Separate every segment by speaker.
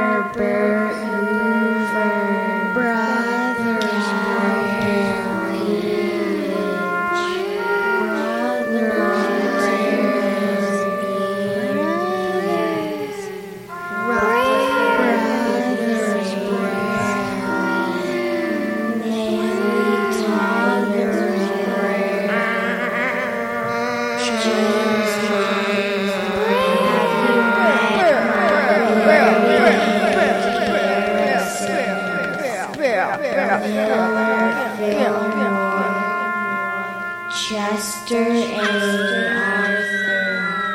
Speaker 1: Herbert Hoover, Brothers Brightridge, Brothers Brothers Brown, Nanny Toddler's Chester A. Arthur,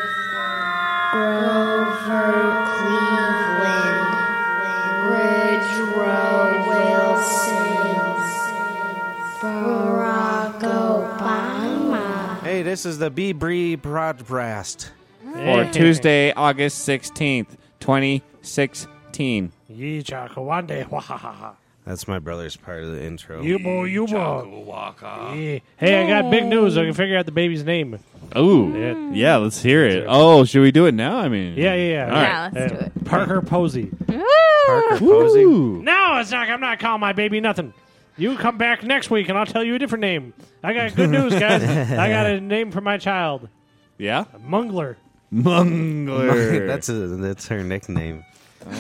Speaker 1: Grover Cleveland, Woodrow Wilson, Barack Obama.
Speaker 2: Hey, this is the B Bree Broadcast.
Speaker 3: for Tuesday, August 16th, 2016.
Speaker 4: Yee chakawande, wahahaha.
Speaker 2: That's my brother's part of the intro.
Speaker 4: Yubo, yubo. Yeah. Hey, I got big news. I can figure out the baby's name.
Speaker 3: Ooh.
Speaker 4: Yeah.
Speaker 3: Yeah, let's hear it. Oh, should we do it now? I mean,
Speaker 4: Yeah, yeah, yeah.
Speaker 3: All
Speaker 5: Yeah,
Speaker 3: right.
Speaker 4: Uh,
Speaker 5: let's do it.
Speaker 4: Parker Posey.
Speaker 2: Parker Posey.
Speaker 3: Woo.
Speaker 4: No, it's not. I'm not calling my baby nothing. You come back next week and I'll tell you a different name. I got good news, guys. I got a name for my child
Speaker 3: Yeah?
Speaker 4: Mungler.
Speaker 3: Mungler.
Speaker 2: that's a, that's her nickname.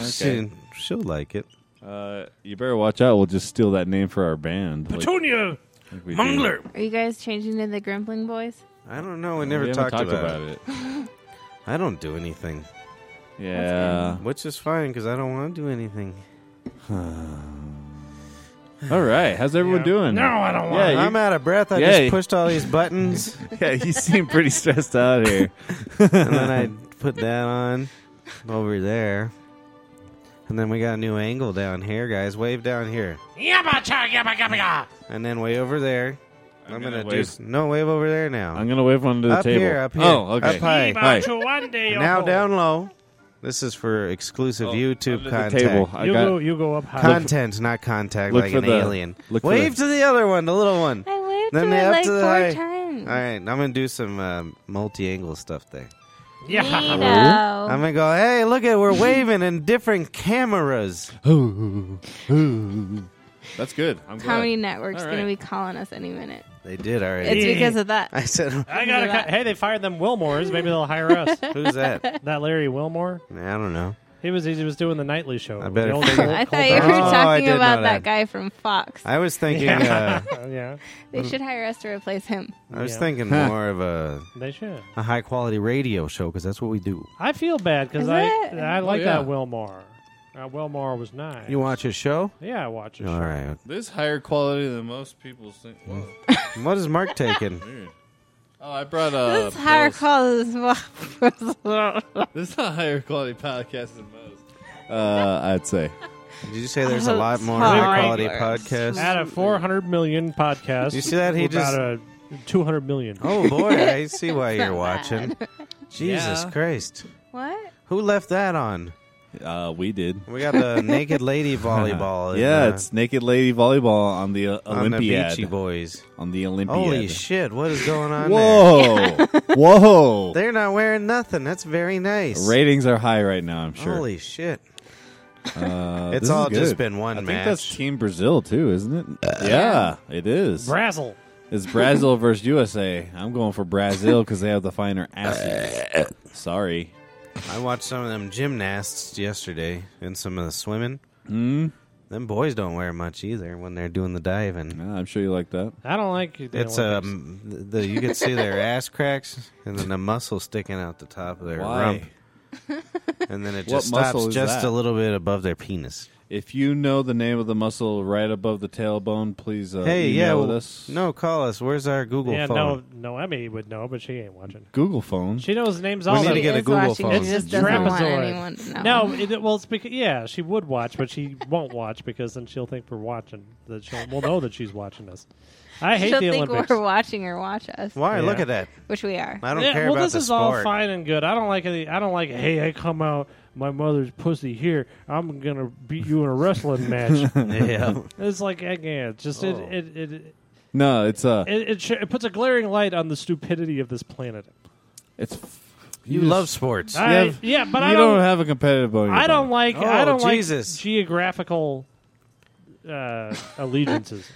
Speaker 2: She, she'll like it.
Speaker 3: Uh, you better watch out. We'll just steal that name for our band. like-
Speaker 4: Petunia.
Speaker 3: like we do.
Speaker 4: Mungler.
Speaker 5: Are you guys changing to the Grimpling Boys?
Speaker 2: I don't know. We
Speaker 3: We
Speaker 2: never
Speaker 3: haven't
Speaker 2: talked, about, it.
Speaker 3: it.
Speaker 2: I don't do anything,
Speaker 3: Yeah.
Speaker 2: which is fine because I don't want to do anything.
Speaker 3: All right. How's everyone doing?
Speaker 4: No, I don't want
Speaker 3: Yeah, you-
Speaker 2: I'm out of breath. I
Speaker 3: Yeah.
Speaker 2: just pushed all these buttons
Speaker 3: yeah, you seem pretty stressed out here.
Speaker 2: and then I put that on over there. And then we got a new angle down here, guys. Wave down here.
Speaker 4: Yabba cha yabba gabba ga.
Speaker 2: And then way over there. I'm,
Speaker 3: gonna
Speaker 2: gonna,
Speaker 3: wave-
Speaker 2: do no wave over there now.
Speaker 3: I'm gonna wave one to the
Speaker 2: up
Speaker 3: table.
Speaker 2: here, up here,
Speaker 3: Oh, okay.
Speaker 2: up high.
Speaker 4: Yee
Speaker 3: Hi.
Speaker 4: chawande,
Speaker 2: Now
Speaker 4: yoho.
Speaker 2: down low. This is for exclusive YouTube
Speaker 3: Oh, Under
Speaker 2: content.
Speaker 3: The table. I
Speaker 4: You go,
Speaker 3: got.
Speaker 4: you go up high.
Speaker 2: Content, not contact,
Speaker 3: Look
Speaker 2: like
Speaker 3: for
Speaker 2: an
Speaker 3: the-
Speaker 2: alien.
Speaker 3: look for
Speaker 2: Wave
Speaker 3: the-
Speaker 2: to the other one, the little one.
Speaker 5: I waved
Speaker 2: Then
Speaker 5: to
Speaker 2: they
Speaker 5: it
Speaker 2: up
Speaker 5: like
Speaker 2: to the
Speaker 5: four
Speaker 2: high. All
Speaker 5: times.
Speaker 2: right, I'm gonna do some um, multi-angle stuff there.
Speaker 4: yeah.
Speaker 5: Neato.
Speaker 2: I'm gonna go. Hey, look at we're waving in different cameras.
Speaker 3: That's good. I'm glad.
Speaker 5: Comedy Network's
Speaker 3: All
Speaker 5: gonna
Speaker 3: right.
Speaker 5: be calling us any minute.
Speaker 2: They did already.
Speaker 5: It's
Speaker 4: Yeah.
Speaker 5: because of that.
Speaker 2: I said,
Speaker 4: I got
Speaker 5: Look at
Speaker 4: to. Hey, they fired them Wilmores. Maybe they'll hire us.
Speaker 2: "Who's that?"
Speaker 4: that Larry Wilmore.
Speaker 2: I don't know.
Speaker 4: He was he was doing the nightly show.
Speaker 2: I better
Speaker 4: The old
Speaker 2: figure-
Speaker 4: Col-
Speaker 5: I thought you were
Speaker 2: Oh, I
Speaker 5: talking
Speaker 2: did know
Speaker 5: about
Speaker 2: that.
Speaker 5: that guy from Fox.
Speaker 2: I was thinking. Uh,
Speaker 4: Colbert. yeah,
Speaker 5: They should hire us to replace him.
Speaker 2: I was
Speaker 4: Yeah.
Speaker 2: thinking more of a,
Speaker 4: they should.
Speaker 2: a high-quality radio show because that's what we do.
Speaker 4: I feel bad because
Speaker 5: Is
Speaker 4: I
Speaker 5: it? Oh,
Speaker 4: I like
Speaker 3: yeah.
Speaker 4: that Wilmore. Uh, Wilmore was nice.
Speaker 2: You watch a show?
Speaker 4: yeah, I watch it.
Speaker 2: All right.
Speaker 3: This is higher quality than most people think. Whoa,
Speaker 2: What is Mark taking?
Speaker 3: weird. Oh, I brought
Speaker 5: This
Speaker 3: uh,
Speaker 5: is higher
Speaker 3: Bill's-
Speaker 5: calls.
Speaker 3: This is a higher quality podcast than most. Uh, I'd say.
Speaker 2: Did you say there's a lot more
Speaker 5: Sorry.
Speaker 2: high quality podcasts?
Speaker 4: Out of 400 million podcasts,
Speaker 2: You see that? He
Speaker 4: we're
Speaker 2: just-
Speaker 4: about a 200 million.
Speaker 2: Oh boy, I see why you're
Speaker 5: not
Speaker 2: watching. Jesus
Speaker 3: Yeah.
Speaker 2: Christ.
Speaker 5: what?
Speaker 2: Who left that on?
Speaker 3: Uh, we did.
Speaker 2: We got the naked lady volleyball. in,
Speaker 3: yeah,
Speaker 2: uh,
Speaker 3: it's naked lady volleyball on the uh,
Speaker 2: on the
Speaker 3: Olympiad.
Speaker 2: Beachy Boys.
Speaker 3: on the Olympiad.
Speaker 2: Holy shit, what is going on there?
Speaker 3: Whoa! Whoa!
Speaker 2: They're not wearing nothing. That's very nice.
Speaker 3: Ratings are high right now. I'm sure.
Speaker 2: Holy shit.
Speaker 3: Uh,
Speaker 2: It's
Speaker 3: this is
Speaker 2: all just
Speaker 3: good.
Speaker 2: been one
Speaker 3: I think
Speaker 2: match. Uh,
Speaker 3: that's Team Brazil too, isn't it? yeah, it is.
Speaker 4: Brazzle.
Speaker 3: it's Brazil versus USA. I'm going for Brazil because they have the finer asses. Sorry.
Speaker 2: I watched some of them gymnasts yesterday and some of the swimming. Mm.
Speaker 3: Mm-hmm.
Speaker 2: Them boys don't wear much either when they're doing the diving.
Speaker 3: Yeah, I'm sure you like that.
Speaker 4: I don't like the
Speaker 2: It's
Speaker 4: Olympics.
Speaker 2: um, the, you can see their ass cracks and then the muscle sticking out the top of their
Speaker 3: Why?
Speaker 2: rump, and then it
Speaker 3: What
Speaker 2: just stops
Speaker 3: muscle is
Speaker 2: just
Speaker 3: that?
Speaker 2: a little bit above their penis.
Speaker 3: If you know the name of the muscle right above the tailbone, please uh,
Speaker 2: Hey,
Speaker 3: email
Speaker 2: yeah,
Speaker 3: with
Speaker 2: well,
Speaker 3: us.
Speaker 2: no, call us. Where's our Google
Speaker 4: yeah, no,
Speaker 2: phone?
Speaker 4: Noemi would know, but she ain't watching.
Speaker 3: Google phone.
Speaker 4: She knows names.
Speaker 2: We
Speaker 4: all
Speaker 2: need
Speaker 4: of
Speaker 2: to
Speaker 4: them.
Speaker 2: get a
Speaker 5: It's
Speaker 2: Google
Speaker 5: watching.
Speaker 2: phone.
Speaker 5: She
Speaker 4: It's
Speaker 5: just doesn't want
Speaker 4: trapezoid.
Speaker 5: anyone to know.
Speaker 4: No, it, well, it's because yeah, she would watch, but she won't watch because then she'll think we're watching. That she'll we'll know that she's watching us. I hate
Speaker 5: she'll
Speaker 4: the
Speaker 5: think
Speaker 4: Olympics.
Speaker 5: we're watching her watch us,
Speaker 2: Why? Look
Speaker 4: Yeah.
Speaker 2: at that.
Speaker 5: which we are.
Speaker 2: I don't
Speaker 4: Yeah,
Speaker 2: care
Speaker 4: well,
Speaker 2: about
Speaker 4: this
Speaker 2: the
Speaker 4: is all
Speaker 2: sport.
Speaker 4: fine and good. I don't like any. I don't like. Hey, I come out my mother's pussy here. I'm gonna beat you in a wrestling match.
Speaker 2: Yeah.
Speaker 4: It's like again, it's just
Speaker 2: Oh.
Speaker 4: it it it it,
Speaker 3: no, it's uh,
Speaker 4: it, sh- it puts a glaring light on the stupidity of this planet.
Speaker 3: it's
Speaker 2: You
Speaker 3: just-
Speaker 2: love sports.
Speaker 4: I-
Speaker 3: have-
Speaker 4: yeah, but
Speaker 3: you
Speaker 4: I don't.
Speaker 3: have a competitive bone. in your
Speaker 4: I don't
Speaker 3: body.
Speaker 4: like.
Speaker 2: Oh,
Speaker 4: I don't
Speaker 2: Jesus.
Speaker 4: like geographical uh, allegiances.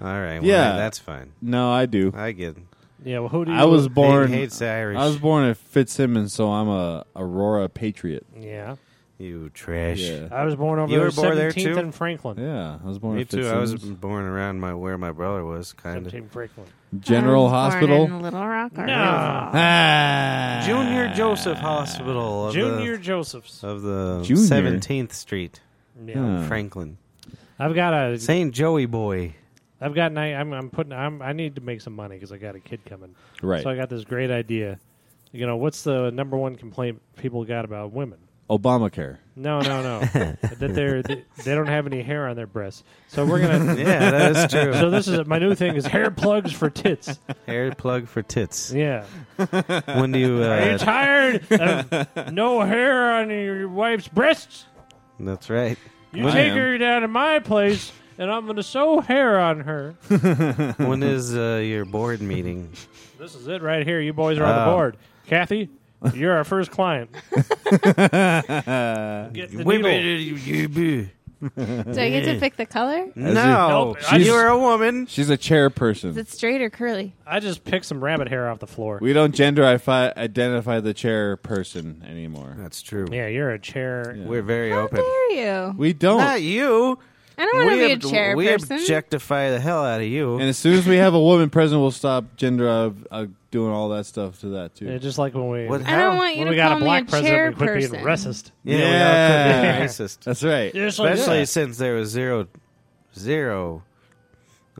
Speaker 2: All right. Well,
Speaker 3: Yeah.
Speaker 2: that's fine.
Speaker 3: No, I do.
Speaker 2: I get.
Speaker 4: Yeah, well, who do you?
Speaker 3: I was
Speaker 2: Born
Speaker 3: born.
Speaker 2: hates the Irish.
Speaker 3: I was born at Fitzsimmons, so I'm a Aurora Patriot.
Speaker 4: Yeah,
Speaker 2: you trash.
Speaker 3: Yeah.
Speaker 4: I was born over
Speaker 2: You were born there,
Speaker 4: seventeenth
Speaker 2: too?
Speaker 4: in Franklin.
Speaker 3: Yeah, I was born
Speaker 2: Me
Speaker 3: at
Speaker 2: too. I
Speaker 3: Fitzsimmons.
Speaker 2: was born around my where my brother was, kind of.
Speaker 4: Seventeenth Franklin.
Speaker 3: General
Speaker 5: I was born
Speaker 3: Hospital.
Speaker 5: in Little Rock. Arkansas.
Speaker 4: No,
Speaker 3: Ah.
Speaker 2: Junior Joseph Hospital. Of The,
Speaker 4: Junior
Speaker 2: Oh.
Speaker 4: Joseph's.
Speaker 2: of the
Speaker 3: Junior?
Speaker 2: Seventeenth Street,
Speaker 4: Yeah,
Speaker 2: Uh-huh.
Speaker 3: Huh.
Speaker 2: Franklin.
Speaker 4: I've got a.
Speaker 2: Saint Joey boy.
Speaker 4: I've got. An, I, I'm. I'm putting. I'm, I need to make some money because I got a kid coming.
Speaker 3: Right.
Speaker 4: So I got this great idea. You know, what's the number one complaint people got about women?
Speaker 3: Obamacare.
Speaker 4: No, no, no. that they're they, they don't have any hair on their breasts. So we're gonna.
Speaker 2: Yeah, that is true.
Speaker 4: So this is my new thing is hair plugs for tits.
Speaker 2: Hair plug for tits.
Speaker 4: Yeah.
Speaker 2: When do you?
Speaker 4: Are you
Speaker 2: Uh,
Speaker 4: tired of no hair on your wife's breasts?
Speaker 2: that's right.
Speaker 4: You
Speaker 3: I
Speaker 4: take
Speaker 3: am.
Speaker 4: her down to my place, and I'm gonna sew hair on her.
Speaker 2: When is uh, your board meeting?
Speaker 4: this is it right here. You boys are on
Speaker 2: Wow.
Speaker 4: the board. Kathy, you're our first client.
Speaker 3: Uh,
Speaker 4: Get the needle.
Speaker 5: Do I get to pick the color?
Speaker 2: No,
Speaker 4: Nope, I just-
Speaker 2: you're a woman.
Speaker 3: She's a chair
Speaker 5: Is
Speaker 3: person.
Speaker 5: it straight or curly?
Speaker 4: I just picked some rabbit hair off the floor.
Speaker 3: We don't gender ifi- identify the chair person anymore.
Speaker 2: That's true.
Speaker 4: yeah, you're a chair.
Speaker 2: We're very
Speaker 5: How
Speaker 2: open. Oh.
Speaker 5: dare you?
Speaker 3: We don't.
Speaker 2: Not you.
Speaker 5: I don't want to be a
Speaker 2: ob-
Speaker 5: chair
Speaker 2: we
Speaker 5: person.
Speaker 2: objectify the hell out of you.
Speaker 3: and as soon as we have a woman present, we'll stop gender uh, uh, doing all that stuff to that too.
Speaker 4: Yeah, just like when we
Speaker 2: What-
Speaker 5: I don't
Speaker 2: How?
Speaker 5: want you
Speaker 4: when
Speaker 5: to
Speaker 4: we got
Speaker 5: call
Speaker 4: a black
Speaker 5: me a chair
Speaker 4: president. We quit being
Speaker 5: person.
Speaker 4: racist.
Speaker 2: yeah,
Speaker 3: Yeah.
Speaker 2: we all could be racist.
Speaker 3: That's right.
Speaker 2: Especially since there was zero, zero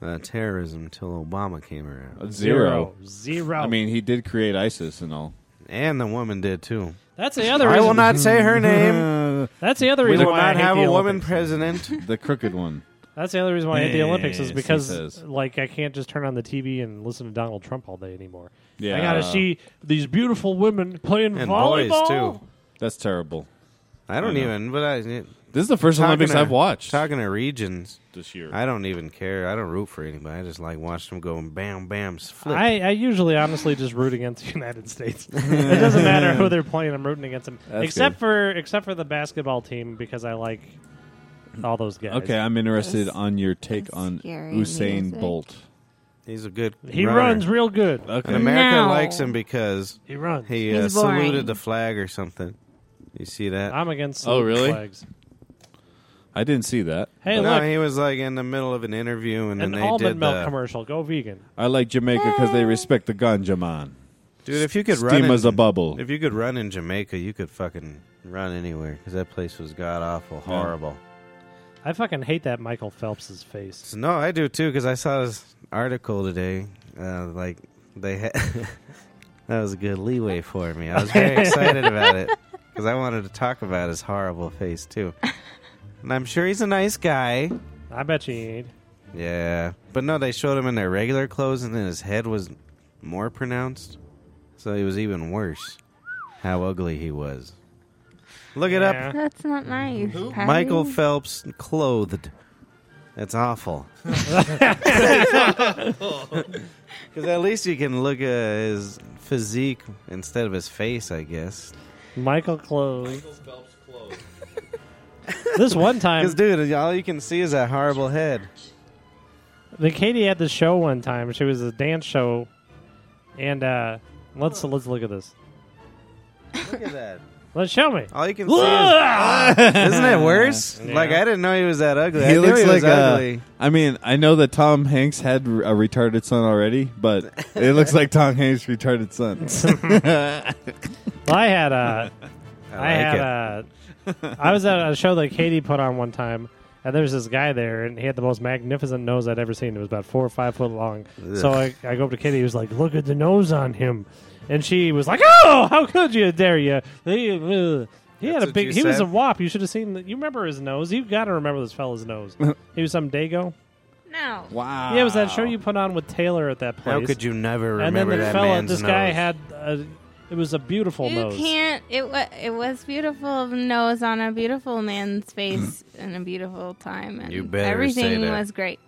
Speaker 2: uh, terrorism till Obama came around,
Speaker 3: Zero.
Speaker 4: Zero.
Speaker 3: I mean, he did create ISIS and all.
Speaker 2: and the woman did too.
Speaker 4: that's the other
Speaker 2: I
Speaker 4: reason.
Speaker 2: will not say her name.
Speaker 3: Uh,
Speaker 4: that's the other
Speaker 2: We
Speaker 4: reason
Speaker 2: will
Speaker 4: why I
Speaker 2: not
Speaker 4: hate
Speaker 2: have
Speaker 4: the
Speaker 2: a woman
Speaker 4: Olympics.
Speaker 2: president.
Speaker 3: the crooked one.
Speaker 4: That's the other reason why I hate the Olympics
Speaker 3: Yes,
Speaker 4: is
Speaker 3: he
Speaker 4: because
Speaker 3: says.
Speaker 4: like I can't just turn on the TV and listen to Donald Trump all day anymore.
Speaker 3: Yeah.
Speaker 4: I gotta see these beautiful women playing
Speaker 2: And boys,
Speaker 4: volleyball.
Speaker 2: too.
Speaker 3: That's terrible.
Speaker 2: I don't
Speaker 3: I know.
Speaker 2: even. But I
Speaker 3: This is the first
Speaker 2: Talking
Speaker 3: Olympics
Speaker 2: to-
Speaker 3: I've watched
Speaker 2: talking to regions.
Speaker 3: this year.
Speaker 2: I don't even care. I don't root for anybody. I just like watch them go and bam, bam, flip.
Speaker 4: I, I usually honestly just root against the United States. it doesn't matter who they're playing. I'm rooting against them,
Speaker 3: That's
Speaker 4: except
Speaker 3: good.
Speaker 4: for except for the basketball team because I like all those guys.
Speaker 3: okay, I'm interested on your take
Speaker 5: that's
Speaker 3: on
Speaker 5: scary
Speaker 3: Usain
Speaker 5: music.
Speaker 3: Bolt.
Speaker 2: He's a good.
Speaker 4: he
Speaker 2: runner.
Speaker 4: runs real good.
Speaker 2: And
Speaker 3: Okay.
Speaker 2: America
Speaker 5: No.
Speaker 2: likes him because
Speaker 4: He runs.
Speaker 2: he uh,
Speaker 5: He's boring.
Speaker 2: saluted the flag or something. You see that?
Speaker 4: I'm against.
Speaker 3: Oh,
Speaker 4: salute
Speaker 3: really?
Speaker 4: Flags.
Speaker 3: I didn't see that.
Speaker 4: Hey,
Speaker 2: no,
Speaker 4: look,
Speaker 2: he was like in the middle of an interview, and then they
Speaker 4: an almond
Speaker 2: did uh,
Speaker 4: milk
Speaker 2: the
Speaker 4: commercial. Go vegan.
Speaker 3: I like Jamaica because they respect the ganja man.
Speaker 2: dude. If you could run,
Speaker 3: Steam
Speaker 2: in,
Speaker 3: as a bubble.
Speaker 2: if you could run in Jamaica, you could fucking run anywhere because that place was god awful, horrible.
Speaker 4: I fucking hate that Michael Phelps's face.
Speaker 2: So, no, I do too because I saw this article today. Uh, like they had that was a good leeway for me. I was very excited about it because I wanted to talk about his horrible face too. And I'm sure he's a nice guy.
Speaker 4: I bet you he ain't.
Speaker 2: Yeah, but no, they showed him in their regular clothes, and then his head was more pronounced, so it was even worse. How ugly he was! Look it up.
Speaker 5: That's not nice. Patty.
Speaker 2: Michael Phelps clothed. That's awful. Because at least you can look at his physique instead of his face, I guess.
Speaker 4: Michael Close. this one time,
Speaker 2: Because dude, all you can see is that horrible head.
Speaker 4: the Katie had the show one time. She was a dance show, and uh, let's let's look at this.
Speaker 2: Look at that.
Speaker 4: Let's show me.
Speaker 2: All you can see is Isn't it worse? Like I didn't know he was that ugly. I
Speaker 3: he
Speaker 2: knew
Speaker 3: looks
Speaker 2: he was
Speaker 3: like a,
Speaker 2: ugly.
Speaker 3: I mean, I know that Tom Hanks had a retarded son already, but it looks like Tom Hanks' retarded son.
Speaker 4: Well, I had a,
Speaker 2: I,
Speaker 4: I had a, I was at a show that Katie put on one time. And there was this guy there, and he had the most magnificent nose I'd ever seen. It was about four or five foot long. So I, I go up to Katie. He was like, "Look at the nose on him," and she was like, "Oh, how could you dare you?" He, uh, he
Speaker 2: That's
Speaker 4: had a
Speaker 2: what
Speaker 4: big.
Speaker 2: you
Speaker 4: He was
Speaker 2: said?
Speaker 4: a wop. You should have seen. The, you remember his nose? You got to remember this fella's nose. he was some dago.
Speaker 5: No.
Speaker 3: Wow.
Speaker 4: Yeah, it was that show you put on with Taylor at that place.
Speaker 2: How could you never
Speaker 4: And then
Speaker 2: remember
Speaker 4: the
Speaker 2: that
Speaker 4: fella,
Speaker 2: man's
Speaker 4: this
Speaker 2: nose?
Speaker 4: guy had. A, it was a beautiful
Speaker 5: You
Speaker 4: nose.
Speaker 5: can't. It was. It was beautiful. Nose on a beautiful man's face and a beautiful time. And
Speaker 2: You better say
Speaker 5: everything
Speaker 2: that.
Speaker 5: was great.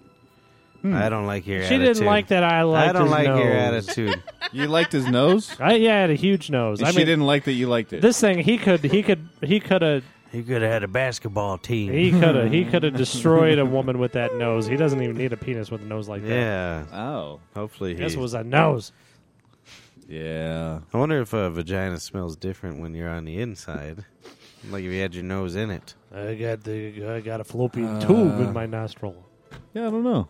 Speaker 2: I don't like your
Speaker 4: She
Speaker 2: attitude.
Speaker 4: didn't like that I liked
Speaker 2: I don't
Speaker 4: his
Speaker 2: like
Speaker 4: nose.
Speaker 2: your attitude.
Speaker 3: You liked his nose?
Speaker 4: I, yeah, I had a huge nose. I
Speaker 3: she
Speaker 4: mean,
Speaker 3: didn't like that you liked it.
Speaker 4: this thing he could he could he could have
Speaker 2: You could have had a basketball team.
Speaker 4: he could have he could have destroyed a woman with that nose. He doesn't even need a penis with a nose like that.
Speaker 2: yeah.
Speaker 3: oh.
Speaker 2: Hopefully he.
Speaker 4: This was a nose.
Speaker 3: Yeah.
Speaker 2: I wonder if a vagina smells different when you're on the inside. like if you had your nose in it.
Speaker 4: I got the I got a fallopian
Speaker 3: Uh,
Speaker 4: tube in my nostril.
Speaker 3: Yeah, I don't know.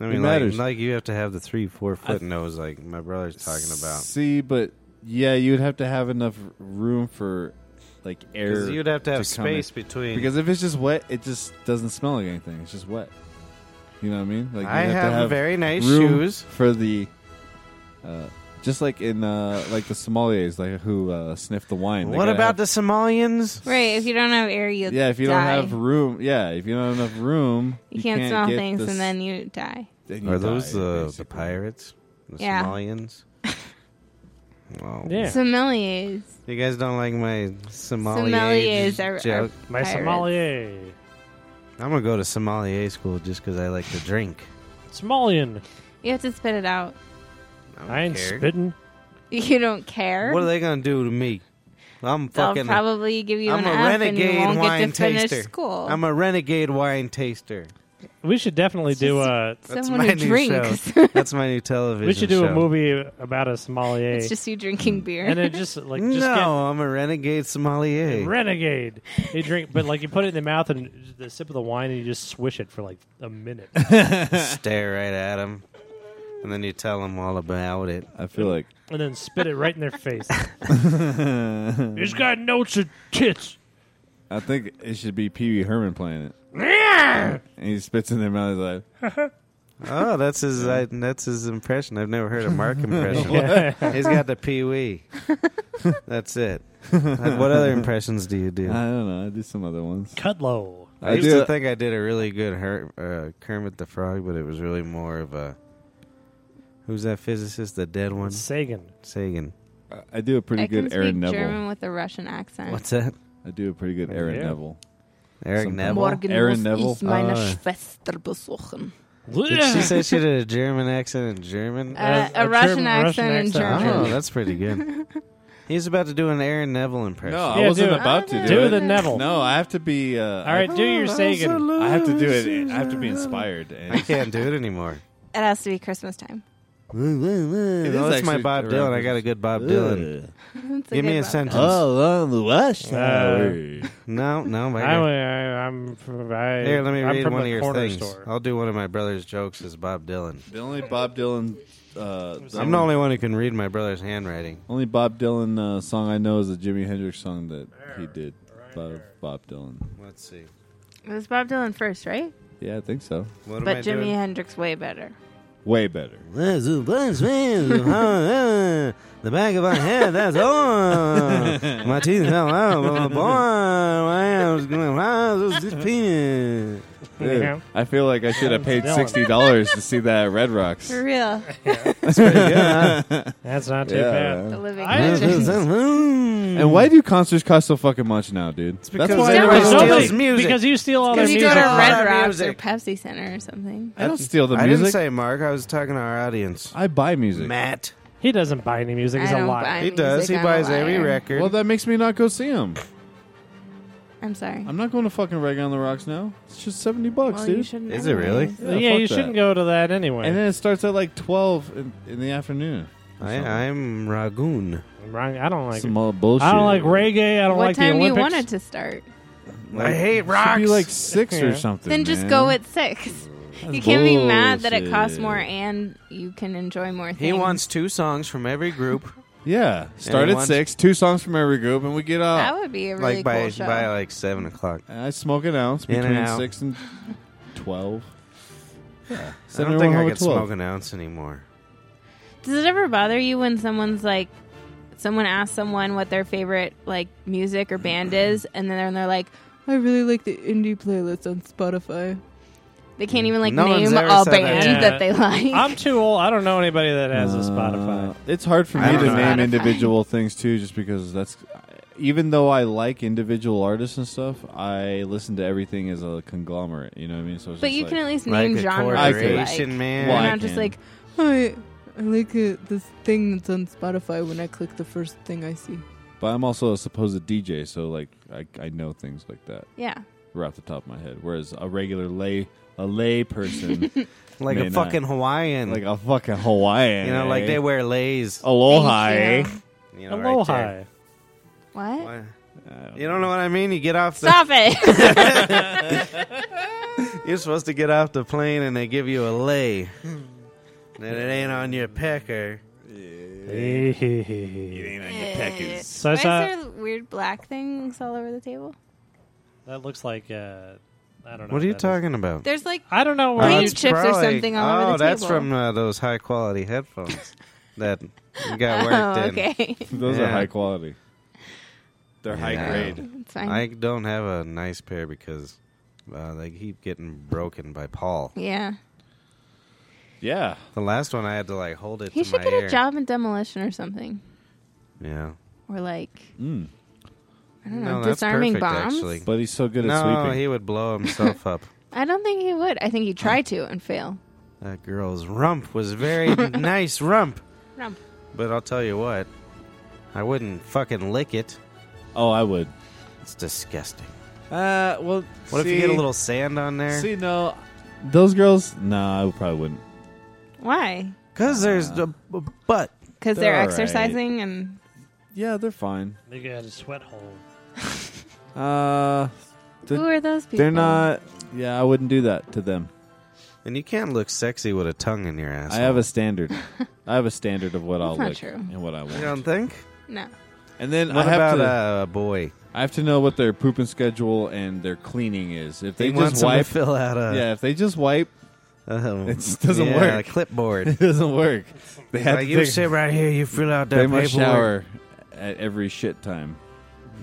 Speaker 2: I mean, like,
Speaker 3: matters.
Speaker 2: like you have to have the three, four foot nose, like my brother's talking about.
Speaker 3: See, but yeah, you'd have to have enough room for like air.
Speaker 2: Because you'd have to have
Speaker 3: come in.
Speaker 2: space between.
Speaker 3: Because if it's just wet, it just doesn't smell like anything. It's just wet. You know what I mean? Like
Speaker 2: I
Speaker 3: you'd
Speaker 2: have,
Speaker 3: to
Speaker 2: very nice
Speaker 3: room
Speaker 2: shoes.
Speaker 3: for the. Uh, just like in uh, like the Somalians, like who uh, sniff the wine. They
Speaker 2: What
Speaker 3: gotta
Speaker 2: about
Speaker 3: have-
Speaker 2: the Somalians?
Speaker 5: Right. If you don't have air, you
Speaker 3: Yeah, if you
Speaker 5: die.
Speaker 3: don't have room, yeah, if you don't have enough room,
Speaker 5: you, can't, smell
Speaker 3: get
Speaker 5: things,
Speaker 3: this-
Speaker 5: and then you die.
Speaker 3: then you
Speaker 2: Are those uh,
Speaker 3: die,
Speaker 2: the, the
Speaker 3: basically.
Speaker 2: pirates? The
Speaker 5: Yeah.
Speaker 2: Somalians? oh.
Speaker 4: Yeah.
Speaker 5: Sommeliers.
Speaker 2: You guys don't like my Somalier
Speaker 5: Sommeliers are- are-
Speaker 2: joke?
Speaker 4: My
Speaker 5: Pirates.
Speaker 4: sommelier,
Speaker 2: I'm going to go to Sommelier school just because I like to drink.
Speaker 4: Somalian.
Speaker 5: You have to spit it out.
Speaker 2: I, don't
Speaker 4: I ain't
Speaker 2: care.
Speaker 4: spitting.
Speaker 5: You don't care.
Speaker 2: What are they going to do to me? I'm
Speaker 5: They'll
Speaker 2: fucking.
Speaker 5: probably give you
Speaker 2: I'm
Speaker 5: an
Speaker 2: a
Speaker 5: F and
Speaker 2: renegade
Speaker 5: you won't
Speaker 2: wine
Speaker 5: get to finish
Speaker 2: taster.
Speaker 5: school.
Speaker 2: I'm a renegade wine taster.
Speaker 4: We should definitely do a.
Speaker 2: That's
Speaker 5: Someone
Speaker 2: my
Speaker 5: who
Speaker 2: new
Speaker 5: drinks.
Speaker 2: show. That's my new television.
Speaker 4: We should do a
Speaker 2: show.
Speaker 4: movie about a sommelier,
Speaker 5: it's just you drinking beer.
Speaker 4: Mm. and it just like just
Speaker 2: no,
Speaker 4: get
Speaker 2: I'm a renegade sommelier.
Speaker 4: Renegade. You drink, but like you put it in the mouth and the sip of the wine, and you just swish it for like a minute.
Speaker 2: Stare right at him, and then you tell him all about it.
Speaker 3: I feel like
Speaker 4: and then spit it right in their face. He's got notes of tits.
Speaker 3: I think it should be Pee Wee Herman playing it. and he spits in their mouth. He's like,
Speaker 2: Oh, that's his. I, that's his impression. I've never heard a Mark impression. He's got the pee wee. That's it. Like, what other impressions do you do?
Speaker 3: I
Speaker 4: Uh,
Speaker 2: I
Speaker 3: don't know. I do some other ones.
Speaker 4: Cudlow.
Speaker 3: I,
Speaker 2: used
Speaker 3: do.
Speaker 2: to think I did a really good Her, uh, Kermit the Frog, but it was really more of a. Who's that physicist? The dead one,
Speaker 4: Sagan.
Speaker 2: Sagan.
Speaker 3: I do a pretty
Speaker 5: I can
Speaker 3: good
Speaker 5: speak
Speaker 3: Aaron Neville.
Speaker 5: German with a Russian accent.
Speaker 2: What's that?
Speaker 3: I do a pretty good Aaron
Speaker 4: Yeah.
Speaker 3: Neville.
Speaker 2: Eric
Speaker 3: Something.
Speaker 2: Neville.
Speaker 5: Morgen
Speaker 3: Aaron
Speaker 5: muss
Speaker 3: Neville?
Speaker 5: ich meine
Speaker 2: Ah.
Speaker 5: Schwester besuchen.
Speaker 2: Did she say she did a German accent in German?
Speaker 5: Uh,
Speaker 4: a
Speaker 5: a Russian
Speaker 4: German- Russian
Speaker 5: accent in
Speaker 4: accent.
Speaker 5: German.
Speaker 2: Oh, that's pretty good. He's about to do an Aaron Neville impression.
Speaker 3: No,
Speaker 4: Yeah,
Speaker 3: I wasn't
Speaker 4: do it.
Speaker 3: about to do,
Speaker 4: do
Speaker 3: it.
Speaker 4: the Neville.
Speaker 3: No, I have to be. Uh,
Speaker 4: All right, do
Speaker 2: Oh,
Speaker 4: your Sagan.
Speaker 3: I have to do it. I have to be inspired. And
Speaker 2: I can't do it anymore.
Speaker 5: It has to be Christmas time.
Speaker 2: It
Speaker 3: is
Speaker 2: That's my
Speaker 3: actually
Speaker 2: Bob
Speaker 3: around
Speaker 2: Dylan. I
Speaker 3: Christmas.
Speaker 2: got a good Bob Dylan.
Speaker 5: It's a
Speaker 2: Give
Speaker 5: good
Speaker 2: me a
Speaker 5: one.
Speaker 2: sentence.
Speaker 4: Oh.
Speaker 3: on the west
Speaker 4: Highway.
Speaker 2: No, no,
Speaker 4: I,
Speaker 2: my God.
Speaker 4: I, I'm. From, I,
Speaker 2: Here, let me
Speaker 4: I'm
Speaker 2: read
Speaker 4: from
Speaker 2: one
Speaker 4: the
Speaker 2: of your
Speaker 4: corner
Speaker 2: things. Oh.
Speaker 4: Store.
Speaker 2: I'll do one of my brother's jokes as Bob Dylan.
Speaker 3: The only Bob Dylan. Uh, the
Speaker 2: I'm the only one who can read my brother's handwriting.
Speaker 3: only Bob Dylan uh, song I know is the Jimi Hendrix song that he did. Bob, Bob Dylan.
Speaker 2: Let's see.
Speaker 5: It was Bob Dylan first, right?
Speaker 3: Yeah, I think so.
Speaker 2: What am
Speaker 5: but
Speaker 2: I
Speaker 5: Jimi Hendrix way better.
Speaker 3: Way better.
Speaker 2: doing? the back of my head, that's on. My teeth fell out, but my boy, I was going to rise this penis.
Speaker 3: Dude,
Speaker 4: Yeah.
Speaker 3: I feel like I should have paid
Speaker 4: Dylan.
Speaker 3: sixty dollars to see that at Red Rocks.
Speaker 5: For real.
Speaker 2: Yeah.
Speaker 4: That's not too
Speaker 3: Yeah,
Speaker 4: bad.
Speaker 5: The living
Speaker 4: I-
Speaker 5: legend.
Speaker 3: And
Speaker 2: and
Speaker 3: why do concerts cost so fucking much now, dude? That's
Speaker 2: because
Speaker 3: why
Speaker 2: Steelers
Speaker 3: everybody
Speaker 2: Steelers
Speaker 3: steals-
Speaker 2: steals
Speaker 4: Nobody-
Speaker 2: music.
Speaker 4: Because you steal all their
Speaker 5: Because you
Speaker 4: music.
Speaker 5: go to Red
Speaker 2: Our
Speaker 5: Rocks or
Speaker 2: music.
Speaker 5: Pepsi Center or something.
Speaker 3: I don't steal the
Speaker 2: I
Speaker 3: music.
Speaker 2: didn't say Mark. I was talking to our audience.
Speaker 3: I buy music.
Speaker 2: Matt.
Speaker 4: he doesn't buy any music. He's
Speaker 5: I
Speaker 4: a
Speaker 5: don't
Speaker 4: liar.
Speaker 5: buy-
Speaker 2: He does. He
Speaker 5: music, I'm
Speaker 2: buys
Speaker 5: a liar.
Speaker 2: every record.
Speaker 3: Well, that makes me not go see him.
Speaker 5: I'm sorry.
Speaker 3: I'm not going to fucking Reg on the Rocks now. It's just seventy bucks,
Speaker 5: well, you
Speaker 3: dude.
Speaker 5: shouldn't
Speaker 2: Is it really?
Speaker 5: anyways.
Speaker 3: Yeah,
Speaker 4: yeah,
Speaker 3: fuck
Speaker 4: you
Speaker 3: that.
Speaker 4: shouldn't go to that anyway.
Speaker 3: And then it starts at like twelve in, in the afternoon. or
Speaker 2: I,
Speaker 3: something.
Speaker 2: I'm Ragoon.
Speaker 4: Wrong- I don't like.
Speaker 3: Some all bullshit.
Speaker 4: I don't like reggae. I don't
Speaker 5: what
Speaker 4: like
Speaker 5: time
Speaker 4: the
Speaker 5: do you
Speaker 4: Olympics.
Speaker 5: want it to start?
Speaker 2: I hate
Speaker 3: Should
Speaker 2: rocks.
Speaker 3: be like six
Speaker 4: Yeah.
Speaker 3: or something.
Speaker 5: Then just
Speaker 3: man.
Speaker 5: go at six. you can't be mad that it costs
Speaker 3: bullshit.
Speaker 5: more and you can enjoy more things.
Speaker 2: he wants two songs from every group,
Speaker 3: Yeah, start at
Speaker 2: wants-
Speaker 3: six. Two songs from every group, and we get out.
Speaker 5: that would be a really
Speaker 2: like by
Speaker 5: cool show.
Speaker 2: by like seven o'clock.
Speaker 3: And I smoke an ounce
Speaker 2: In and
Speaker 3: between
Speaker 2: out.
Speaker 3: six and twelve. Yeah,
Speaker 2: I don't think I could smoke an ounce anymore.
Speaker 5: Does it ever bother you when someone's like, someone asks someone what their favorite like music or band is, and then they're like, I really like the indie playlist on Spotify. They can't even like
Speaker 2: No one's
Speaker 5: name
Speaker 2: ever
Speaker 5: a
Speaker 2: said that.
Speaker 5: band
Speaker 4: Yeah.
Speaker 5: that they like.
Speaker 4: I'm too old. I don't know
Speaker 3: Uh,
Speaker 4: anybody that has a Spotify.
Speaker 3: It's hard for
Speaker 2: I
Speaker 3: me to
Speaker 2: don't know.
Speaker 3: name
Speaker 5: Spotify.
Speaker 3: individual things too, just because that's even though I like individual artists and stuff, I listen to everything as a conglomerate. You know what I mean? So it's
Speaker 5: But
Speaker 3: just
Speaker 5: you
Speaker 3: like,
Speaker 5: can at least
Speaker 2: Like
Speaker 5: name
Speaker 2: a
Speaker 5: genres.
Speaker 3: I could.
Speaker 5: you like.
Speaker 2: corporation, man.
Speaker 5: You're
Speaker 3: Well, I
Speaker 5: not just
Speaker 3: can.
Speaker 5: like, I, I like it, this thing that's on Spotify when I click the first thing I see.
Speaker 3: But I'm also a supposed DJ, so like I, I know things like that
Speaker 5: Yeah.
Speaker 3: right off the top of my head. Whereas a regular lay a lay person,
Speaker 2: like
Speaker 3: May
Speaker 2: a
Speaker 3: not.
Speaker 2: fucking Hawaiian.
Speaker 3: like a fucking Hawaiian, eh?
Speaker 2: you know, like they wear lays.
Speaker 3: aloha.
Speaker 5: Thank
Speaker 3: eh?
Speaker 5: you.
Speaker 2: You know, right
Speaker 4: Aloha.
Speaker 2: there.
Speaker 5: What?
Speaker 2: Why-
Speaker 3: I
Speaker 2: You don't know what I mean? You get off the
Speaker 5: Stop it.
Speaker 2: You're supposed to get off the plane and they give you a lay. and it ain't on your pecker.
Speaker 4: so I
Speaker 5: Why
Speaker 4: saw
Speaker 5: is there weird black things all over the table?
Speaker 4: that looks like uh, I don't know.
Speaker 2: What are you
Speaker 4: that is.
Speaker 2: talking about?
Speaker 5: There's like
Speaker 4: I don't know.
Speaker 5: Uh,
Speaker 4: What
Speaker 5: Green
Speaker 2: it's
Speaker 5: chips or something all
Speaker 2: oh,
Speaker 5: over the
Speaker 2: that's
Speaker 5: table.
Speaker 2: from uh, those high quality headphones that got worked
Speaker 5: oh,
Speaker 2: in.
Speaker 5: okay.
Speaker 3: Those are
Speaker 2: Yeah.
Speaker 3: high quality. They're high
Speaker 2: Yeah.
Speaker 3: grade.
Speaker 5: it's fine.
Speaker 2: I don't have a nice pair because uh, they keep getting broken by Paul.
Speaker 5: yeah.
Speaker 3: Yeah.
Speaker 2: The last one I had to like hold it to
Speaker 5: He should
Speaker 2: my
Speaker 5: get
Speaker 2: ear.
Speaker 5: a job in demolition or something.
Speaker 2: Yeah.
Speaker 5: Or like,
Speaker 3: Mm.
Speaker 5: I don't know,
Speaker 2: No, that's
Speaker 5: Hmm, disarming
Speaker 2: perfect,
Speaker 5: bombs.
Speaker 2: actually.
Speaker 3: But he's so good at
Speaker 2: no,
Speaker 3: sweeping.
Speaker 2: he would blow himself up.
Speaker 5: I don't think he would. I think he tried to and failed.
Speaker 2: That girl's rump was very nice rump.
Speaker 5: Rump.
Speaker 2: But I'll tell you what, I wouldn't fucking lick it.
Speaker 3: oh, I would.
Speaker 2: It's disgusting.
Speaker 3: Uh, well,
Speaker 2: What if you get a little sand on there?
Speaker 3: See, no, those girls. Nah, I probably wouldn't.
Speaker 5: Why?
Speaker 2: Because there's
Speaker 3: Uh.
Speaker 2: the b- butt.
Speaker 5: Because
Speaker 3: They're
Speaker 5: they're
Speaker 3: all right.
Speaker 5: exercising and
Speaker 3: Yeah, they're fine.
Speaker 4: They got a sweat hole.
Speaker 3: Uh, The-
Speaker 5: who are those people?
Speaker 3: they're not. Yeah, I wouldn't do that to them.
Speaker 2: And you can't look sexy with a tongue in your ass.
Speaker 3: I have a standard. I have a standard of what I'll
Speaker 5: not
Speaker 3: look
Speaker 5: true.
Speaker 3: and what I want.
Speaker 2: You don't think?
Speaker 5: No.
Speaker 3: and then I
Speaker 2: What about
Speaker 3: have to.
Speaker 2: uh, a boy?
Speaker 3: I have to know what their pooping schedule and their cleaning is. If they
Speaker 2: He wants
Speaker 3: just
Speaker 2: him
Speaker 3: wipe,
Speaker 2: to fill out a.
Speaker 3: yeah, if they just wipe,
Speaker 2: um,
Speaker 3: It doesn't
Speaker 2: yeah,
Speaker 3: work.
Speaker 2: A clipboard.
Speaker 3: it doesn't work. They have
Speaker 2: like
Speaker 3: to
Speaker 2: you
Speaker 3: take,
Speaker 2: sit right here, you fill out that
Speaker 3: They must
Speaker 2: paperwork.
Speaker 3: shower at every shit time,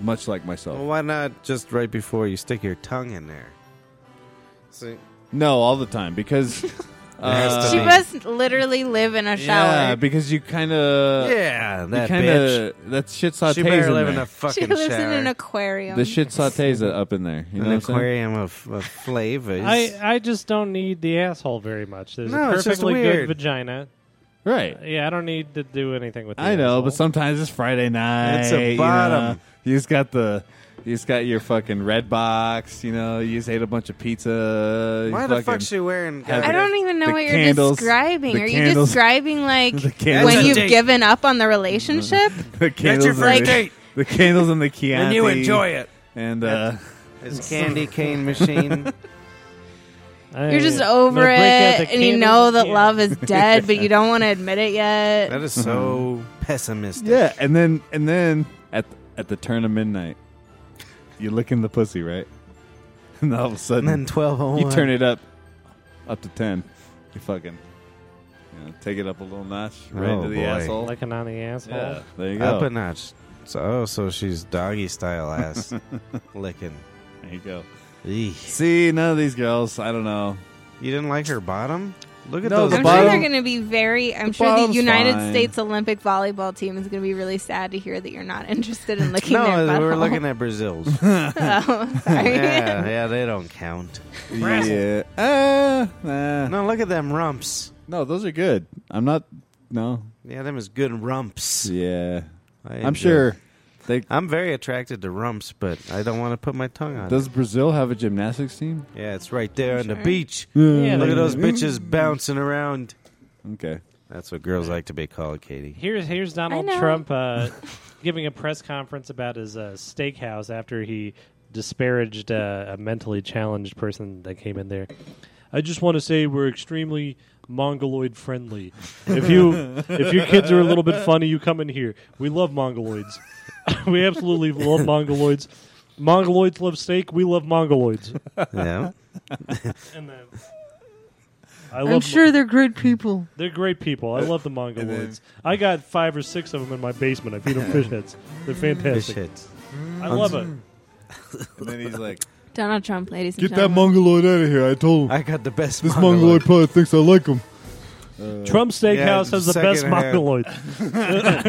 Speaker 3: much like myself.
Speaker 2: Well, why not just right before you stick your tongue in there? See,
Speaker 3: No, all the time because
Speaker 2: has to
Speaker 5: Uh, She
Speaker 2: be.
Speaker 5: must literally live in a
Speaker 3: Uh, Yeah,
Speaker 5: shower.
Speaker 3: because you kind of
Speaker 5: Uh,
Speaker 2: yeah,
Speaker 3: you
Speaker 2: that
Speaker 3: kind
Speaker 2: bitch.
Speaker 3: of that shit
Speaker 2: She
Speaker 3: sautés
Speaker 2: better
Speaker 3: in
Speaker 2: live
Speaker 3: there.
Speaker 2: in a fucking
Speaker 5: she lives
Speaker 2: shower.
Speaker 5: in an aquarium.
Speaker 3: the shit sautés are up in there. You
Speaker 2: an
Speaker 3: know what I'm saying?
Speaker 2: aquarium of, of flavors.
Speaker 4: I, I just don't need the asshole very much. There's
Speaker 2: No,
Speaker 4: a
Speaker 2: it's just
Speaker 4: perfectly good
Speaker 2: weird.
Speaker 4: vagina.
Speaker 3: Right.
Speaker 4: Yeah, I don't need to do anything with. The
Speaker 3: I know,
Speaker 4: asshole.
Speaker 3: but sometimes it's Friday night.
Speaker 2: It's a bottom.
Speaker 3: You, know? you just got the. You just got your fucking red box, you know. You just ate a bunch of pizza. you
Speaker 2: Why the fuck
Speaker 3: fucking-
Speaker 2: she wearing?
Speaker 3: have
Speaker 5: I don't even know
Speaker 3: The
Speaker 5: what you're
Speaker 3: candles-
Speaker 5: describing.
Speaker 3: the
Speaker 5: Are you
Speaker 3: candles-
Speaker 5: describing like
Speaker 3: The candles
Speaker 5: when
Speaker 2: That's a
Speaker 5: you've
Speaker 2: date.
Speaker 5: given up on the relationship?
Speaker 3: the candles,
Speaker 2: your
Speaker 3: and
Speaker 2: first
Speaker 3: the,
Speaker 2: date.
Speaker 3: the candles and the Chianti,
Speaker 2: and you enjoy it.
Speaker 3: And uh,
Speaker 2: It's candy cane machine.
Speaker 4: I-
Speaker 5: You're just
Speaker 4: I'm
Speaker 5: over
Speaker 4: gonna
Speaker 5: it,
Speaker 4: break out the
Speaker 5: and you
Speaker 4: candles
Speaker 5: know that
Speaker 4: again.
Speaker 5: love is dead, but you don't want to admit it yet.
Speaker 2: that is so pessimistic.
Speaker 3: yeah, and then and then at at the turn of midnight, you look in the pussy, right? And all of a
Speaker 2: And then
Speaker 3: sudden,
Speaker 2: twelve oh one.
Speaker 3: you turn it up up to ten. You fucking you know, take it up a little notch, right
Speaker 2: Oh,
Speaker 3: into the
Speaker 2: boy.
Speaker 3: asshole.
Speaker 4: licking on the asshole.
Speaker 3: yeah, there you go.
Speaker 2: up a notch. So oh, so she's doggy style ass licking.
Speaker 3: There you go.
Speaker 2: Eesh.
Speaker 3: See, none of these girls. I don't know.
Speaker 2: You didn't like her bottom? Look at
Speaker 3: No,
Speaker 2: those.
Speaker 3: the
Speaker 5: I'm
Speaker 2: big-
Speaker 5: sure they're
Speaker 3: bottom-
Speaker 5: going to be very. I'm
Speaker 3: the
Speaker 5: sure the
Speaker 3: bottom's
Speaker 5: United
Speaker 3: fine.
Speaker 5: States Olympic volleyball team is going to be really sad to hear that you're not interested in licking their
Speaker 2: No,
Speaker 5: butthole.
Speaker 2: we were looking at Brazil's.
Speaker 5: Oh, sorry.
Speaker 2: yeah, yeah, they don't count.
Speaker 3: Yeah. Uh, nah. no.
Speaker 2: No, look at them rumps.
Speaker 3: those are good. I'm not. No.
Speaker 2: Yeah, them is good rumps.
Speaker 3: Yeah.
Speaker 2: I
Speaker 3: I'm
Speaker 2: enjoy-
Speaker 3: sure. They
Speaker 2: I'm very attracted to rumps, but I don't want to put my tongue on. it.
Speaker 3: does Brazil have a gymnastics team?
Speaker 2: Yeah, it's right there on the
Speaker 5: Sure.
Speaker 2: beach.
Speaker 4: Yeah,
Speaker 2: Look
Speaker 4: they-
Speaker 2: at those
Speaker 3: Mm.
Speaker 2: bitches bouncing around.
Speaker 3: Okay.
Speaker 2: That's what girls like to be called, Katie.
Speaker 4: Here's here's Donald
Speaker 5: know.
Speaker 4: Trump uh, giving a press conference about his uh, steakhouse after he disparaged uh, a mentally challenged person that came in there. I just want to say we're extremely mongoloid friendly. If you if your kids are a little bit funny, you come in here. We love mongoloids. we absolutely love mongoloids. Mongoloids love steak. We love mongoloids.
Speaker 2: Yeah.
Speaker 4: And then I love
Speaker 5: they're great people.
Speaker 4: They're great people. I love the mongoloids. I got five or six of them in my basement. I feed them fish heads. They're
Speaker 2: Fish
Speaker 4: fantastic.
Speaker 2: hits.
Speaker 4: I love it.
Speaker 3: And then he's like,
Speaker 5: Donald Trump, ladies and
Speaker 3: "Get that
Speaker 5: gentlemen.
Speaker 3: mongoloid out of here!" I told him.
Speaker 2: I got the best
Speaker 3: This mongoloid probably thinks I like him.
Speaker 4: Trump
Speaker 2: Yeah,
Speaker 4: Steakhouse has the best
Speaker 2: secondhand.
Speaker 4: mongoloids.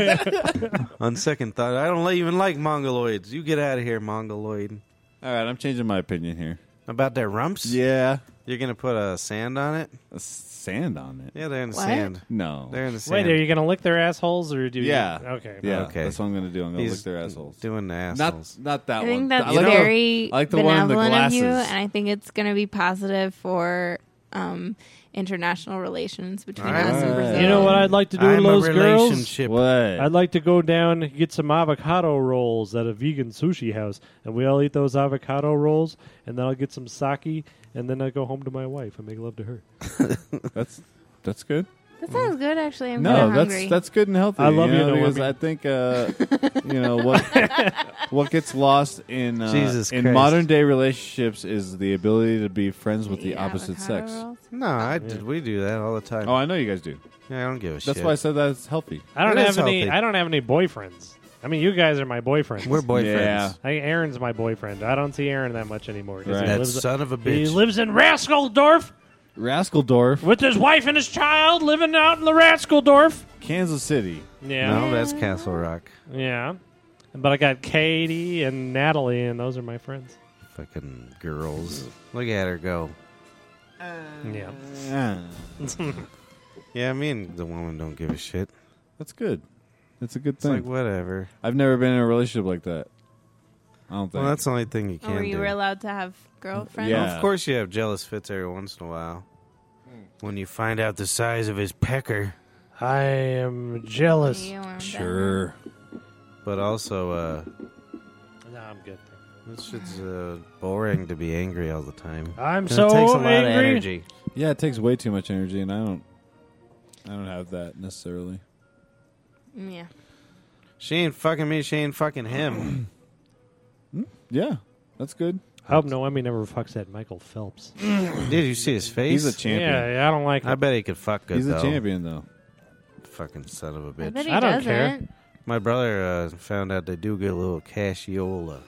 Speaker 2: On second thought, I don't even like mongoloids. You get out of here, mongoloid.
Speaker 3: All right, I'm changing my opinion here.
Speaker 2: About their rumps?
Speaker 3: Yeah,
Speaker 2: You're gonna put a sand on it?
Speaker 3: A sand on it.
Speaker 2: Yeah, they're in the
Speaker 5: What?
Speaker 2: sand.
Speaker 3: No.
Speaker 2: They're in the
Speaker 4: Wait,
Speaker 2: sand.
Speaker 4: are you gonna lick their assholes or do you?
Speaker 3: Yeah.
Speaker 4: Okay.
Speaker 3: yeah,
Speaker 2: Okay.
Speaker 3: that's what I'm gonna do. I'm gonna
Speaker 2: He's
Speaker 3: lick their assholes.
Speaker 2: Doing the
Speaker 3: Not
Speaker 2: assholes.
Speaker 3: not that
Speaker 5: I
Speaker 3: one.
Speaker 5: think that's
Speaker 3: I like the-
Speaker 5: very
Speaker 3: I like the one in the
Speaker 5: benevolent of you,
Speaker 3: glasses.
Speaker 5: and I think it's going to be positive for um, international relations between
Speaker 2: All right.
Speaker 5: us and
Speaker 3: All right.
Speaker 5: Brazil.
Speaker 4: You know what I'd like to do
Speaker 2: I'm
Speaker 4: with
Speaker 2: a
Speaker 4: those girls?
Speaker 2: relationship.
Speaker 3: what?
Speaker 4: I'd like to go down and get some avocado rolls at a vegan sushi house, and we all eat those avocado rolls, and then I'll get some sake, and then I go home to my wife and make love to her.
Speaker 3: that's that's good.
Speaker 5: That sounds good, actually. I'm
Speaker 3: No,
Speaker 5: kinda
Speaker 3: that's
Speaker 5: hungry.
Speaker 3: that's good and healthy.
Speaker 4: I love you, though,
Speaker 3: because
Speaker 4: Whoopi.
Speaker 3: I think uh, you know what what gets lost in uh,
Speaker 2: Jesus
Speaker 3: in
Speaker 2: Christ.
Speaker 3: modern day relationships is the ability to be friends with the
Speaker 5: Eat
Speaker 3: opposite
Speaker 5: avocado
Speaker 3: sex.
Speaker 5: rolls.
Speaker 2: No, I
Speaker 4: Yeah.
Speaker 2: did. We do that all the time.
Speaker 3: Oh, I know you guys do.
Speaker 2: yeah, I don't give a shit.
Speaker 3: That's why I said that's healthy.
Speaker 4: I don't
Speaker 2: It
Speaker 4: have
Speaker 2: is
Speaker 4: any.
Speaker 2: healthy.
Speaker 4: I don't have any boyfriends. I mean, you guys are my boyfriends.
Speaker 2: we're boyfriends.
Speaker 3: Yeah.
Speaker 4: I, Aaron's my boyfriend. I don't see Aaron that much anymore. 'cause
Speaker 3: Right.
Speaker 4: he,
Speaker 2: That
Speaker 4: lives,
Speaker 2: son of a bitch.
Speaker 4: he lives in Raskeldorf
Speaker 3: Raskeldorf,
Speaker 4: with his wife and his child, living out in the Raskeldorf.
Speaker 3: Kansas City.
Speaker 4: Yeah.
Speaker 2: no, that's Castle Rock.
Speaker 4: Yeah. But I got Katie and Natalie, and those are my friends.
Speaker 2: Fucking girls. Look at her go.
Speaker 4: Yeah.
Speaker 3: Yeah.
Speaker 2: Yeah, me and the woman don't give a shit.
Speaker 3: That's good. That's a good
Speaker 2: It's like
Speaker 3: thing.
Speaker 2: whatever.
Speaker 3: I've never been in a relationship like that. I don't think.
Speaker 2: Well, that's the only thing you
Speaker 5: Oh,
Speaker 2: can
Speaker 5: were you
Speaker 2: do.
Speaker 5: were allowed to have girlfriends?
Speaker 3: Yeah.
Speaker 2: Of course, you have jealous fits every once in a while.
Speaker 4: Hmm.
Speaker 2: When you find out the size of his pecker,
Speaker 4: I am jealous.
Speaker 5: You weren't
Speaker 3: sure.
Speaker 2: but also, uh,
Speaker 4: No, I'm good.
Speaker 2: this shit's uh, boring to be angry all the time.
Speaker 4: I'm
Speaker 2: And
Speaker 4: so
Speaker 2: it takes a lot
Speaker 4: angry.
Speaker 2: of energy.
Speaker 3: Yeah, it takes way too much energy, and I don't. I don't have that necessarily.
Speaker 5: that. Yeah.
Speaker 2: She ain't fucking me. She ain't fucking him.
Speaker 3: Yeah, that's good.
Speaker 4: I hope Noemi never fucks that Michael Phelps.
Speaker 2: Did you see his face?
Speaker 3: He's a champion.
Speaker 4: Yeah, yeah, I don't like
Speaker 2: I
Speaker 4: him.
Speaker 2: bet he could fuck good
Speaker 3: He's a
Speaker 2: though.
Speaker 3: champion, though.
Speaker 2: Fucking son of a
Speaker 5: I bet
Speaker 2: bitch.
Speaker 5: he
Speaker 4: I don't
Speaker 5: doesn't.
Speaker 4: care.
Speaker 2: My brother uh, found out they do get a little cassiola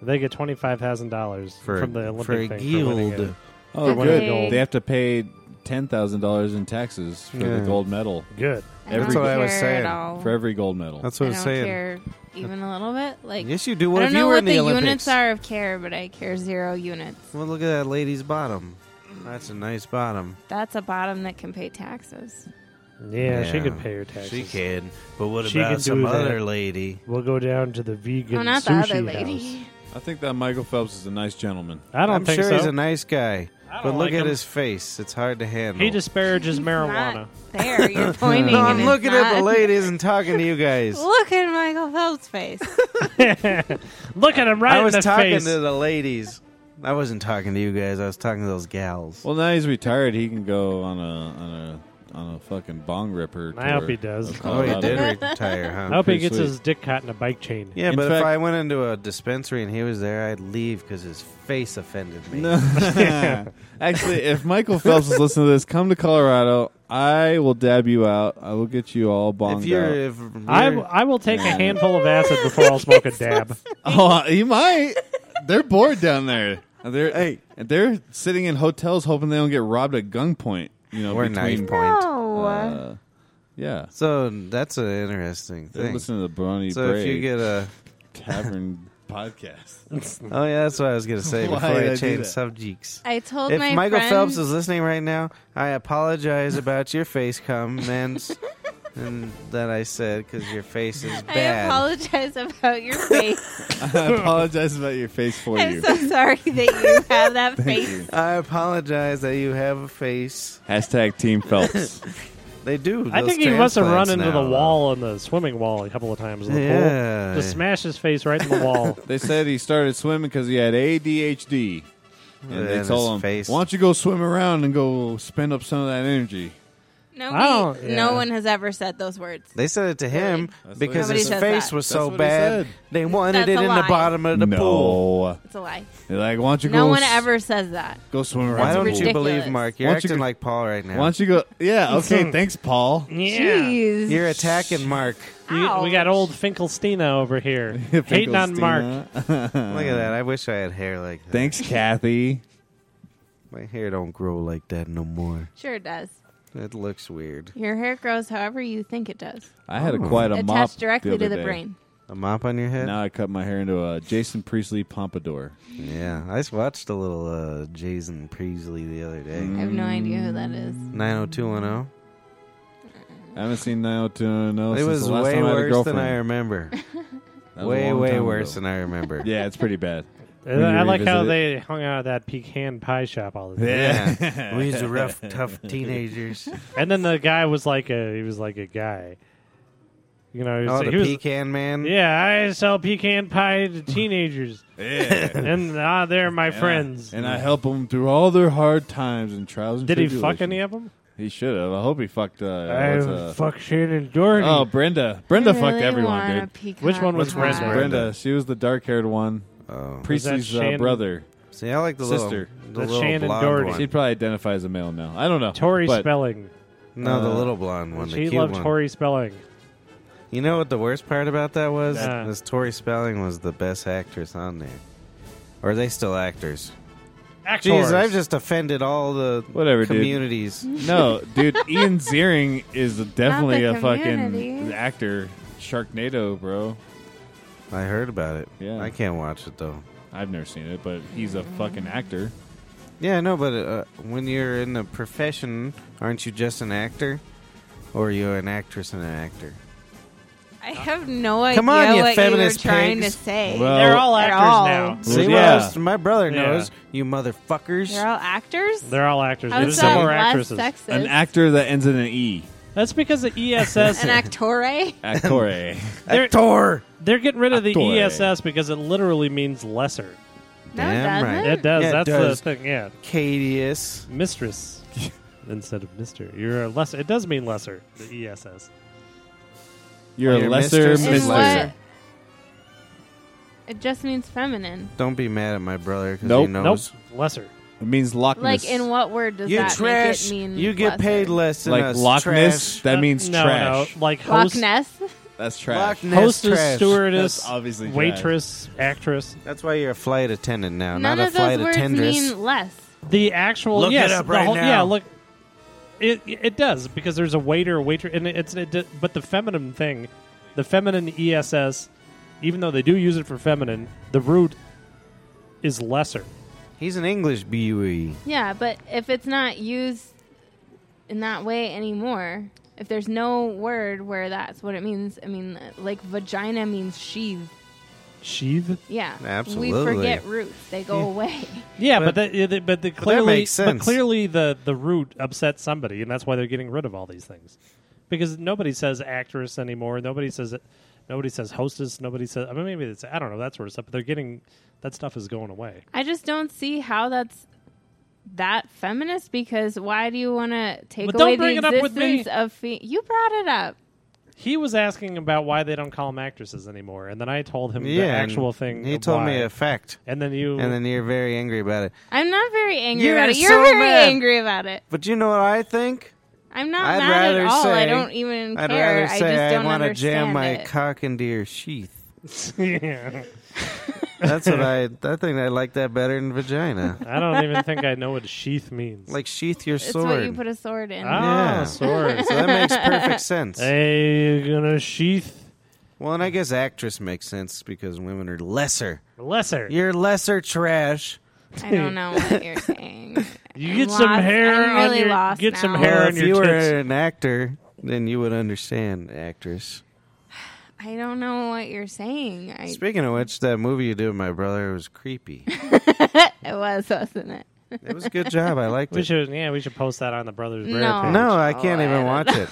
Speaker 4: They get twenty five thousand dollars
Speaker 2: for
Speaker 4: from the
Speaker 2: for a
Speaker 4: Olympic thing. For winning
Speaker 2: guild.
Speaker 4: it.
Speaker 3: Oh,
Speaker 5: Okay.
Speaker 3: good. They have to pay ten thousand dollars in taxes for the
Speaker 2: Yeah.
Speaker 3: gold medal
Speaker 4: Good.
Speaker 5: I
Speaker 3: Every- That's
Speaker 5: don't
Speaker 3: what
Speaker 5: care
Speaker 2: I was saying.
Speaker 5: At all.
Speaker 3: for every gold medal.
Speaker 2: That's
Speaker 5: I
Speaker 2: what I'm
Speaker 5: don't
Speaker 2: saying.
Speaker 5: care even a little bit. Like
Speaker 2: Yes, you do.
Speaker 5: I
Speaker 2: What if
Speaker 5: don't
Speaker 2: you
Speaker 5: know
Speaker 2: were
Speaker 5: what
Speaker 2: in the,
Speaker 5: the
Speaker 2: Olympics?
Speaker 5: units are of care, but I care zero units.
Speaker 2: Well, look at that lady's bottom. That's a nice bottom.
Speaker 5: That's a bottom that can pay taxes.
Speaker 4: Yeah, she
Speaker 2: Yeah.
Speaker 4: could pay her taxes.
Speaker 2: She can. But what
Speaker 4: She can
Speaker 2: about
Speaker 4: do
Speaker 2: some
Speaker 4: that.
Speaker 2: other lady?
Speaker 4: We'll go down to the vegan
Speaker 5: Oh, not the
Speaker 4: sushi
Speaker 5: other lady.
Speaker 4: house.
Speaker 3: I think that Michael Phelps is a nice gentleman.
Speaker 4: I don't
Speaker 2: I'm
Speaker 4: think
Speaker 2: sure
Speaker 4: so.
Speaker 2: he's a nice guy.
Speaker 4: I don't
Speaker 2: But look
Speaker 4: like
Speaker 2: at
Speaker 4: him.
Speaker 2: his face. It's hard to handle.
Speaker 4: He disparages
Speaker 5: He's
Speaker 4: marijuana.
Speaker 5: not There, you're pointing.
Speaker 2: no,
Speaker 5: and
Speaker 2: I'm
Speaker 5: it's
Speaker 2: looking at the
Speaker 5: not.
Speaker 2: ladies and talking to you guys.
Speaker 5: Look at Michael Phelps' face.
Speaker 4: Look at him right
Speaker 2: I was
Speaker 4: in the
Speaker 2: talking
Speaker 4: face.
Speaker 2: to the ladies. I wasn't talking to you guys. I was talking to those gals.
Speaker 3: Well, now he's retired. He can go on a on a on a fucking bong ripper.
Speaker 4: I hope
Speaker 3: tour
Speaker 4: he does.
Speaker 3: of
Speaker 2: oh, he
Speaker 3: Colorado.
Speaker 2: did retire,
Speaker 4: I
Speaker 2: huh?
Speaker 4: hope he
Speaker 3: Pretty
Speaker 4: gets
Speaker 3: sweet.
Speaker 4: his dick caught in a bike chain.
Speaker 2: Yeah,
Speaker 3: In
Speaker 2: but
Speaker 3: fact-
Speaker 2: if I went into a dispensary and he was there, I'd leave because his face offended me.
Speaker 3: No. Actually, if Michael Phelps is listening to this, come to Colorado. I will dab you out. I will get you all bonged
Speaker 2: If you're,
Speaker 3: out.
Speaker 2: if you're
Speaker 4: I, I will take a handful of acid before I'll smoke a dab.
Speaker 3: Oh, you might. They're bored down there. They're hey, and they're sitting in hotels hoping they don't get robbed at gunpoint. You know,
Speaker 2: or knife
Speaker 3: between
Speaker 2: point.
Speaker 5: No.
Speaker 3: uh, yeah.
Speaker 2: So that's an interesting
Speaker 3: They're
Speaker 2: thing.
Speaker 3: listening to the Brony
Speaker 2: So if you get a,
Speaker 3: Tavern podcast.
Speaker 2: oh yeah, that's what I was gonna say
Speaker 3: Why
Speaker 2: before
Speaker 3: did I
Speaker 2: I
Speaker 3: do
Speaker 2: change
Speaker 3: that?
Speaker 2: subjects.
Speaker 5: I told
Speaker 2: If
Speaker 5: my
Speaker 2: Michael
Speaker 5: friend,
Speaker 2: Phelps is listening right now, I apologize about your face comments and that I said because your face is
Speaker 5: I
Speaker 2: bad.
Speaker 5: apologize about your face.
Speaker 3: I apologize about your face for
Speaker 5: I'm
Speaker 3: you.
Speaker 5: so sorry that you have that
Speaker 3: Thank
Speaker 5: face.
Speaker 3: you.
Speaker 2: I apologize that you have a face.
Speaker 3: Hashtag Team Phelps.
Speaker 2: They do.
Speaker 4: I
Speaker 2: those
Speaker 4: think he must have run
Speaker 2: transplants
Speaker 4: into
Speaker 2: now,
Speaker 4: the wall and the swimming wall a couple of times. In
Speaker 2: though.
Speaker 4: the
Speaker 2: Yeah.
Speaker 4: pool. Just smash his face right in the wall.
Speaker 3: They said he started swimming because he had ADHD. And they
Speaker 2: And
Speaker 3: told
Speaker 2: his
Speaker 3: him,
Speaker 2: face.
Speaker 3: why don't you go swim around and go spend up some of that energy?
Speaker 5: No,
Speaker 4: I
Speaker 5: we-
Speaker 4: don't- yeah.
Speaker 5: no one has ever said those words.
Speaker 2: They said it to him
Speaker 3: That's
Speaker 2: because
Speaker 5: what he
Speaker 2: his
Speaker 5: said.
Speaker 2: face
Speaker 5: Nobody
Speaker 2: was
Speaker 3: says
Speaker 2: so
Speaker 3: that. That's what
Speaker 2: bad
Speaker 3: he said.
Speaker 2: they wanted
Speaker 5: That's
Speaker 2: it
Speaker 5: a
Speaker 2: in the
Speaker 5: lie.
Speaker 2: bottom of the
Speaker 3: no.
Speaker 2: pool.
Speaker 5: It's a lie.
Speaker 3: They're like, why don't you
Speaker 5: No
Speaker 3: go,
Speaker 5: one
Speaker 3: s-
Speaker 5: ever says that.
Speaker 3: go swim around?
Speaker 2: Why
Speaker 5: That's
Speaker 2: don't you
Speaker 5: ridiculous.
Speaker 2: believe Mark? You're
Speaker 3: Why don't you
Speaker 2: acting
Speaker 3: go-
Speaker 2: like Paul right now.
Speaker 3: Why don't you go? Yeah, okay, thanks, Paul.
Speaker 4: Yeah.
Speaker 5: Jeez.
Speaker 2: You're attacking Mark.
Speaker 4: You- we got old Finkelsteina over here hating on Mark.
Speaker 2: Look at that. I wish I had hair like that.
Speaker 3: Thanks, Kathy.
Speaker 2: My hair don't grow like that no more.
Speaker 5: Sure does.
Speaker 2: It looks weird.
Speaker 5: Your hair grows however you think it does,
Speaker 3: I had a
Speaker 2: Oh.
Speaker 3: quite a mop
Speaker 5: attached directly
Speaker 3: the other
Speaker 5: to the
Speaker 3: day.
Speaker 5: brain.
Speaker 2: A mop on your head?
Speaker 3: Now I cut my hair into a Jason Priestley pompadour.
Speaker 2: Yeah. I just watched a little uh, Jason Priestley the other day.
Speaker 3: Mm.
Speaker 5: I have no idea who that is.
Speaker 2: 90210.
Speaker 3: I haven't seen 90210
Speaker 2: It
Speaker 3: since
Speaker 2: was
Speaker 3: the last
Speaker 2: way
Speaker 3: time I had a
Speaker 2: worse than
Speaker 3: girlfriend.
Speaker 2: I remember.
Speaker 3: That was a
Speaker 2: way,
Speaker 3: long
Speaker 2: way
Speaker 3: time
Speaker 2: worse
Speaker 3: ago.
Speaker 2: than I remember.
Speaker 3: Yeah, it's pretty bad. When you
Speaker 4: I like how
Speaker 3: revisit
Speaker 4: they hung out at that pecan pie shop all the time.
Speaker 2: Yeah. we was rough, tough teenagers.
Speaker 4: And then the guy was like a he was like a guy. You know, he was,
Speaker 2: Oh, the
Speaker 4: he was-
Speaker 2: pecan man.
Speaker 4: yeah, I sell pecan pie to teenagers,
Speaker 3: Yeah.
Speaker 4: and ah, they're my friends.
Speaker 3: And I help them through all their hard times and trials and
Speaker 4: did he fuck any
Speaker 3: tribulations.
Speaker 4: of them?
Speaker 3: He should have. I hope he fucked. Uh,
Speaker 4: I
Speaker 3: what's, uh,
Speaker 4: fuck Shannon Doherty.
Speaker 3: oh, Brenda. Brenda fucked
Speaker 5: Really
Speaker 3: everyone,
Speaker 5: want a
Speaker 3: dude.
Speaker 5: pecan
Speaker 4: Which one was
Speaker 5: pie.
Speaker 4: Brenda?
Speaker 3: Brenda. She was the dark haired one.
Speaker 2: Oh.
Speaker 3: Priestley's uh,
Speaker 4: Shannon?
Speaker 3: brother.
Speaker 2: See, I like the
Speaker 3: Sister.
Speaker 2: little, the
Speaker 4: The
Speaker 2: little
Speaker 4: Shannon
Speaker 2: blonde
Speaker 4: Doherty.
Speaker 2: one.
Speaker 3: She'd probably identify as a male now. I don't know.
Speaker 4: Tori
Speaker 3: but
Speaker 4: Spelling.
Speaker 2: no, the
Speaker 3: uh,
Speaker 2: little blonde one. The
Speaker 4: she
Speaker 2: cute
Speaker 4: loved
Speaker 2: one.
Speaker 4: Tori Spelling.
Speaker 2: You know what the worst part about that was?
Speaker 4: Uh.
Speaker 2: Is Tori Spelling was the best actress on there. Or are they still actors?
Speaker 4: Actors.
Speaker 2: Jeez, I've just offended all the
Speaker 3: Whatever, dude.
Speaker 2: communities.
Speaker 3: No, dude. Ian Ziering is definitely
Speaker 5: Not
Speaker 3: a
Speaker 5: the
Speaker 3: fucking
Speaker 5: community.
Speaker 3: actor. Sharknado, bro.
Speaker 2: I heard about it.
Speaker 3: Yeah.
Speaker 2: I can't watch it though.
Speaker 3: I've never seen it, but he's a fucking actor.
Speaker 2: Yeah, no, but uh, when you're in the profession, aren't you just an actor? Or you're an actress and an actor?
Speaker 5: I have no idea
Speaker 2: Come on, you
Speaker 5: what
Speaker 2: feminist
Speaker 5: you were trying
Speaker 2: pigs.
Speaker 5: to say.
Speaker 3: Well,
Speaker 4: They're all
Speaker 5: At
Speaker 4: actors
Speaker 5: all.
Speaker 4: now.
Speaker 2: See what
Speaker 3: yeah.
Speaker 2: else my brother
Speaker 4: Yeah.
Speaker 2: knows, you motherfuckers.
Speaker 5: They're all actors.
Speaker 4: They're all actors.
Speaker 5: Outside
Speaker 4: They're just more
Speaker 5: West
Speaker 4: actresses.
Speaker 5: Texas.
Speaker 3: An actor that ends in an E.
Speaker 4: That's because E the ESS.
Speaker 5: An actore.
Speaker 3: Actore.
Speaker 4: they're,
Speaker 2: Actor!
Speaker 4: they're getting rid of the
Speaker 3: Actore.
Speaker 4: ESS because it literally means lesser.
Speaker 5: No,
Speaker 2: Damn
Speaker 5: it
Speaker 2: right.
Speaker 5: doesn't.
Speaker 4: It does.
Speaker 2: Yeah, it
Speaker 4: That's
Speaker 2: does.
Speaker 4: the thing. Yeah,
Speaker 2: Cadius.
Speaker 4: mistress instead of mister. You're a lesser. It does mean lesser. The E ESS.
Speaker 3: You're
Speaker 2: Your
Speaker 3: a lesser
Speaker 2: mistress
Speaker 5: And
Speaker 2: is
Speaker 3: mistress.
Speaker 2: lesser.
Speaker 5: what? It just means feminine.
Speaker 2: Don't be mad at my brother because
Speaker 3: Nope.
Speaker 2: he
Speaker 4: Nope.
Speaker 2: knows.
Speaker 4: Lesser.
Speaker 3: It means Loch Ness.
Speaker 5: Like, in what word does
Speaker 2: You
Speaker 5: that
Speaker 2: trash.
Speaker 5: make it mean?
Speaker 2: you get
Speaker 5: lesser?
Speaker 2: paid less than
Speaker 3: Like
Speaker 2: us.
Speaker 3: Loch Ness.
Speaker 2: Trash.
Speaker 3: That
Speaker 4: Uh,
Speaker 3: means
Speaker 4: no,
Speaker 3: trash.
Speaker 4: No, like
Speaker 5: Loch
Speaker 4: host,
Speaker 5: Ness.
Speaker 3: That's trash.
Speaker 2: Loch Ness
Speaker 4: hostess,
Speaker 2: trash.
Speaker 4: stewardess,
Speaker 3: That's obviously trash.
Speaker 4: waitress, actress.
Speaker 2: That's why you're a flight attendant now,
Speaker 5: None
Speaker 2: not a
Speaker 5: of those
Speaker 2: flight
Speaker 5: words
Speaker 2: attendress.
Speaker 5: mean less.
Speaker 4: The actual
Speaker 2: Look
Speaker 4: yes,
Speaker 2: it up
Speaker 4: the
Speaker 2: right
Speaker 4: whole-
Speaker 2: now.
Speaker 4: Yeah, look. It it does because there's a waiter, a waitress, and it's it, d- but the feminine thing, the feminine ess, even though they do use it for feminine, the root is lesser.
Speaker 2: He's an English E. BUE.
Speaker 5: Yeah, but if it's not used in that way anymore, if there's no word where that's what it means, I mean, like vagina means sheath.
Speaker 4: Sheath.
Speaker 5: Yeah,
Speaker 2: Absolutely.
Speaker 5: We forget roots; they go away.
Speaker 4: Yeah,
Speaker 2: But-
Speaker 4: but that- yeah, they- but, the clearly,
Speaker 2: makes
Speaker 4: but
Speaker 2: sense.
Speaker 4: clearly the the root upset somebody, and that's why they're getting rid of all these things, because nobody says actress anymore. Nobody says nobody says hostess. Nobody says. I mean, maybe it's I don't know that sort of stuff. But they're getting that stuff is going away.
Speaker 5: I just don't see how that's that feminist because why do you want to take
Speaker 4: But don't
Speaker 5: away
Speaker 4: bring
Speaker 5: the
Speaker 4: it up with me.
Speaker 5: existence of fe- you brought it up.
Speaker 4: He was asking about why they don't call them actresses anymore, and then I told him
Speaker 2: Yeah,
Speaker 4: the
Speaker 2: and
Speaker 4: actual thing.
Speaker 2: He
Speaker 4: of
Speaker 2: told
Speaker 4: why.
Speaker 2: me a fact,
Speaker 4: and then you
Speaker 2: and then you're very angry about it.
Speaker 5: I'm not very angry
Speaker 2: You
Speaker 5: about
Speaker 2: are
Speaker 5: it. You're
Speaker 2: so
Speaker 5: very
Speaker 2: mad.
Speaker 5: angry about it.
Speaker 2: But you know what I think?
Speaker 5: I'm not
Speaker 2: I'd
Speaker 5: mad
Speaker 2: rather
Speaker 5: at all.
Speaker 2: say-
Speaker 5: I don't even
Speaker 2: I'd
Speaker 5: care.
Speaker 2: rather
Speaker 5: I
Speaker 2: say
Speaker 5: just
Speaker 2: I
Speaker 5: don't
Speaker 2: want to
Speaker 5: understand
Speaker 2: jam my
Speaker 5: it.
Speaker 2: cock into your sheath.
Speaker 4: Yeah.
Speaker 2: That's what I. I think I like that better than vagina.
Speaker 4: I don't even think I know what sheath means.
Speaker 2: Like sheath your
Speaker 5: it's
Speaker 2: sword.
Speaker 5: what you put a sword in.
Speaker 4: ah,
Speaker 2: Yeah.
Speaker 4: swords.
Speaker 2: so that makes perfect sense.
Speaker 4: hey, you gonna sheath
Speaker 2: Well, and I guess actress makes sense because women are lesser.
Speaker 4: lesser.
Speaker 2: You're lesser trash.
Speaker 5: I don't know what you're saying.
Speaker 4: You
Speaker 5: I'm
Speaker 4: get some
Speaker 5: lost.
Speaker 4: hair
Speaker 5: I'm really
Speaker 4: on your
Speaker 5: lost
Speaker 4: get some
Speaker 5: now.
Speaker 4: hair
Speaker 2: Well,
Speaker 4: on
Speaker 2: if
Speaker 4: your
Speaker 2: you were
Speaker 4: tits.
Speaker 2: an actor, then you would understand actress.
Speaker 5: I don't know what you're saying. I,
Speaker 2: Speaking of which, that movie you did with my brother was creepy.
Speaker 5: it was, wasn't it?
Speaker 2: it was a good job. I liked
Speaker 4: We
Speaker 2: it.
Speaker 4: should yeah, we should post that on the brothers. Rare
Speaker 5: No.
Speaker 4: page.
Speaker 2: No, I can't
Speaker 5: Oh, I
Speaker 2: even
Speaker 5: don't
Speaker 2: watch it.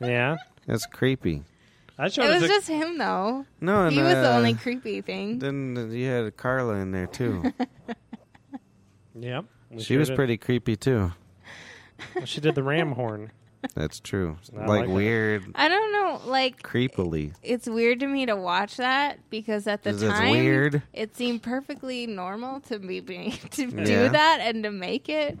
Speaker 4: yeah,
Speaker 2: That's creepy.
Speaker 4: I showed
Speaker 5: It
Speaker 4: us
Speaker 5: was
Speaker 4: a-
Speaker 5: just him, though.
Speaker 2: No, and,
Speaker 5: He was the
Speaker 2: uh,
Speaker 5: only creepy thing.
Speaker 2: Then you had Carla in there too.
Speaker 4: yeah. we
Speaker 2: she
Speaker 4: sure
Speaker 2: was
Speaker 4: did.
Speaker 2: pretty creepy too.
Speaker 4: She did the ram horn.
Speaker 2: That's true.
Speaker 4: I
Speaker 2: Like,
Speaker 4: like it.
Speaker 2: weird,
Speaker 5: I don't know. Like,
Speaker 2: creepily.
Speaker 5: it's weird to me to watch that because at the
Speaker 2: Is it
Speaker 5: time,
Speaker 2: weird?
Speaker 5: it seemed perfectly normal to me being, to
Speaker 2: Yeah.
Speaker 5: do that and to make it.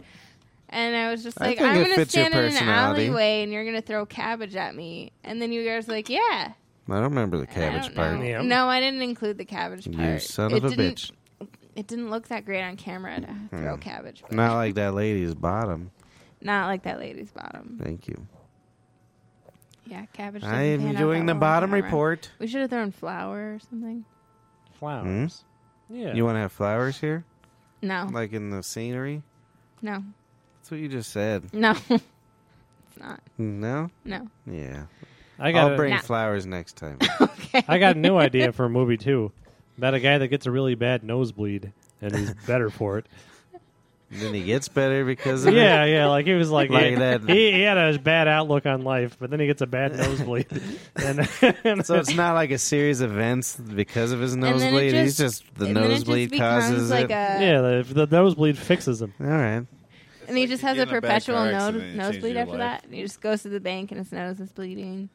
Speaker 5: And I was just
Speaker 2: I
Speaker 5: like,
Speaker 2: think
Speaker 5: I'm
Speaker 2: it
Speaker 5: going to
Speaker 2: fits your
Speaker 5: stand in an
Speaker 2: personality.
Speaker 5: alleyway and you're going to throw cabbage at me. And then you guys were like, yeah.
Speaker 2: I don't remember the
Speaker 5: I
Speaker 2: cabbage
Speaker 5: don't
Speaker 2: part.
Speaker 5: know.
Speaker 4: Yeah.
Speaker 5: No, I didn't include the cabbage part.
Speaker 2: You son
Speaker 5: it
Speaker 2: of a
Speaker 5: didn't,
Speaker 2: bitch. Hmm.
Speaker 5: It didn't look that great on camera to throw cabbage. but-
Speaker 2: Not like that lady's bottom.
Speaker 5: Not like that lady's bottom.
Speaker 2: Thank you.
Speaker 5: Yeah, cabbage.
Speaker 2: I
Speaker 5: doesn't pan
Speaker 2: am
Speaker 5: out
Speaker 2: doing
Speaker 5: that
Speaker 2: the
Speaker 5: well
Speaker 2: bottom
Speaker 5: in the run.
Speaker 2: report.
Speaker 5: We should have thrown flour or something.
Speaker 4: Flowers. Yeah.
Speaker 2: Hmm? You want to have flowers here,
Speaker 5: No,
Speaker 2: like in the scenery?
Speaker 5: no,
Speaker 2: That's what you just said.
Speaker 5: no. it's not.
Speaker 2: No.
Speaker 5: No.
Speaker 2: Yeah.
Speaker 4: I
Speaker 2: I
Speaker 4: got.
Speaker 2: will
Speaker 4: a-
Speaker 2: bring
Speaker 5: Nah.
Speaker 2: flowers next time.
Speaker 5: Okay.
Speaker 4: I got a new idea for a movie too. About a guy that gets a really bad nosebleed and he's better for it.
Speaker 2: then he gets better because of
Speaker 4: yeah, yeah. Like he was like,
Speaker 2: Like
Speaker 4: he,
Speaker 2: that.
Speaker 4: He, he had a bad outlook on life, but then he gets a bad nosebleed. and,
Speaker 2: it. So it's not like a series of events because of his
Speaker 5: then it
Speaker 2: nosebleed. He's
Speaker 5: just-
Speaker 2: just the
Speaker 5: and then it
Speaker 2: nosebleed
Speaker 5: just becomes
Speaker 2: causes
Speaker 5: like
Speaker 2: it.
Speaker 5: a
Speaker 4: yeah, the, the nosebleed fixes him.
Speaker 2: All right.
Speaker 5: and he just
Speaker 3: like
Speaker 5: has
Speaker 3: you
Speaker 5: a
Speaker 3: get in a bad
Speaker 5: perpetual
Speaker 3: car
Speaker 5: no-
Speaker 3: accident, it changes
Speaker 5: nosebleed
Speaker 3: your
Speaker 5: after
Speaker 3: life.
Speaker 5: that. And he just goes to the bank and his nose is bleeding.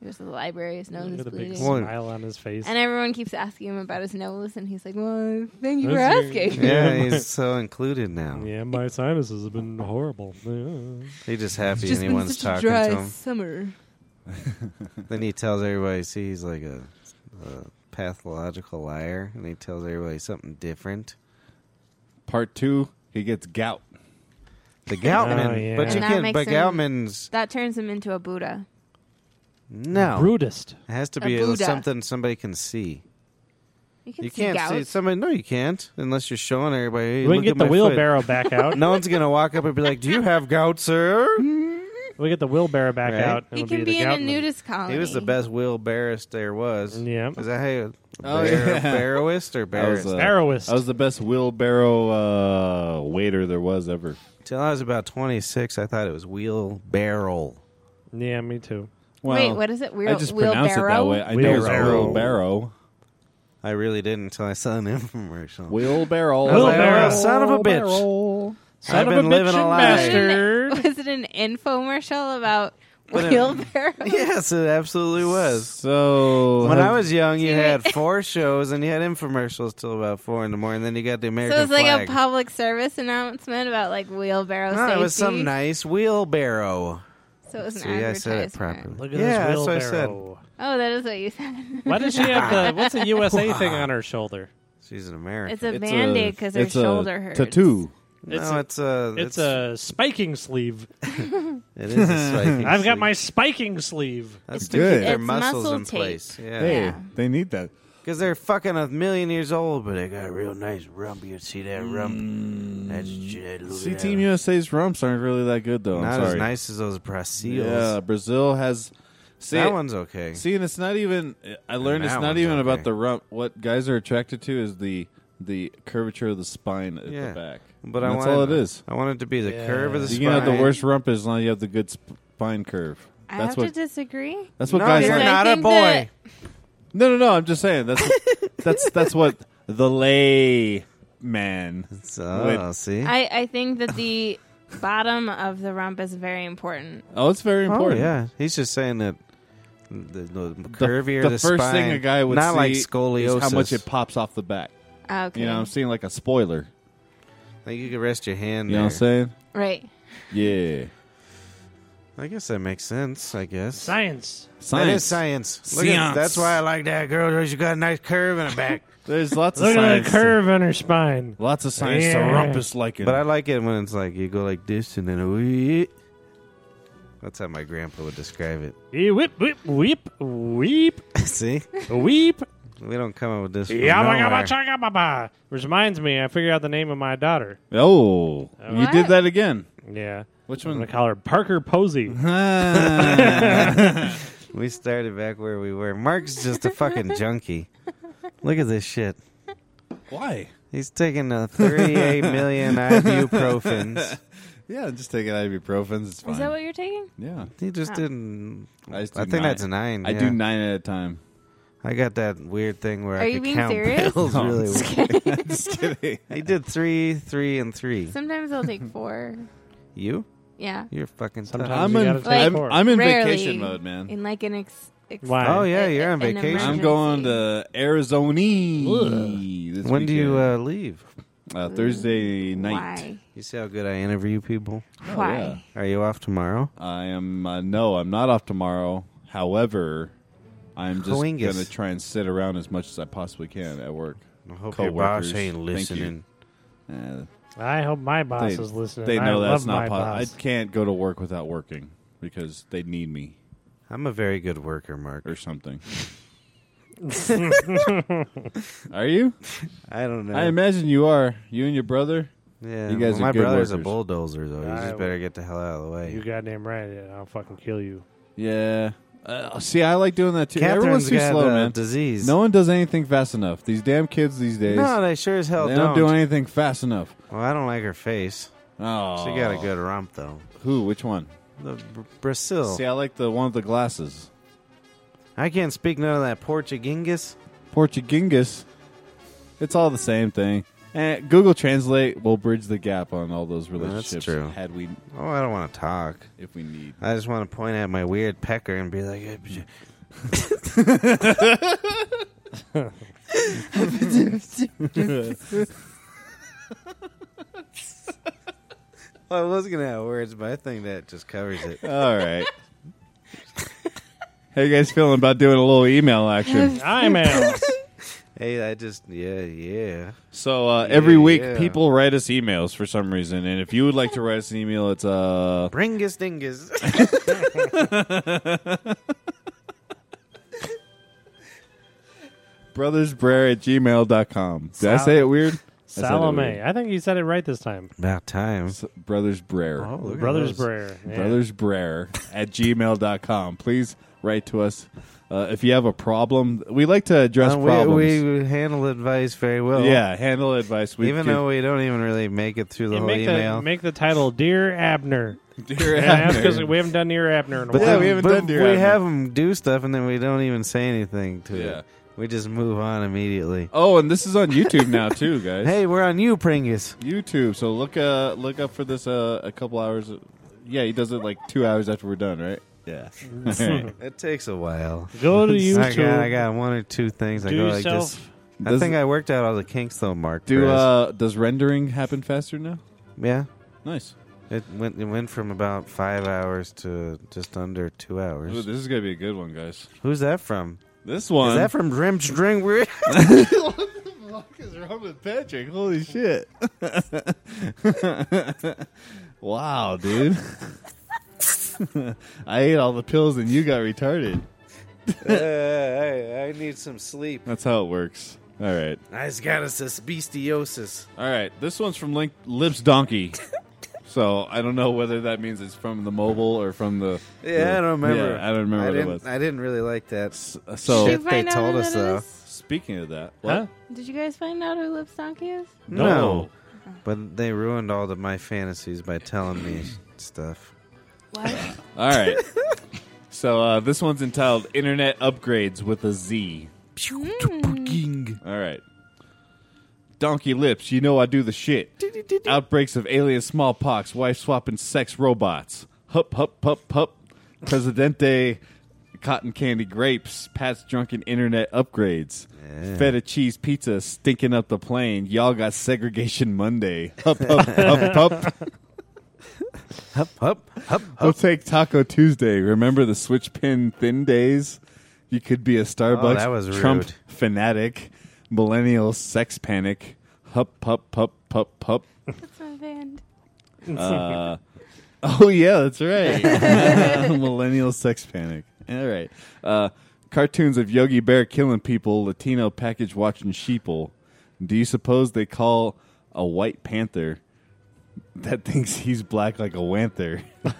Speaker 5: He goes to the library, his nose
Speaker 4: Look
Speaker 5: is
Speaker 4: at the big
Speaker 5: bleeding.
Speaker 2: Well,
Speaker 4: smile on his face.
Speaker 5: and everyone keeps asking him about his nose, and he's like, "Well, thank you for
Speaker 4: That's your-
Speaker 5: asking."
Speaker 2: Yeah, he's so included now.
Speaker 4: yeah, my sinuses have been horrible. Yeah.
Speaker 2: He's just happy
Speaker 5: It's just been
Speaker 2: Mm. anyone's
Speaker 5: such
Speaker 2: talking
Speaker 5: a dry
Speaker 2: to him.
Speaker 5: summer.
Speaker 2: Then he tells everybody, see, he's like a, a pathological liar, and he tells everybody something different.
Speaker 3: Part two, he gets gout.
Speaker 2: The Goutman,
Speaker 4: Oh, yeah.
Speaker 2: but you
Speaker 5: And that
Speaker 2: can't.
Speaker 5: makes
Speaker 2: But
Speaker 5: him-
Speaker 2: Goutman's
Speaker 5: That turns him into a Buddha.
Speaker 2: no.
Speaker 4: Brutist.
Speaker 2: It has to
Speaker 5: A
Speaker 2: be
Speaker 5: Buddha.
Speaker 2: something somebody can see.
Speaker 5: You can
Speaker 2: You
Speaker 5: see
Speaker 2: can't see
Speaker 5: gout.
Speaker 2: somebody. No, you can't unless you're showing everybody. Hey,
Speaker 4: we
Speaker 2: look
Speaker 4: can get
Speaker 2: at
Speaker 4: the
Speaker 2: my
Speaker 4: wheelbarrow back
Speaker 2: Foot.
Speaker 4: out.
Speaker 2: No one's gonna walk up and be like, "Do you have gout, sir?"
Speaker 4: We get the wheelbarrow back
Speaker 2: Right.
Speaker 4: out.
Speaker 5: He
Speaker 4: It'll
Speaker 5: can
Speaker 4: the
Speaker 5: be in a
Speaker 4: Goutman.
Speaker 5: nudist colony.
Speaker 2: He was the best wheelbarrowist there was.
Speaker 4: Yeah.
Speaker 2: Is that how? You,
Speaker 3: Oh,
Speaker 2: bar-
Speaker 3: yeah.
Speaker 2: Barrowist or
Speaker 3: That was,
Speaker 2: barrowist?
Speaker 3: uh,
Speaker 4: Barrowist.
Speaker 3: I was the best wheelbarrow uh, waiter there was ever.
Speaker 2: Till I was about 26, I thought it was wheelbarrow.
Speaker 4: Yeah, me too.
Speaker 5: Wait, what is it? Wheel-
Speaker 3: I just pronounced it that
Speaker 5: wheelbarrow?
Speaker 3: way. I know it's
Speaker 2: Wheelbarrow.
Speaker 3: wheelbarrow.
Speaker 2: I really didn't until I saw an infomercial.
Speaker 3: Wheelbarrow.
Speaker 2: I was like,
Speaker 4: Wheelbarrow.
Speaker 2: "Oh, son of a bitch.
Speaker 4: Son
Speaker 2: I've
Speaker 4: of a
Speaker 2: been
Speaker 4: bitch
Speaker 2: living a
Speaker 4: and
Speaker 2: lie.
Speaker 4: bastard.
Speaker 5: Was it an infomercial about
Speaker 2: it-
Speaker 5: wheelbarrow?
Speaker 2: Yes, it absolutely was.
Speaker 3: So
Speaker 2: When I was young, you
Speaker 5: Damn
Speaker 2: had
Speaker 5: it.
Speaker 2: four shows and you had infomercials till about four in the morning. Then you got the
Speaker 5: So
Speaker 2: American
Speaker 5: it was like
Speaker 2: flag.
Speaker 5: a public service announcement about like wheelbarrow
Speaker 2: no,
Speaker 5: safety.
Speaker 2: it was some nice wheelbarrow.
Speaker 5: So it was an
Speaker 2: See, I said it
Speaker 5: advertisement.
Speaker 2: properly.
Speaker 4: Look at
Speaker 2: yeah,
Speaker 4: this
Speaker 2: that's what I said.
Speaker 4: wheelbarrow.
Speaker 5: Oh, that is what you said.
Speaker 4: Why does she have the what's a USA thing on her shoulder?
Speaker 2: She's an American.
Speaker 5: It's a
Speaker 3: it's
Speaker 5: band
Speaker 3: a-
Speaker 5: aid because her
Speaker 3: it's a
Speaker 5: shoulder hurts.
Speaker 3: Tattoo.
Speaker 4: It's
Speaker 2: no,
Speaker 4: a-
Speaker 2: it's a.
Speaker 4: It's, a spiking sleeve.
Speaker 2: It is a spiking
Speaker 4: I've got
Speaker 2: sleeve.
Speaker 4: my spiking sleeve.
Speaker 2: That's
Speaker 3: good.
Speaker 2: good. Their
Speaker 5: It's
Speaker 2: muscles
Speaker 5: muscle
Speaker 2: in
Speaker 5: tape.
Speaker 2: place. Yeah.
Speaker 3: Hey,
Speaker 5: Yeah.
Speaker 3: they need that.
Speaker 2: Because they're fucking a million years old, but they got a real nice rump. You see that rump? That's shit. Look
Speaker 3: See,
Speaker 2: at
Speaker 3: Mm. Team
Speaker 2: that.
Speaker 3: USA's rumps aren't really that good though.
Speaker 2: Not
Speaker 3: I'm
Speaker 2: as
Speaker 3: sorry.
Speaker 2: nice as those Brasiles.
Speaker 3: Yeah, Brazil has. See,
Speaker 2: that one's okay.
Speaker 3: See, and it's not even. I learned it's
Speaker 2: that
Speaker 3: not
Speaker 2: one's
Speaker 3: even
Speaker 2: okay.
Speaker 3: about the rump. What guys are attracted to is the the curvature of the spine at
Speaker 2: Yeah.
Speaker 3: the back.
Speaker 2: but
Speaker 3: And
Speaker 2: I
Speaker 3: that's
Speaker 2: wanted,
Speaker 3: all it is.
Speaker 2: I want it to be the
Speaker 4: Yeah.
Speaker 2: curve of the
Speaker 3: You
Speaker 2: spine.
Speaker 3: can have the worst rump as long as you have the good sp- spine curve.
Speaker 5: I
Speaker 3: That's
Speaker 5: have
Speaker 3: what.
Speaker 5: to disagree.
Speaker 3: that's what
Speaker 2: no,
Speaker 3: guys
Speaker 2: you're
Speaker 5: I
Speaker 3: like.
Speaker 2: not a
Speaker 5: think
Speaker 2: boy.
Speaker 5: that-
Speaker 3: No, no, no. I'm just saying. That's that's that's what the lay man.
Speaker 2: So, see?
Speaker 5: I, I think that the bottom of the rump is very important.
Speaker 3: Oh, it's very
Speaker 2: oh,
Speaker 3: important.
Speaker 2: yeah. He's just saying that the, the curvier
Speaker 3: the,
Speaker 2: the
Speaker 3: first
Speaker 2: spine,
Speaker 3: thing a guy would
Speaker 2: not
Speaker 3: see
Speaker 2: like
Speaker 3: is
Speaker 2: scoliosis.
Speaker 3: how much it pops off the back.
Speaker 5: Okay.
Speaker 3: You know, what I'm seeing like a spoiler.
Speaker 2: Like you could rest your hand
Speaker 3: You know what
Speaker 2: there.
Speaker 3: I'm saying?
Speaker 5: right.
Speaker 3: Yeah.
Speaker 2: I guess that makes sense, I guess.
Speaker 4: Science.
Speaker 3: Science.
Speaker 2: That is science. Look at-
Speaker 3: Science.
Speaker 2: that's why I like that girl. because She got a nice curve in her back.
Speaker 3: There's lots
Speaker 4: Look
Speaker 3: of
Speaker 4: at
Speaker 3: science.
Speaker 4: the curve on her spine.
Speaker 3: Lots of science to
Speaker 4: Yeah.
Speaker 3: rumpus like it.
Speaker 2: but I like it when it's like you go like this and then wee. That's how my grandpa would describe it.
Speaker 4: Eh, Whip, whip, weep, weep,
Speaker 2: see?
Speaker 4: weep.
Speaker 2: We don't come up with this. from
Speaker 4: Yabba
Speaker 2: nowhere.
Speaker 4: yabba chaka baba. Which reminds me, I figured out the name of my daughter.
Speaker 3: oh, you
Speaker 5: What?
Speaker 3: did that again.
Speaker 4: Yeah.
Speaker 3: Which
Speaker 4: I'm
Speaker 3: one?
Speaker 4: gonna call her Parker Posey.
Speaker 3: Ah.
Speaker 2: We started back where we were. Mark's just a fucking junkie. Look at this shit.
Speaker 3: Why?
Speaker 2: He's taking a 38 million ibuprofens.
Speaker 3: Yeah, just taking ibuprofens. It's fine.
Speaker 5: Is that what you're taking?
Speaker 3: yeah,
Speaker 2: He just
Speaker 5: Oh.
Speaker 2: didn't.
Speaker 3: I, just do
Speaker 2: I think
Speaker 3: nine.
Speaker 2: that's a nine.
Speaker 3: I
Speaker 2: yeah.
Speaker 3: do nine at a time.
Speaker 2: I got that weird thing where
Speaker 5: Are
Speaker 2: I
Speaker 5: you
Speaker 2: could
Speaker 5: being
Speaker 2: count
Speaker 5: serious?
Speaker 2: pills
Speaker 3: No, I'm
Speaker 2: really.
Speaker 3: just
Speaker 2: well.
Speaker 3: I'm just kidding.
Speaker 2: I did three, three, and three.
Speaker 5: Sometimes I'll take four.
Speaker 2: You?
Speaker 5: Yeah.
Speaker 2: You're fucking tough.
Speaker 4: Sometimes
Speaker 3: I'm
Speaker 4: you
Speaker 3: in,
Speaker 4: gotta take
Speaker 3: I'm,
Speaker 4: four.
Speaker 3: I'm in
Speaker 5: Rarely.
Speaker 3: vacation mode, man.
Speaker 5: In like an ex. ex-
Speaker 4: Wow.
Speaker 2: Oh yeah,
Speaker 5: a-
Speaker 2: you're on
Speaker 5: an
Speaker 2: vacation.
Speaker 5: emergency.
Speaker 3: I'm going to Arizona. this
Speaker 2: When do you
Speaker 3: weekend.
Speaker 2: uh, leave?
Speaker 3: Uh, Thursday night?
Speaker 5: Why?
Speaker 2: You see how good I interview people.
Speaker 5: Why?
Speaker 3: yeah.
Speaker 2: Are you off tomorrow?
Speaker 3: I am uh, no, I'm not off tomorrow. However, I'm just
Speaker 2: Coingus.
Speaker 3: going to try and sit around as much as I possibly can at work.
Speaker 2: I hope
Speaker 3: your boss Coworkers, ain't thank you.
Speaker 2: listening.
Speaker 3: listening. Eh,
Speaker 4: I hope my boss
Speaker 3: they,
Speaker 4: is listening.
Speaker 3: they know
Speaker 4: I
Speaker 3: that's
Speaker 4: love
Speaker 3: not
Speaker 4: my
Speaker 3: possible. I
Speaker 4: boss.
Speaker 3: can't go to work without working because they need me
Speaker 2: I'm a very good worker, Mark.
Speaker 3: or something. are you?
Speaker 2: I don't know.
Speaker 3: I imagine you are. You and your brother.
Speaker 2: yeah,
Speaker 3: you guys
Speaker 2: well,
Speaker 3: are
Speaker 2: my
Speaker 3: good
Speaker 2: brother's a
Speaker 3: workers.
Speaker 2: bulldozer, though. You
Speaker 4: I
Speaker 2: just
Speaker 4: would-
Speaker 2: better get the hell out of the way.
Speaker 4: You goddamn right. and I'll fucking kill you.
Speaker 3: Yeah. Uh, see, I like doing that too. Everyone's
Speaker 2: Catherine's
Speaker 3: too
Speaker 2: got
Speaker 3: slow,
Speaker 2: uh,
Speaker 3: man.
Speaker 2: disease.
Speaker 3: No one does anything fast enough. These damn kids these days.
Speaker 2: no, they sure as hell
Speaker 3: they don't, do anything fast enough.
Speaker 2: Well, I don't like her face.
Speaker 3: Oh,
Speaker 2: She got a good rump, though.
Speaker 3: Who? Which one?
Speaker 2: The Br- Brazil.
Speaker 3: See, I like the one with the glasses.
Speaker 2: I can't speak none of that Portuguese.
Speaker 3: Portuguingus. It's all the same thing. And Google Translate will bridge the gap on all those relationships.
Speaker 2: true.
Speaker 3: Had we,
Speaker 2: Oh, I don't want to talk.
Speaker 3: if we need.
Speaker 2: I just want to point at my weird pecker and be like, "Eh, well, I was going to have words, but I think that just covers it.
Speaker 3: All right. How you guys feeling about doing a little email action?
Speaker 4: I'm out.
Speaker 2: Hey, I just, yeah, yeah.
Speaker 3: So uh, every week,
Speaker 2: Yeah.
Speaker 3: people write us emails for some reason, and if you would like to write us an email, it's uh,
Speaker 2: Bringus dingus.
Speaker 3: brothersbrer at gmail.com. Did I say it weird? I said it
Speaker 4: Salome.
Speaker 3: weird.
Speaker 4: I think you said it right this time.
Speaker 2: About time.
Speaker 3: S- Brothers Brer.
Speaker 2: Oh, look at
Speaker 4: Brothers
Speaker 2: those.
Speaker 4: Brer. Yeah.
Speaker 3: brothers brer at gmail.com please write to us uh, if you have a problem we like to address
Speaker 2: Uh,
Speaker 3: problems
Speaker 2: we, we handle advice very well.
Speaker 3: yeah handle advice we
Speaker 2: Even
Speaker 3: give-
Speaker 2: though we don't even really make it through the
Speaker 4: You
Speaker 2: whole
Speaker 4: make
Speaker 2: email.
Speaker 4: the make the title Dear Abner.
Speaker 3: Dear
Speaker 4: And that's
Speaker 3: Abner.
Speaker 4: because we haven't done Dear Abner in a
Speaker 2: But
Speaker 4: while.
Speaker 2: then-
Speaker 3: Yeah, we haven't
Speaker 2: but
Speaker 3: done Dear
Speaker 2: We
Speaker 3: Abner.
Speaker 2: have them do stuff, and then we don't even say anything to
Speaker 3: Yeah.
Speaker 2: it. We just move on immediately.
Speaker 3: oh and this is on youtube now too guys
Speaker 2: Hey, we're on you, Pringus.
Speaker 3: youtube so look uh look up for this uh, a couple hours yeah he does it like two hours after we're done right yeah
Speaker 2: It takes a while.
Speaker 4: Go to YouTube.
Speaker 2: I got, I got one or two things. I
Speaker 4: do
Speaker 2: go like
Speaker 4: yourself.
Speaker 2: this. I think I worked out all the kinks though, Mark.
Speaker 3: do
Speaker 2: Perez.
Speaker 3: uh does rendering happen faster now
Speaker 2: yeah.
Speaker 3: nice
Speaker 2: It went it went from about five hours to just under two hours.
Speaker 3: Ooh, this is gonna be a good one guys
Speaker 2: Who's that from?
Speaker 3: this one
Speaker 2: Is that from Drim String?
Speaker 3: fuck is wrong with Patrick? Holy shit. wow, dude. I ate all the pills and you got retarded.
Speaker 2: I, I need some sleep.
Speaker 3: That's how it works. All right.
Speaker 2: I just got us this bestiosis.
Speaker 3: All right. This one's from Link- Lips Donkey. So I don't know whether that means it's from the mobile or from the.
Speaker 2: Yeah, I don't remember.
Speaker 3: Yeah, I don't remember
Speaker 2: I
Speaker 3: what it
Speaker 2: didn't.
Speaker 3: was.
Speaker 2: I didn't really like that.
Speaker 3: S-
Speaker 5: Did
Speaker 3: so
Speaker 5: you
Speaker 2: Shit, they
Speaker 5: find out
Speaker 2: told
Speaker 5: who
Speaker 2: us,
Speaker 5: that
Speaker 2: though.
Speaker 5: is?
Speaker 3: speaking of that,
Speaker 4: Huh?
Speaker 3: what?
Speaker 5: Did you guys find out who Lips Donkey is?
Speaker 2: No. But they ruined all of my fantasies by telling me stuff.
Speaker 5: What?
Speaker 3: All right. so uh, this one's entitled "Internet Upgrades with a Z." All right. Donkey lips, you know I do the shit. Outbreaks of alien smallpox, wife swapping sex robots. Hup, hup, hup, hup. Presidente cotton candy grapes, Pat's drunken internet upgrades. Feta cheese pizza stinking up the plane. Y'all got segregation Monday. Hup, hup, hup, hup.
Speaker 2: Hup, hup, hup,
Speaker 3: We'll take Taco Tuesday. Remember the switch pin thin days? You could be a Starbucks
Speaker 2: Oh, that was
Speaker 3: Trump
Speaker 2: rude.
Speaker 3: fanatic, millennial sex panic, hup pup pup pup pup.
Speaker 5: That's my band.
Speaker 3: Uh, oh yeah, that's right. millennial sex panic. All right. Uh, cartoons of Yogi Bear killing people, Latino package watching sheeple. Do you suppose they call a white panther that thinks he's black like a wanther?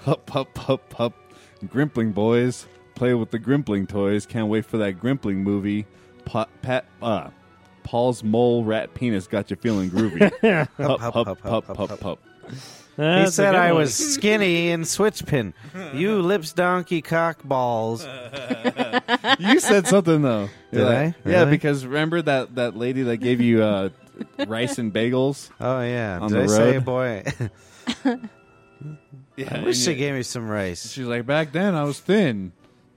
Speaker 3: hup hup hup hup. Grimpling boys play with the Grimpling toys. Can't wait for that Grimpling movie. Pa- Pat, uh, Paul's mole rat penis got you feeling groovy.
Speaker 2: hup,
Speaker 3: Hup, hup,
Speaker 2: hup,
Speaker 3: hup,
Speaker 2: hup,
Speaker 3: hup,
Speaker 2: hup.
Speaker 3: hup.
Speaker 2: He
Speaker 4: That's a
Speaker 2: said
Speaker 4: good
Speaker 2: I
Speaker 4: one.
Speaker 2: was skinny in Switchpin. You lips donkey cock balls.
Speaker 3: You said something though.
Speaker 2: Did
Speaker 3: yeah.
Speaker 2: I?
Speaker 3: Yeah,
Speaker 2: Really?
Speaker 3: because remember that that lady that gave you uh, rice and bagels?
Speaker 2: Oh yeah.
Speaker 3: On
Speaker 2: Did
Speaker 3: the
Speaker 2: I say
Speaker 3: road?
Speaker 2: boy?
Speaker 3: Yeah,
Speaker 2: I wish they gave me some rice.
Speaker 3: She's like, back then I was thin,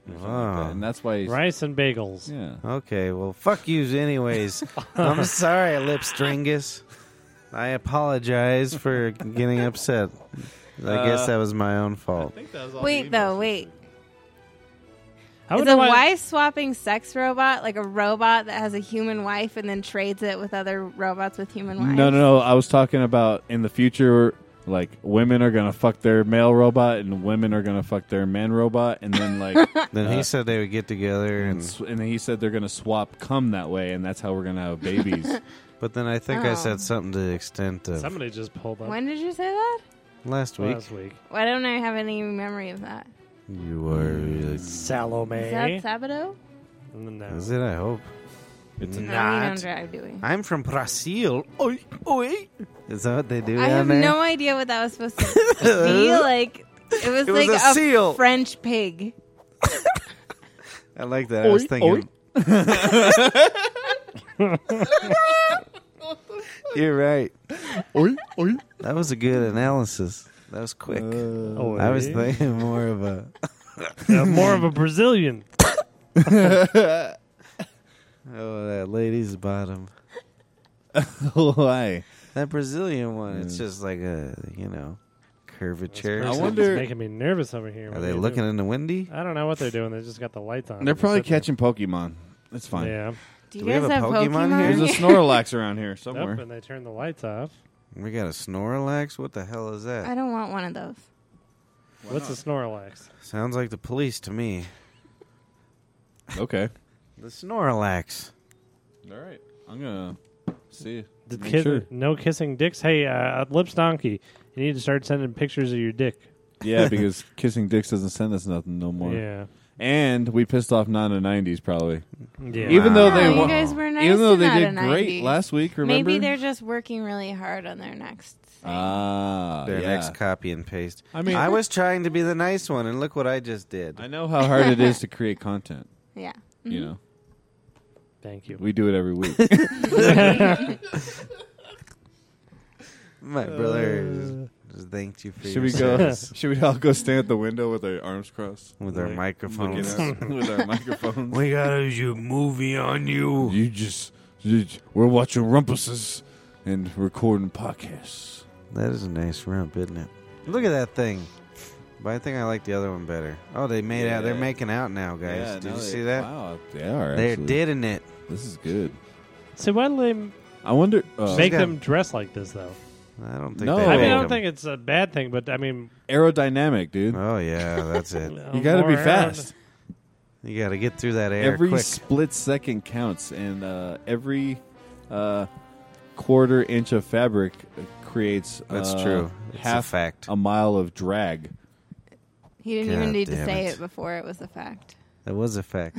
Speaker 2: Wow.
Speaker 3: and that's why. He's,
Speaker 4: Rice and bagels.
Speaker 3: Yeah.
Speaker 2: Oh, Okay, well fuck you anyways. I'm sorry, lip stringus. I apologize for getting upset. I guess that was my own fault.
Speaker 5: Wait, though, wait.
Speaker 4: I
Speaker 5: Is
Speaker 4: wonder
Speaker 5: a
Speaker 4: why-
Speaker 5: wife swapping sex robot like a robot that has a human wife and then trades it with other robots with human wives?
Speaker 3: No, no, no. I was talking about in the future, like women are gonna fuck their male robot, and women are gonna fuck their man robot, and then like,
Speaker 2: Then
Speaker 3: Uh, mm.
Speaker 2: he said they would get together, and
Speaker 3: and, s- and he said they're gonna swap cum that way, and that's how we're gonna have babies.
Speaker 2: but then I think I
Speaker 5: Oh.
Speaker 2: said something to the extent of
Speaker 4: Somebody just pulled up
Speaker 5: When did you say that?
Speaker 2: last week.
Speaker 4: last week.
Speaker 5: Why don't I have any memory of that?
Speaker 2: You were.
Speaker 4: Salome.
Speaker 5: Is that Sabado?
Speaker 4: No.
Speaker 2: Is it? I hope.
Speaker 3: It's
Speaker 5: No, we don't
Speaker 2: not.
Speaker 5: drive, do we?
Speaker 2: I'm from Brazil. Oi, oi. Is that what they do
Speaker 5: I
Speaker 2: down
Speaker 5: have
Speaker 2: there?
Speaker 5: no idea what that was supposed to be like. It was
Speaker 2: It was
Speaker 5: like
Speaker 2: a seal.
Speaker 5: French pig.
Speaker 2: I like that. I was
Speaker 3: Oi,
Speaker 2: thinking. You're right.
Speaker 3: oi, oi.
Speaker 2: That was a good analysis. That was quick.
Speaker 4: Oh,
Speaker 2: I was
Speaker 4: eh?
Speaker 2: thinking more of a.
Speaker 4: Uh, more of a Brazilian.
Speaker 2: Oh, that lady's bottom.
Speaker 3: Why?
Speaker 2: That Brazilian one, it's just like a, you know, curvature.
Speaker 3: I
Speaker 4: Person's
Speaker 3: wonder-
Speaker 4: making me nervous over here. What
Speaker 2: Are they
Speaker 4: do?
Speaker 2: looking into Wendy?
Speaker 4: I don't know what they're doing. They just got the lights on.
Speaker 3: They're probably catching
Speaker 4: sitting
Speaker 3: Pokemon. That's fine.
Speaker 4: there. Yeah.
Speaker 5: Do you
Speaker 2: Do we
Speaker 5: guys
Speaker 2: have a Pokemon here?
Speaker 3: There's a Snorlax around here
Speaker 4: Nope,
Speaker 3: somewhere.
Speaker 4: and they turned the lights off.
Speaker 2: We got a Snorlax? What the hell is
Speaker 5: I
Speaker 2: that?
Speaker 5: don't want one of those.
Speaker 4: What's a Snorlax?
Speaker 2: Sounds like the police to me.
Speaker 3: Okay.
Speaker 2: The Snorlax.
Speaker 3: All right. I'm gonna see.
Speaker 4: Did
Speaker 3: Make
Speaker 4: kid,
Speaker 3: sure.
Speaker 4: No kissing dicks. Hey, uh, lips donkey. You need to start sending pictures of your dick.
Speaker 3: Yeah, because kissing dicks doesn't send us nothing no more.
Speaker 4: Yeah.
Speaker 3: And we pissed off Nana '90s probably.
Speaker 4: Yeah.
Speaker 3: Even though
Speaker 5: Wow,
Speaker 3: they
Speaker 5: you
Speaker 3: wa-
Speaker 5: guys were nice
Speaker 3: even though
Speaker 5: to
Speaker 3: they
Speaker 5: not a
Speaker 3: did great
Speaker 5: 90s.
Speaker 3: last week, remember?
Speaker 5: Maybe they're just working really hard on their next. Thing.
Speaker 3: ah
Speaker 2: Their
Speaker 3: yeah.
Speaker 2: next copy and paste.
Speaker 3: I mean,
Speaker 2: I was trying to be the nice one, and look what I just did.
Speaker 3: I know how hard it is to create content.
Speaker 5: yeah.
Speaker 3: You
Speaker 5: Mm-hmm.
Speaker 3: know,
Speaker 4: Ah, Thank you.
Speaker 3: we do it every week.
Speaker 2: My brother just thanked you for
Speaker 3: should
Speaker 2: your
Speaker 3: we go?
Speaker 2: service
Speaker 3: Should we all go stand at the window with our arms crossed,
Speaker 2: with our
Speaker 3: Like, looking
Speaker 2: microphones.
Speaker 3: at us with our microphones?
Speaker 2: We got a movie on you.
Speaker 3: You just, you, we're watching Rumpuses and recording podcasts.
Speaker 2: That is a nice rump, isn't it? Look at that thing. But I think I like the other one better. Oh, they made out. They're
Speaker 3: Yeah.
Speaker 2: making out now, guys.
Speaker 3: Yeah,
Speaker 2: Did
Speaker 3: now
Speaker 2: you
Speaker 3: they-
Speaker 2: see that?
Speaker 3: Wow, they are.
Speaker 2: They're
Speaker 3: actually.
Speaker 2: dead in it.
Speaker 3: This is good.
Speaker 4: So why do they
Speaker 3: I wonder. Uh,
Speaker 4: make
Speaker 2: got-
Speaker 4: them dress like this though?
Speaker 2: I don't think.
Speaker 3: No.
Speaker 2: They
Speaker 4: I mean,
Speaker 2: made
Speaker 4: I
Speaker 2: them.
Speaker 4: don't think it's a bad thing, but I mean,
Speaker 3: aerodynamic, dude.
Speaker 2: Oh yeah, that's it.
Speaker 4: uh,
Speaker 3: you got to be
Speaker 4: more
Speaker 3: fast.
Speaker 2: You got to get through that air
Speaker 3: every
Speaker 2: quick.
Speaker 3: split second counts, and uh, every uh, quarter inch of fabric uh, creates.
Speaker 2: That's
Speaker 3: uh,
Speaker 2: true. It's
Speaker 3: half
Speaker 2: a fact.
Speaker 3: a mile of drag.
Speaker 5: He didn't
Speaker 2: God
Speaker 5: even need to
Speaker 2: damn
Speaker 5: say
Speaker 2: it.
Speaker 5: it before it was a fact.
Speaker 2: It was a fact.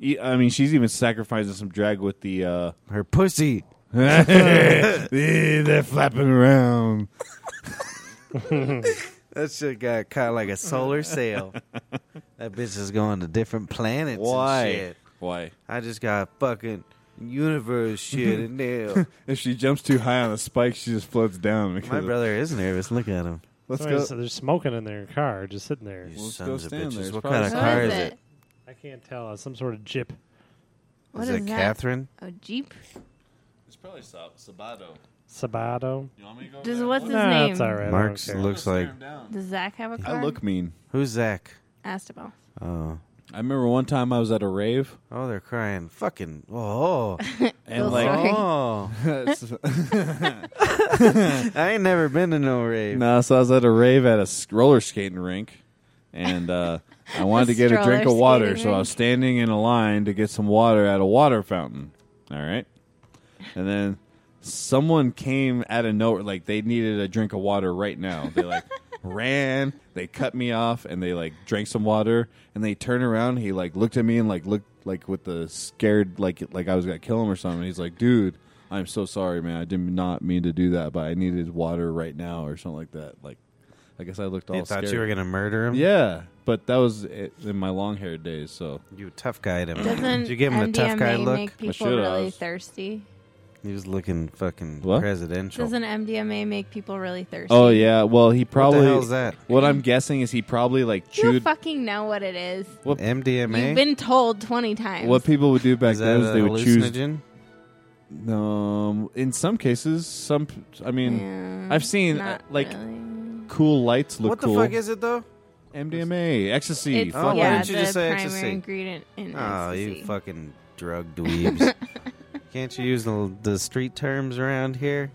Speaker 3: E- I mean, she's even sacrificing some drag with the uh,
Speaker 2: Her pussy.
Speaker 3: Eh, they're flapping around.
Speaker 2: That shit got caught like a solar sail. that bitch is going to different planets.
Speaker 3: Why?
Speaker 2: And shit.
Speaker 3: Why?
Speaker 2: I just got fucking universe shit in there.
Speaker 3: If she jumps too high on a spike, she just floats down.
Speaker 2: My
Speaker 3: because-
Speaker 2: brother is nervous. Look at him.
Speaker 3: Let's
Speaker 4: Somebody
Speaker 3: go.
Speaker 4: said They're smoking in their car, just sitting there.
Speaker 2: You
Speaker 3: Let's go
Speaker 2: sons of
Speaker 3: stand there.
Speaker 2: bitches.
Speaker 3: It's
Speaker 2: What
Speaker 3: probably
Speaker 2: kind of
Speaker 3: something.
Speaker 2: car
Speaker 5: What
Speaker 2: is
Speaker 5: is
Speaker 2: it?
Speaker 4: I can't tell. It's some sort of jip.
Speaker 5: What
Speaker 2: is
Speaker 5: is
Speaker 2: it
Speaker 5: that?
Speaker 2: Catherine?
Speaker 5: A Oh, jeep?
Speaker 3: It's probably Sabato.
Speaker 4: Sabato.
Speaker 3: You want me to go?
Speaker 5: Does what's his
Speaker 4: Nah,
Speaker 5: name?
Speaker 4: it's all right. I don't
Speaker 2: Mark's
Speaker 4: care.
Speaker 2: looks like.
Speaker 5: Does Zach have a car?
Speaker 3: I look mean.
Speaker 2: Who's Zach?
Speaker 5: asked about.
Speaker 2: Oh.
Speaker 3: I remember one time I was at a rave
Speaker 2: Oh, they're crying. Fucking. Oh.
Speaker 3: and
Speaker 5: Those
Speaker 3: like
Speaker 5: are-
Speaker 2: oh. I ain't never been to no rave.
Speaker 3: No, so I was at a rave at a s- roller skating rink, and uh, I wanted to get a
Speaker 5: stroller
Speaker 3: drink of water,
Speaker 5: skating
Speaker 3: so I was
Speaker 5: rink.
Speaker 3: standing in a line to get some water at a water fountain. All right, and then someone came out of nowhere, like they needed a drink of water right now. They like ran, they cut me off, and they like drank some water, and they turned around. He like looked at me and like looked like with the scared like like I was gonna kill him or something. He's like, dude. I'm so sorry, man. I did not mean to do that, but I needed water right now or something like that. Like, I guess I looked all
Speaker 2: You thought
Speaker 3: scared.
Speaker 2: you were gonna murder him.
Speaker 3: yeah, but that was it in my long haired days. So
Speaker 2: You tough guyed him.
Speaker 5: Doesn't
Speaker 2: Did you give him
Speaker 5: MDMA
Speaker 2: a tough guy look?
Speaker 5: make people
Speaker 3: should've.
Speaker 5: really thirsty?
Speaker 2: He was looking fucking
Speaker 3: What?
Speaker 2: presidential.
Speaker 5: Doesn't MDMA make people really thirsty?
Speaker 3: Oh yeah, well he probably.
Speaker 2: what the hell's that?
Speaker 3: what I'm guessing is he probably like
Speaker 5: You
Speaker 3: chewed.
Speaker 5: fucking know what it is.
Speaker 3: What-
Speaker 2: MDMA.
Speaker 5: You've been told 20 times.
Speaker 3: What people would do back
Speaker 2: is that
Speaker 3: then is
Speaker 2: a
Speaker 3: they would choose.
Speaker 2: hallucinogen?
Speaker 3: Um, in some cases, some I mean,
Speaker 5: Yeah,
Speaker 3: I've seen, uh,
Speaker 5: not
Speaker 3: like,
Speaker 5: really.
Speaker 3: cool lights look
Speaker 2: What the
Speaker 3: cool.
Speaker 2: fuck is it though?
Speaker 3: MDMA, ecstasy.
Speaker 5: It's,
Speaker 2: Oh, why
Speaker 3: fuck
Speaker 5: yeah,
Speaker 2: didn't you
Speaker 5: the
Speaker 2: just say
Speaker 5: primary
Speaker 2: ecstasy?
Speaker 5: ingredient in
Speaker 2: Oh,
Speaker 5: ecstasy.
Speaker 2: you fucking drug dweebs. Can't you use the, the street terms around here?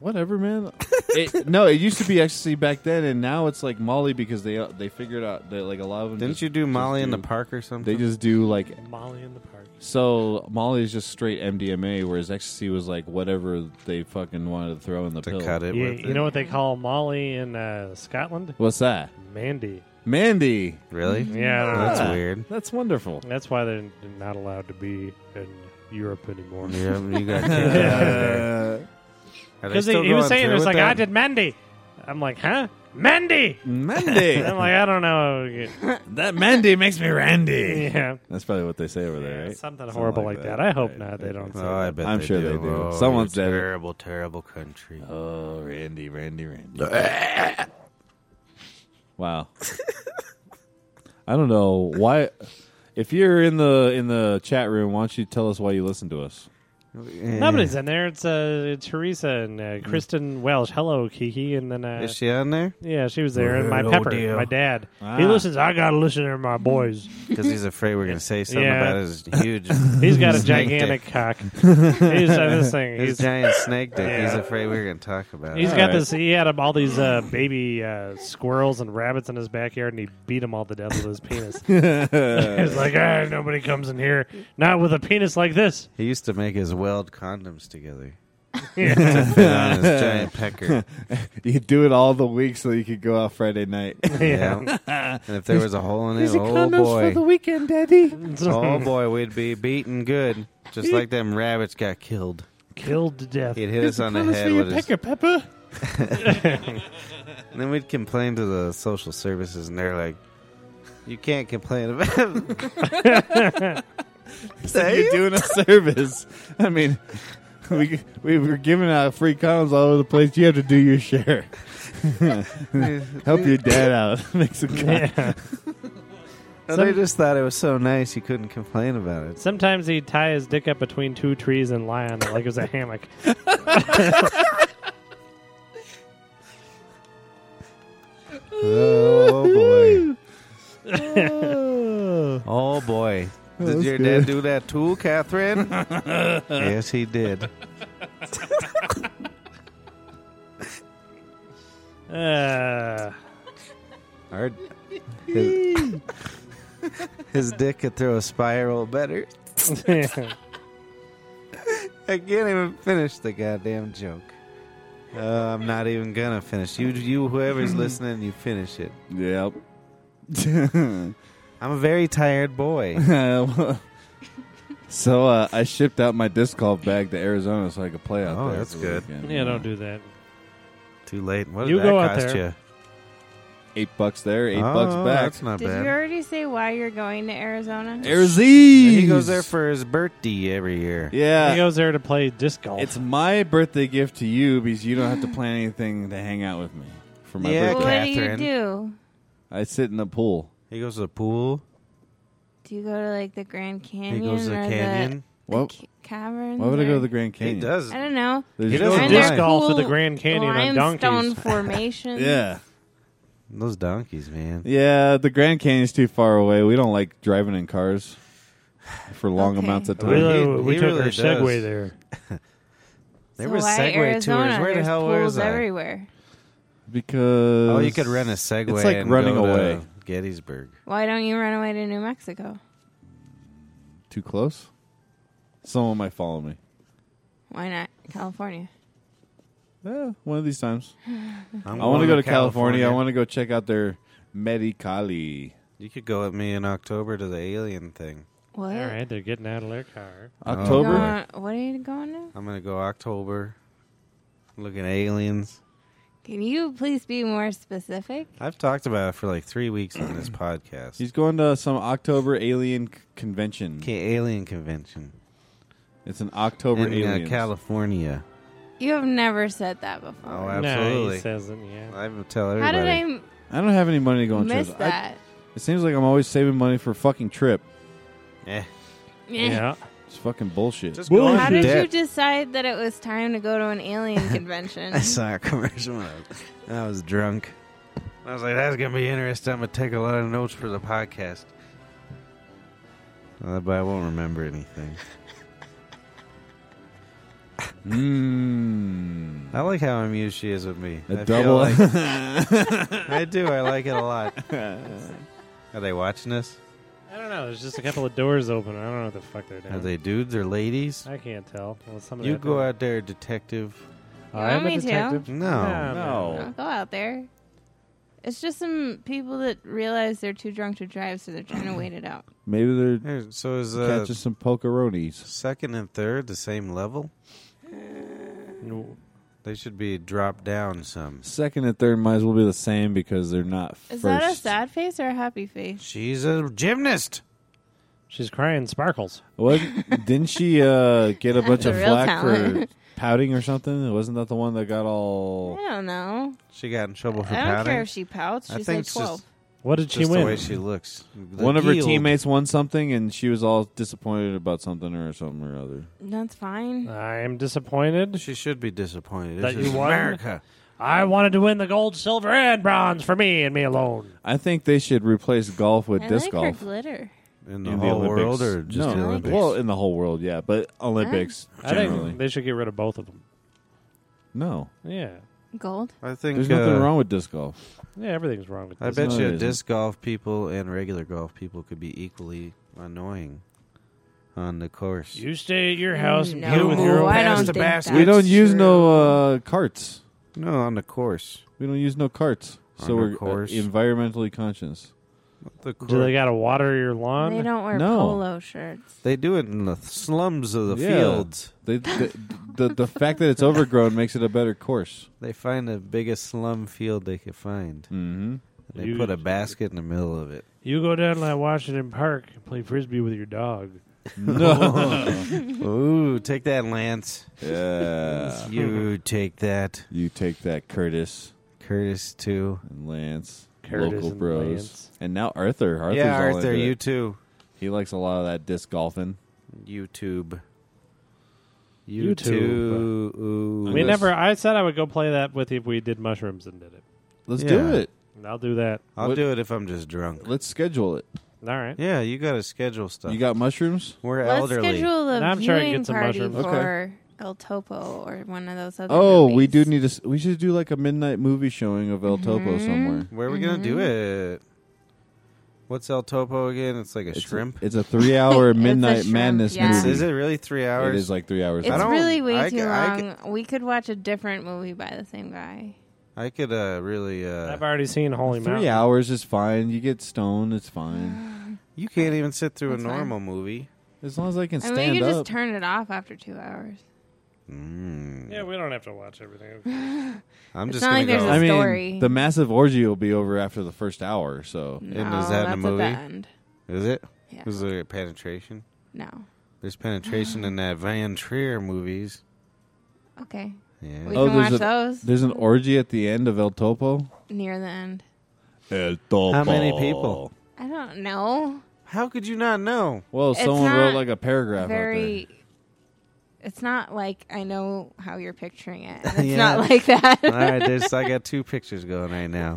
Speaker 3: Whatever, man. it, no, it used to be ecstasy back then, and now it's like Molly because they uh, they figured out that like a lot of them.
Speaker 2: Didn't
Speaker 3: just-
Speaker 2: you do
Speaker 3: just
Speaker 2: Molly in
Speaker 3: do-
Speaker 2: the park or something?
Speaker 3: They just do like
Speaker 4: Molly in the park.
Speaker 3: so. Molly is just straight MDMA, whereas ecstasy was like whatever they fucking wanted to throw in the
Speaker 2: to
Speaker 3: pill.
Speaker 2: cut it
Speaker 4: You,
Speaker 2: with.
Speaker 4: you
Speaker 2: it.
Speaker 4: know what they call Molly in uh, Scotland?
Speaker 3: What's that,
Speaker 4: Mandy.
Speaker 3: Mandy?
Speaker 2: Really?
Speaker 4: Yeah, I don't know.
Speaker 2: That's
Speaker 3: Ah.
Speaker 2: weird.
Speaker 3: That's wonderful.
Speaker 4: That's why they're not allowed to be in Europe anymore.
Speaker 2: Yeah, you got kicked out of there. Are they
Speaker 4: Because he,
Speaker 2: still
Speaker 4: he was
Speaker 2: going
Speaker 4: saying,
Speaker 2: through
Speaker 4: it was
Speaker 2: with
Speaker 4: like,
Speaker 2: that?
Speaker 4: I did Mandy. I'm like, huh? Mandy!
Speaker 3: Uh, Mandy,
Speaker 4: I'm like, I don't know.
Speaker 3: that Mandy makes me Randy.
Speaker 4: Yeah.
Speaker 3: That's probably what they say over there, right?
Speaker 4: Something horrible like that. I hope not. They don't. say
Speaker 2: Oh, I bet
Speaker 3: I'm
Speaker 2: they
Speaker 3: sure
Speaker 2: do.
Speaker 3: they do.
Speaker 2: Oh,
Speaker 3: Someone's
Speaker 2: you
Speaker 3: dead.
Speaker 2: terrible, terrible country.
Speaker 3: Oh, Randy, Randy, Randy. wow. I don't know why. If you're in the in the chat room, why don't you tell us why you listen to us?
Speaker 4: that. Nobody's in there. It's uh, Teresa and uh, Kristen Welsh. Hello, Kiki, and then uh,
Speaker 2: Is she on there?
Speaker 4: yeah, she was there. And my
Speaker 2: Oh,
Speaker 4: Pepper,
Speaker 2: dear.
Speaker 4: my dad.
Speaker 3: Ah.
Speaker 4: He listens. I gotta listen to my boys.
Speaker 2: Because he's afraid we're going to say something
Speaker 4: Yeah.
Speaker 2: about his huge.
Speaker 4: He's got a
Speaker 2: snake
Speaker 4: gigantic
Speaker 2: dick.
Speaker 4: cock. he's uh, this thing.
Speaker 2: His
Speaker 4: He's
Speaker 2: giant snake dick. He's
Speaker 4: Yeah.
Speaker 2: afraid we're going to talk about
Speaker 4: He's
Speaker 2: it.
Speaker 4: got
Speaker 3: Alright.
Speaker 4: this. He had um, all these uh, baby uh, squirrels and rabbits in his backyard, and he beat them all to death with his penis. He's like, ah, nobody comes in here, not with a penis like this.
Speaker 2: He used to make his weld condoms together. Oh,
Speaker 4: Yeah.
Speaker 2: Fit on his giant pecker.
Speaker 3: you do it all the week so you could go out Friday night.
Speaker 2: Yeah. And if there was a hole in it, oh boy.
Speaker 3: weekend, Daddy.
Speaker 2: Oh boy, we'd be beaten good. Just like them rabbits got killed.
Speaker 4: Killed to death.
Speaker 2: He'd hit us on the head with his,
Speaker 3: Pepper.
Speaker 2: and then we'd complain to the social services and they're like you can't complain about
Speaker 3: You're doing a service. I mean, we we were giving out free condoms all over the place. You have to do your share. Help your dad out. Make some condoms.
Speaker 4: Yeah.
Speaker 2: And they just thought it was so nice you couldn't complain about it.
Speaker 4: Sometimes he'd tie his dick up between two trees and lie on it like it was a hammock.
Speaker 2: Oh boy. oh boy. Did your dad do that too, Catherine? yes, he did.
Speaker 4: Uh,
Speaker 2: Our, his, his dick could throw a spiral better. I can't even finish the goddamn joke. Uh, I'm not even gonna finish. You, you, whoever's listening, you finish it.
Speaker 3: Yep.
Speaker 2: I'm a very tired boy.
Speaker 3: so uh, I shipped out my disc golf bag to Arizona so I could play out
Speaker 2: Oh,
Speaker 3: there.
Speaker 2: that's
Speaker 3: for the
Speaker 2: good.
Speaker 3: weekend.
Speaker 4: yeah, don't do that.
Speaker 2: Too late. What did
Speaker 4: You
Speaker 2: that
Speaker 4: go out
Speaker 2: cost
Speaker 4: there.
Speaker 2: you?
Speaker 3: Eight bucks there, eight
Speaker 2: Eight
Speaker 3: bucks back.
Speaker 2: Oh, That's not
Speaker 5: Did you
Speaker 2: bad.
Speaker 5: already say why you're going to Arizona?
Speaker 3: Arizona.
Speaker 2: He goes there for his birthday every year.
Speaker 4: He
Speaker 3: Yeah.
Speaker 4: goes there to play disc golf.
Speaker 3: It's my birthday gift to you because you don't have to plan anything to hang out with me for my
Speaker 2: Yeah.
Speaker 5: Well,
Speaker 3: birthday.
Speaker 5: what
Speaker 2: Catherine.
Speaker 5: do you do?
Speaker 3: I sit in the pool.
Speaker 2: He goes to the pool.
Speaker 5: Do you go to like the Grand
Speaker 2: He
Speaker 5: Canyon?
Speaker 2: goes to the
Speaker 5: or
Speaker 2: canyon.
Speaker 5: The,
Speaker 3: What?
Speaker 5: ca- caverns.
Speaker 3: Why would I go to
Speaker 5: or-
Speaker 3: the Grand Canyon?
Speaker 2: He does.
Speaker 5: I don't know.
Speaker 3: There's
Speaker 2: He
Speaker 3: no
Speaker 2: doesn't
Speaker 5: Aren't
Speaker 2: do
Speaker 5: there
Speaker 2: disc
Speaker 4: golf at the
Speaker 5: cool
Speaker 4: Grand Canyon on
Speaker 5: limestone
Speaker 4: donkeys.
Speaker 5: formations.
Speaker 3: Yeah.
Speaker 2: Those donkeys, man.
Speaker 3: Yeah, the Grand Canyon's too far away. We don't like driving in cars for long
Speaker 5: Okay.
Speaker 3: amounts of
Speaker 4: we
Speaker 3: time.
Speaker 2: Really? He-
Speaker 4: we
Speaker 2: he
Speaker 4: took
Speaker 2: really
Speaker 4: our
Speaker 2: does.
Speaker 4: Segway there.
Speaker 2: There
Speaker 5: so
Speaker 2: was
Speaker 5: why
Speaker 2: Segway
Speaker 5: Arizona?
Speaker 2: tours. Where the
Speaker 5: There's
Speaker 2: hell
Speaker 5: pools
Speaker 2: was I?
Speaker 5: everywhere.
Speaker 3: Because
Speaker 2: Oh, you could rent a Segway.
Speaker 3: It's like
Speaker 2: and
Speaker 3: running
Speaker 2: go to
Speaker 3: away.
Speaker 2: Gettysburg.
Speaker 5: Why don't you run away to New Mexico?
Speaker 3: Too close? Someone might follow me.
Speaker 5: Why not California?
Speaker 3: Yeah, Eh, one of these times.
Speaker 2: I'm
Speaker 3: I want
Speaker 2: going
Speaker 3: to go to California. I want to go check out their Medicali.
Speaker 2: You could go with me in October to the alien thing.
Speaker 5: What?
Speaker 4: All right, they're getting out of their car.
Speaker 2: Oh,
Speaker 5: You
Speaker 3: October?
Speaker 5: going- what are you going to?
Speaker 2: I'm gonna go October. Look at aliens.
Speaker 5: Can you please be more specific?
Speaker 2: I've talked about it for like three weeks on this podcast.
Speaker 3: He's going to some October alien c- convention.
Speaker 2: okay, alien convention
Speaker 3: It's an October
Speaker 2: in uh,
Speaker 3: alien.
Speaker 2: California.
Speaker 5: You have never said that before.
Speaker 2: Oh,
Speaker 4: No,
Speaker 2: absolutely.
Speaker 4: he doesn't. Yeah.
Speaker 2: I would tell
Speaker 5: How
Speaker 2: everybody.
Speaker 5: did I m-
Speaker 3: I don't have any money to go on
Speaker 5: miss
Speaker 3: trips. I-
Speaker 5: that?
Speaker 3: it seems like I'm always saving money for a fucking trip.
Speaker 2: Eh,
Speaker 5: Eh.
Speaker 4: Yeah.
Speaker 3: It's fucking bullshit.
Speaker 2: just
Speaker 4: Well,
Speaker 2: go
Speaker 4: how
Speaker 5: How
Speaker 2: on
Speaker 5: did you
Speaker 2: debt.
Speaker 5: decide that it was time to go to an alien convention?
Speaker 2: I saw a commercial when I was, I was drunk. I was like, that's going to be interesting. I'm going to take a lot of notes for the podcast. Uh, but I won't remember anything.
Speaker 3: Mm.
Speaker 2: I like how amused she is with me. I
Speaker 3: A
Speaker 2: feel
Speaker 3: double.
Speaker 2: like- I do. I like it a lot. Are they watching this?
Speaker 4: I don't know. There's just a couple of doors open. I don't know what the fuck they're doing.
Speaker 2: Are they dudes or ladies?
Speaker 4: I can't tell. Well, somebody
Speaker 2: You
Speaker 4: out
Speaker 2: go
Speaker 4: there-
Speaker 2: out there, detective.
Speaker 5: You
Speaker 4: I am
Speaker 5: want
Speaker 4: Oh, a
Speaker 5: me to?
Speaker 4: detective.
Speaker 2: No.
Speaker 4: Nah,
Speaker 3: No.
Speaker 4: man.
Speaker 5: Don't Oh, go out there. It's just some people that realize they're too drunk to drive, so they're trying to wait it out.
Speaker 3: Maybe they're
Speaker 2: Here, So is uh,
Speaker 3: catching some pokeronis.
Speaker 2: second and third the same level?
Speaker 4: No.
Speaker 2: They should be dropped down some.
Speaker 3: Second and third might as well be the same because they're not
Speaker 5: Is
Speaker 3: first.
Speaker 5: that a sad face or a happy face?
Speaker 2: She's a gymnast.
Speaker 4: She's crying sparkles.
Speaker 3: What? Didn't she uh, get a bunch
Speaker 5: a
Speaker 3: of
Speaker 5: real
Speaker 3: flack
Speaker 5: talent.
Speaker 3: for pouting or something? Wasn't that the one that got all?
Speaker 5: I don't know.
Speaker 2: She got in trouble for
Speaker 5: I don't
Speaker 2: pouting.
Speaker 5: care if she pouts.
Speaker 2: I
Speaker 5: She's
Speaker 2: think
Speaker 5: like
Speaker 2: it's just-
Speaker 5: twelve.
Speaker 4: What did she
Speaker 2: Just the way
Speaker 4: win?
Speaker 2: she looks. The
Speaker 3: one of her
Speaker 2: yield.
Speaker 3: teammates won something, and she was all disappointed about something or something or other.
Speaker 5: That's
Speaker 3: Uh,
Speaker 5: fine.
Speaker 4: I'm disappointed.
Speaker 2: She should be disappointed.
Speaker 4: That
Speaker 2: This
Speaker 4: you
Speaker 2: is
Speaker 4: won?
Speaker 2: America.
Speaker 4: I wanted to win the gold, silver, and bronze for me and me alone.
Speaker 3: I think they should replace golf with
Speaker 5: I
Speaker 3: disc
Speaker 5: like
Speaker 3: golf
Speaker 5: her glitter.
Speaker 2: In the whole world or just
Speaker 3: no,
Speaker 2: the Olympics?
Speaker 3: Well, in the whole world, yeah, but Olympics
Speaker 4: I
Speaker 3: generally.
Speaker 4: think they should get rid of both of them.
Speaker 3: no,
Speaker 4: Yeah.
Speaker 5: Gold.
Speaker 2: I think
Speaker 3: there's nothing
Speaker 2: uh,
Speaker 3: wrong with disc golf.
Speaker 4: Yeah, everything's wrong with
Speaker 2: I
Speaker 4: this.
Speaker 2: bet
Speaker 3: no
Speaker 2: you
Speaker 3: reason.
Speaker 2: disc golf people and regular golf people could be equally annoying on the course.
Speaker 4: You stay at your house and
Speaker 5: No, Oh,
Speaker 4: play with your own
Speaker 5: I don't
Speaker 2: past the
Speaker 5: think
Speaker 2: basket.
Speaker 3: we
Speaker 5: that's
Speaker 3: don't use
Speaker 5: true.
Speaker 3: no uh, carts.
Speaker 2: no, on the course.
Speaker 3: We don't use no carts, so
Speaker 2: Under
Speaker 3: we're uh,
Speaker 2: course.
Speaker 3: environmentally conscious.
Speaker 2: The
Speaker 4: Do
Speaker 2: course.
Speaker 4: they
Speaker 2: They,
Speaker 4: got to water your lawn?
Speaker 5: They don't wear
Speaker 3: No.
Speaker 5: polo shirts.
Speaker 2: do it in the slums of the
Speaker 3: Yeah.
Speaker 2: fields.
Speaker 3: They, the, the the fact that it's overgrown makes it a better course.
Speaker 2: They find the biggest slum field they could find.
Speaker 3: Mm-hmm.
Speaker 2: They
Speaker 4: You-
Speaker 2: put a basket in the middle of it.
Speaker 4: You go down to Washington Park and play frisbee with your dog.
Speaker 3: No,
Speaker 2: Ooh, take that, Lance.
Speaker 3: yeah,
Speaker 2: You take that.
Speaker 3: you take that, Curtis
Speaker 2: Curtis, too.
Speaker 3: and Lance,
Speaker 4: Curtis
Speaker 3: local
Speaker 4: and
Speaker 3: bros,
Speaker 4: Lance.
Speaker 3: and now Arthur. Arthur's
Speaker 2: yeah,
Speaker 3: all
Speaker 2: Arthur,
Speaker 3: into
Speaker 2: you
Speaker 3: it.
Speaker 2: too.
Speaker 3: he likes a lot of that disc golfing.
Speaker 2: YouTube. You,
Speaker 4: You too.
Speaker 2: too. Ooh.
Speaker 4: we
Speaker 3: Yes.
Speaker 4: never. I said I would go play that with you if we did mushrooms and did it.
Speaker 3: Let's
Speaker 2: Yeah.
Speaker 3: do it.
Speaker 4: And I'll do that.
Speaker 2: I'll
Speaker 3: What-
Speaker 2: do it if I'm just drunk.
Speaker 3: Let's schedule it.
Speaker 4: All right.
Speaker 2: Yeah, you got to schedule stuff.
Speaker 3: You got mushrooms?
Speaker 2: We're
Speaker 5: Let's
Speaker 2: elderly.
Speaker 5: schedule a
Speaker 4: Now I'm trying to
Speaker 5: viewing
Speaker 4: get some
Speaker 5: party
Speaker 4: mushrooms.
Speaker 3: Okay.
Speaker 5: for El Topo or one of those other.
Speaker 3: Oh, we
Speaker 5: movies.
Speaker 3: do need to. s- We should do like a midnight movie showing of El Topo
Speaker 5: Mhm.
Speaker 3: somewhere.
Speaker 2: Where are we gonna do
Speaker 5: Mm-hmm.
Speaker 2: it? What's El Topo again? It's like a
Speaker 3: It's a-
Speaker 2: shrimp.
Speaker 3: It's a three-hour
Speaker 5: It's a
Speaker 3: midnight
Speaker 5: shrimp,
Speaker 3: madness
Speaker 5: yeah.
Speaker 2: It's-
Speaker 3: movie.
Speaker 2: is it really three hours?
Speaker 3: It is like three hours.
Speaker 5: It's
Speaker 2: I don't-
Speaker 5: really way
Speaker 2: I
Speaker 5: too
Speaker 2: ca- I
Speaker 5: long. we could watch a different movie by the same guy.
Speaker 2: I could uh, really. Uh,
Speaker 4: I've already seen Holy
Speaker 3: Three
Speaker 4: Mountain.
Speaker 3: hours is fine. You get stoned, it's fine.
Speaker 2: you can't even sit through a
Speaker 5: That's fine.
Speaker 2: normal movie.
Speaker 3: As long as I can
Speaker 5: I
Speaker 3: stand
Speaker 5: mean, we could
Speaker 3: up.
Speaker 5: just turn it off after two hours.
Speaker 2: Mm.
Speaker 4: Yeah, we don't have to watch everything.
Speaker 2: I'm
Speaker 5: It's
Speaker 2: just
Speaker 5: not
Speaker 2: gonna
Speaker 5: like
Speaker 2: go.
Speaker 5: there's
Speaker 3: I
Speaker 5: a-
Speaker 3: mean,
Speaker 5: story.
Speaker 3: the massive orgy will be over after the first hour. So
Speaker 5: No,
Speaker 2: was that
Speaker 5: Oh, that's
Speaker 2: in a movie?
Speaker 5: at the end.
Speaker 2: is it?
Speaker 5: Yeah.
Speaker 2: Is there penetration?
Speaker 5: No.
Speaker 2: There's penetration in that Van Trier movies.
Speaker 5: Okay.
Speaker 2: Yeah.
Speaker 5: We
Speaker 3: Oh,
Speaker 5: can
Speaker 3: there's
Speaker 5: watch
Speaker 3: a-
Speaker 5: those
Speaker 3: there's an orgy at the end of El Topo.
Speaker 5: near the end.
Speaker 3: El Topo.
Speaker 2: How many people?
Speaker 5: I don't know.
Speaker 2: How could you not know?
Speaker 3: Well,
Speaker 5: It's
Speaker 3: someone wrote
Speaker 5: not
Speaker 3: like a paragraph.
Speaker 5: Very. It's not like I know how you're picturing it. It's
Speaker 2: Yeah.
Speaker 5: not like
Speaker 2: All
Speaker 5: that.
Speaker 2: right, there's. I got two pictures going right now.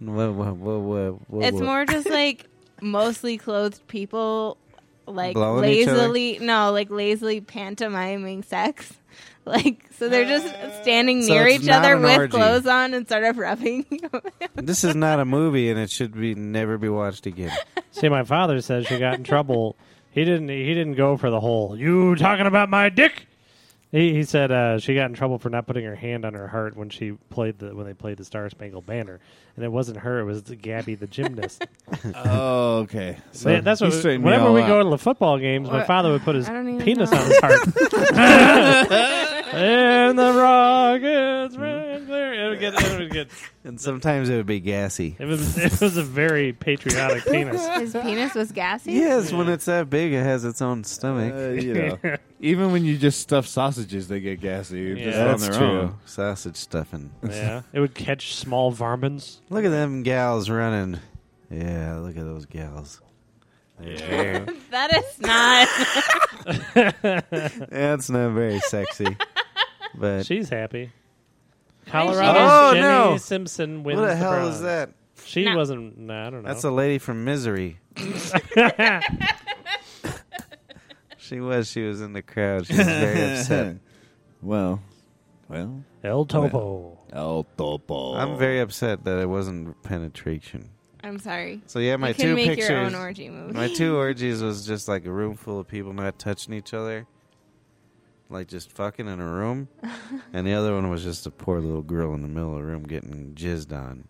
Speaker 2: Whoa, whoa, whoa, whoa, whoa,
Speaker 5: it's
Speaker 2: whoa.
Speaker 5: more just like mostly clothed people, like
Speaker 2: Blowing each other?
Speaker 5: lazily. No, like lazily pantomiming sex. Like so, they're just standing
Speaker 2: So
Speaker 5: near
Speaker 2: it's
Speaker 5: each
Speaker 2: not
Speaker 5: other
Speaker 2: an
Speaker 5: with
Speaker 2: orgy.
Speaker 5: clothes on and sort of rubbing.
Speaker 2: This is not a movie, and it should be never be watched again.
Speaker 4: See, my father said she got in trouble. He didn't. He didn't go for the whole. You talking about my dick? He, he said uh, she got in trouble for not putting her hand on her heart when she played the when they played the Star Spangled Banner, and it wasn't her. It was the Gabby the gymnast.
Speaker 3: After. Oh, okay. So
Speaker 4: Man, that's
Speaker 3: he
Speaker 4: what.
Speaker 3: straightened me
Speaker 4: Whenever
Speaker 3: all
Speaker 4: we
Speaker 3: out.
Speaker 4: go to the football games, my
Speaker 5: Or-
Speaker 4: father would put his
Speaker 5: I don't even
Speaker 4: penis
Speaker 5: know.
Speaker 4: on his heart. and the rockets right there. It would get. It would get.
Speaker 2: And sometimes it would be gassy.
Speaker 4: It was. It was a very patriotic penis.
Speaker 5: His penis was gassy.
Speaker 2: Yes, when it's that big, it has its own stomach.
Speaker 3: Uh, you know, even when you just stuff sausages, they get gassy. just
Speaker 4: Yeah,
Speaker 3: on their own.
Speaker 2: Sausage stuffing.
Speaker 4: Yeah, it would catch small varmints.
Speaker 2: Look at them gals running. Yeah, look at those gals. Yeah.
Speaker 5: That is not.
Speaker 2: That's not very sexy. But
Speaker 4: She's happy. Colorado.
Speaker 2: Oh,
Speaker 4: Jenny
Speaker 2: no.
Speaker 4: Simpson wins.
Speaker 2: What the
Speaker 4: the
Speaker 2: hell
Speaker 4: prize.
Speaker 2: is that?
Speaker 4: She
Speaker 5: No.
Speaker 4: wasn't. Nah, I don't know.
Speaker 2: That's a lady from Misery. she was. She was in the crowd. She was very upset.
Speaker 3: well, well,
Speaker 4: El Topo.
Speaker 3: El Topo.
Speaker 2: I'm very upset that it wasn't penetration.
Speaker 5: I'm sorry.
Speaker 2: So yeah, my
Speaker 5: you can
Speaker 2: two
Speaker 5: make
Speaker 2: pictures.
Speaker 5: your own orgy movie.
Speaker 2: My two orgies was just like a room full of people not touching each other, like just fucking in a room, and the other one was just a poor little girl in the middle of the room getting jizzed on.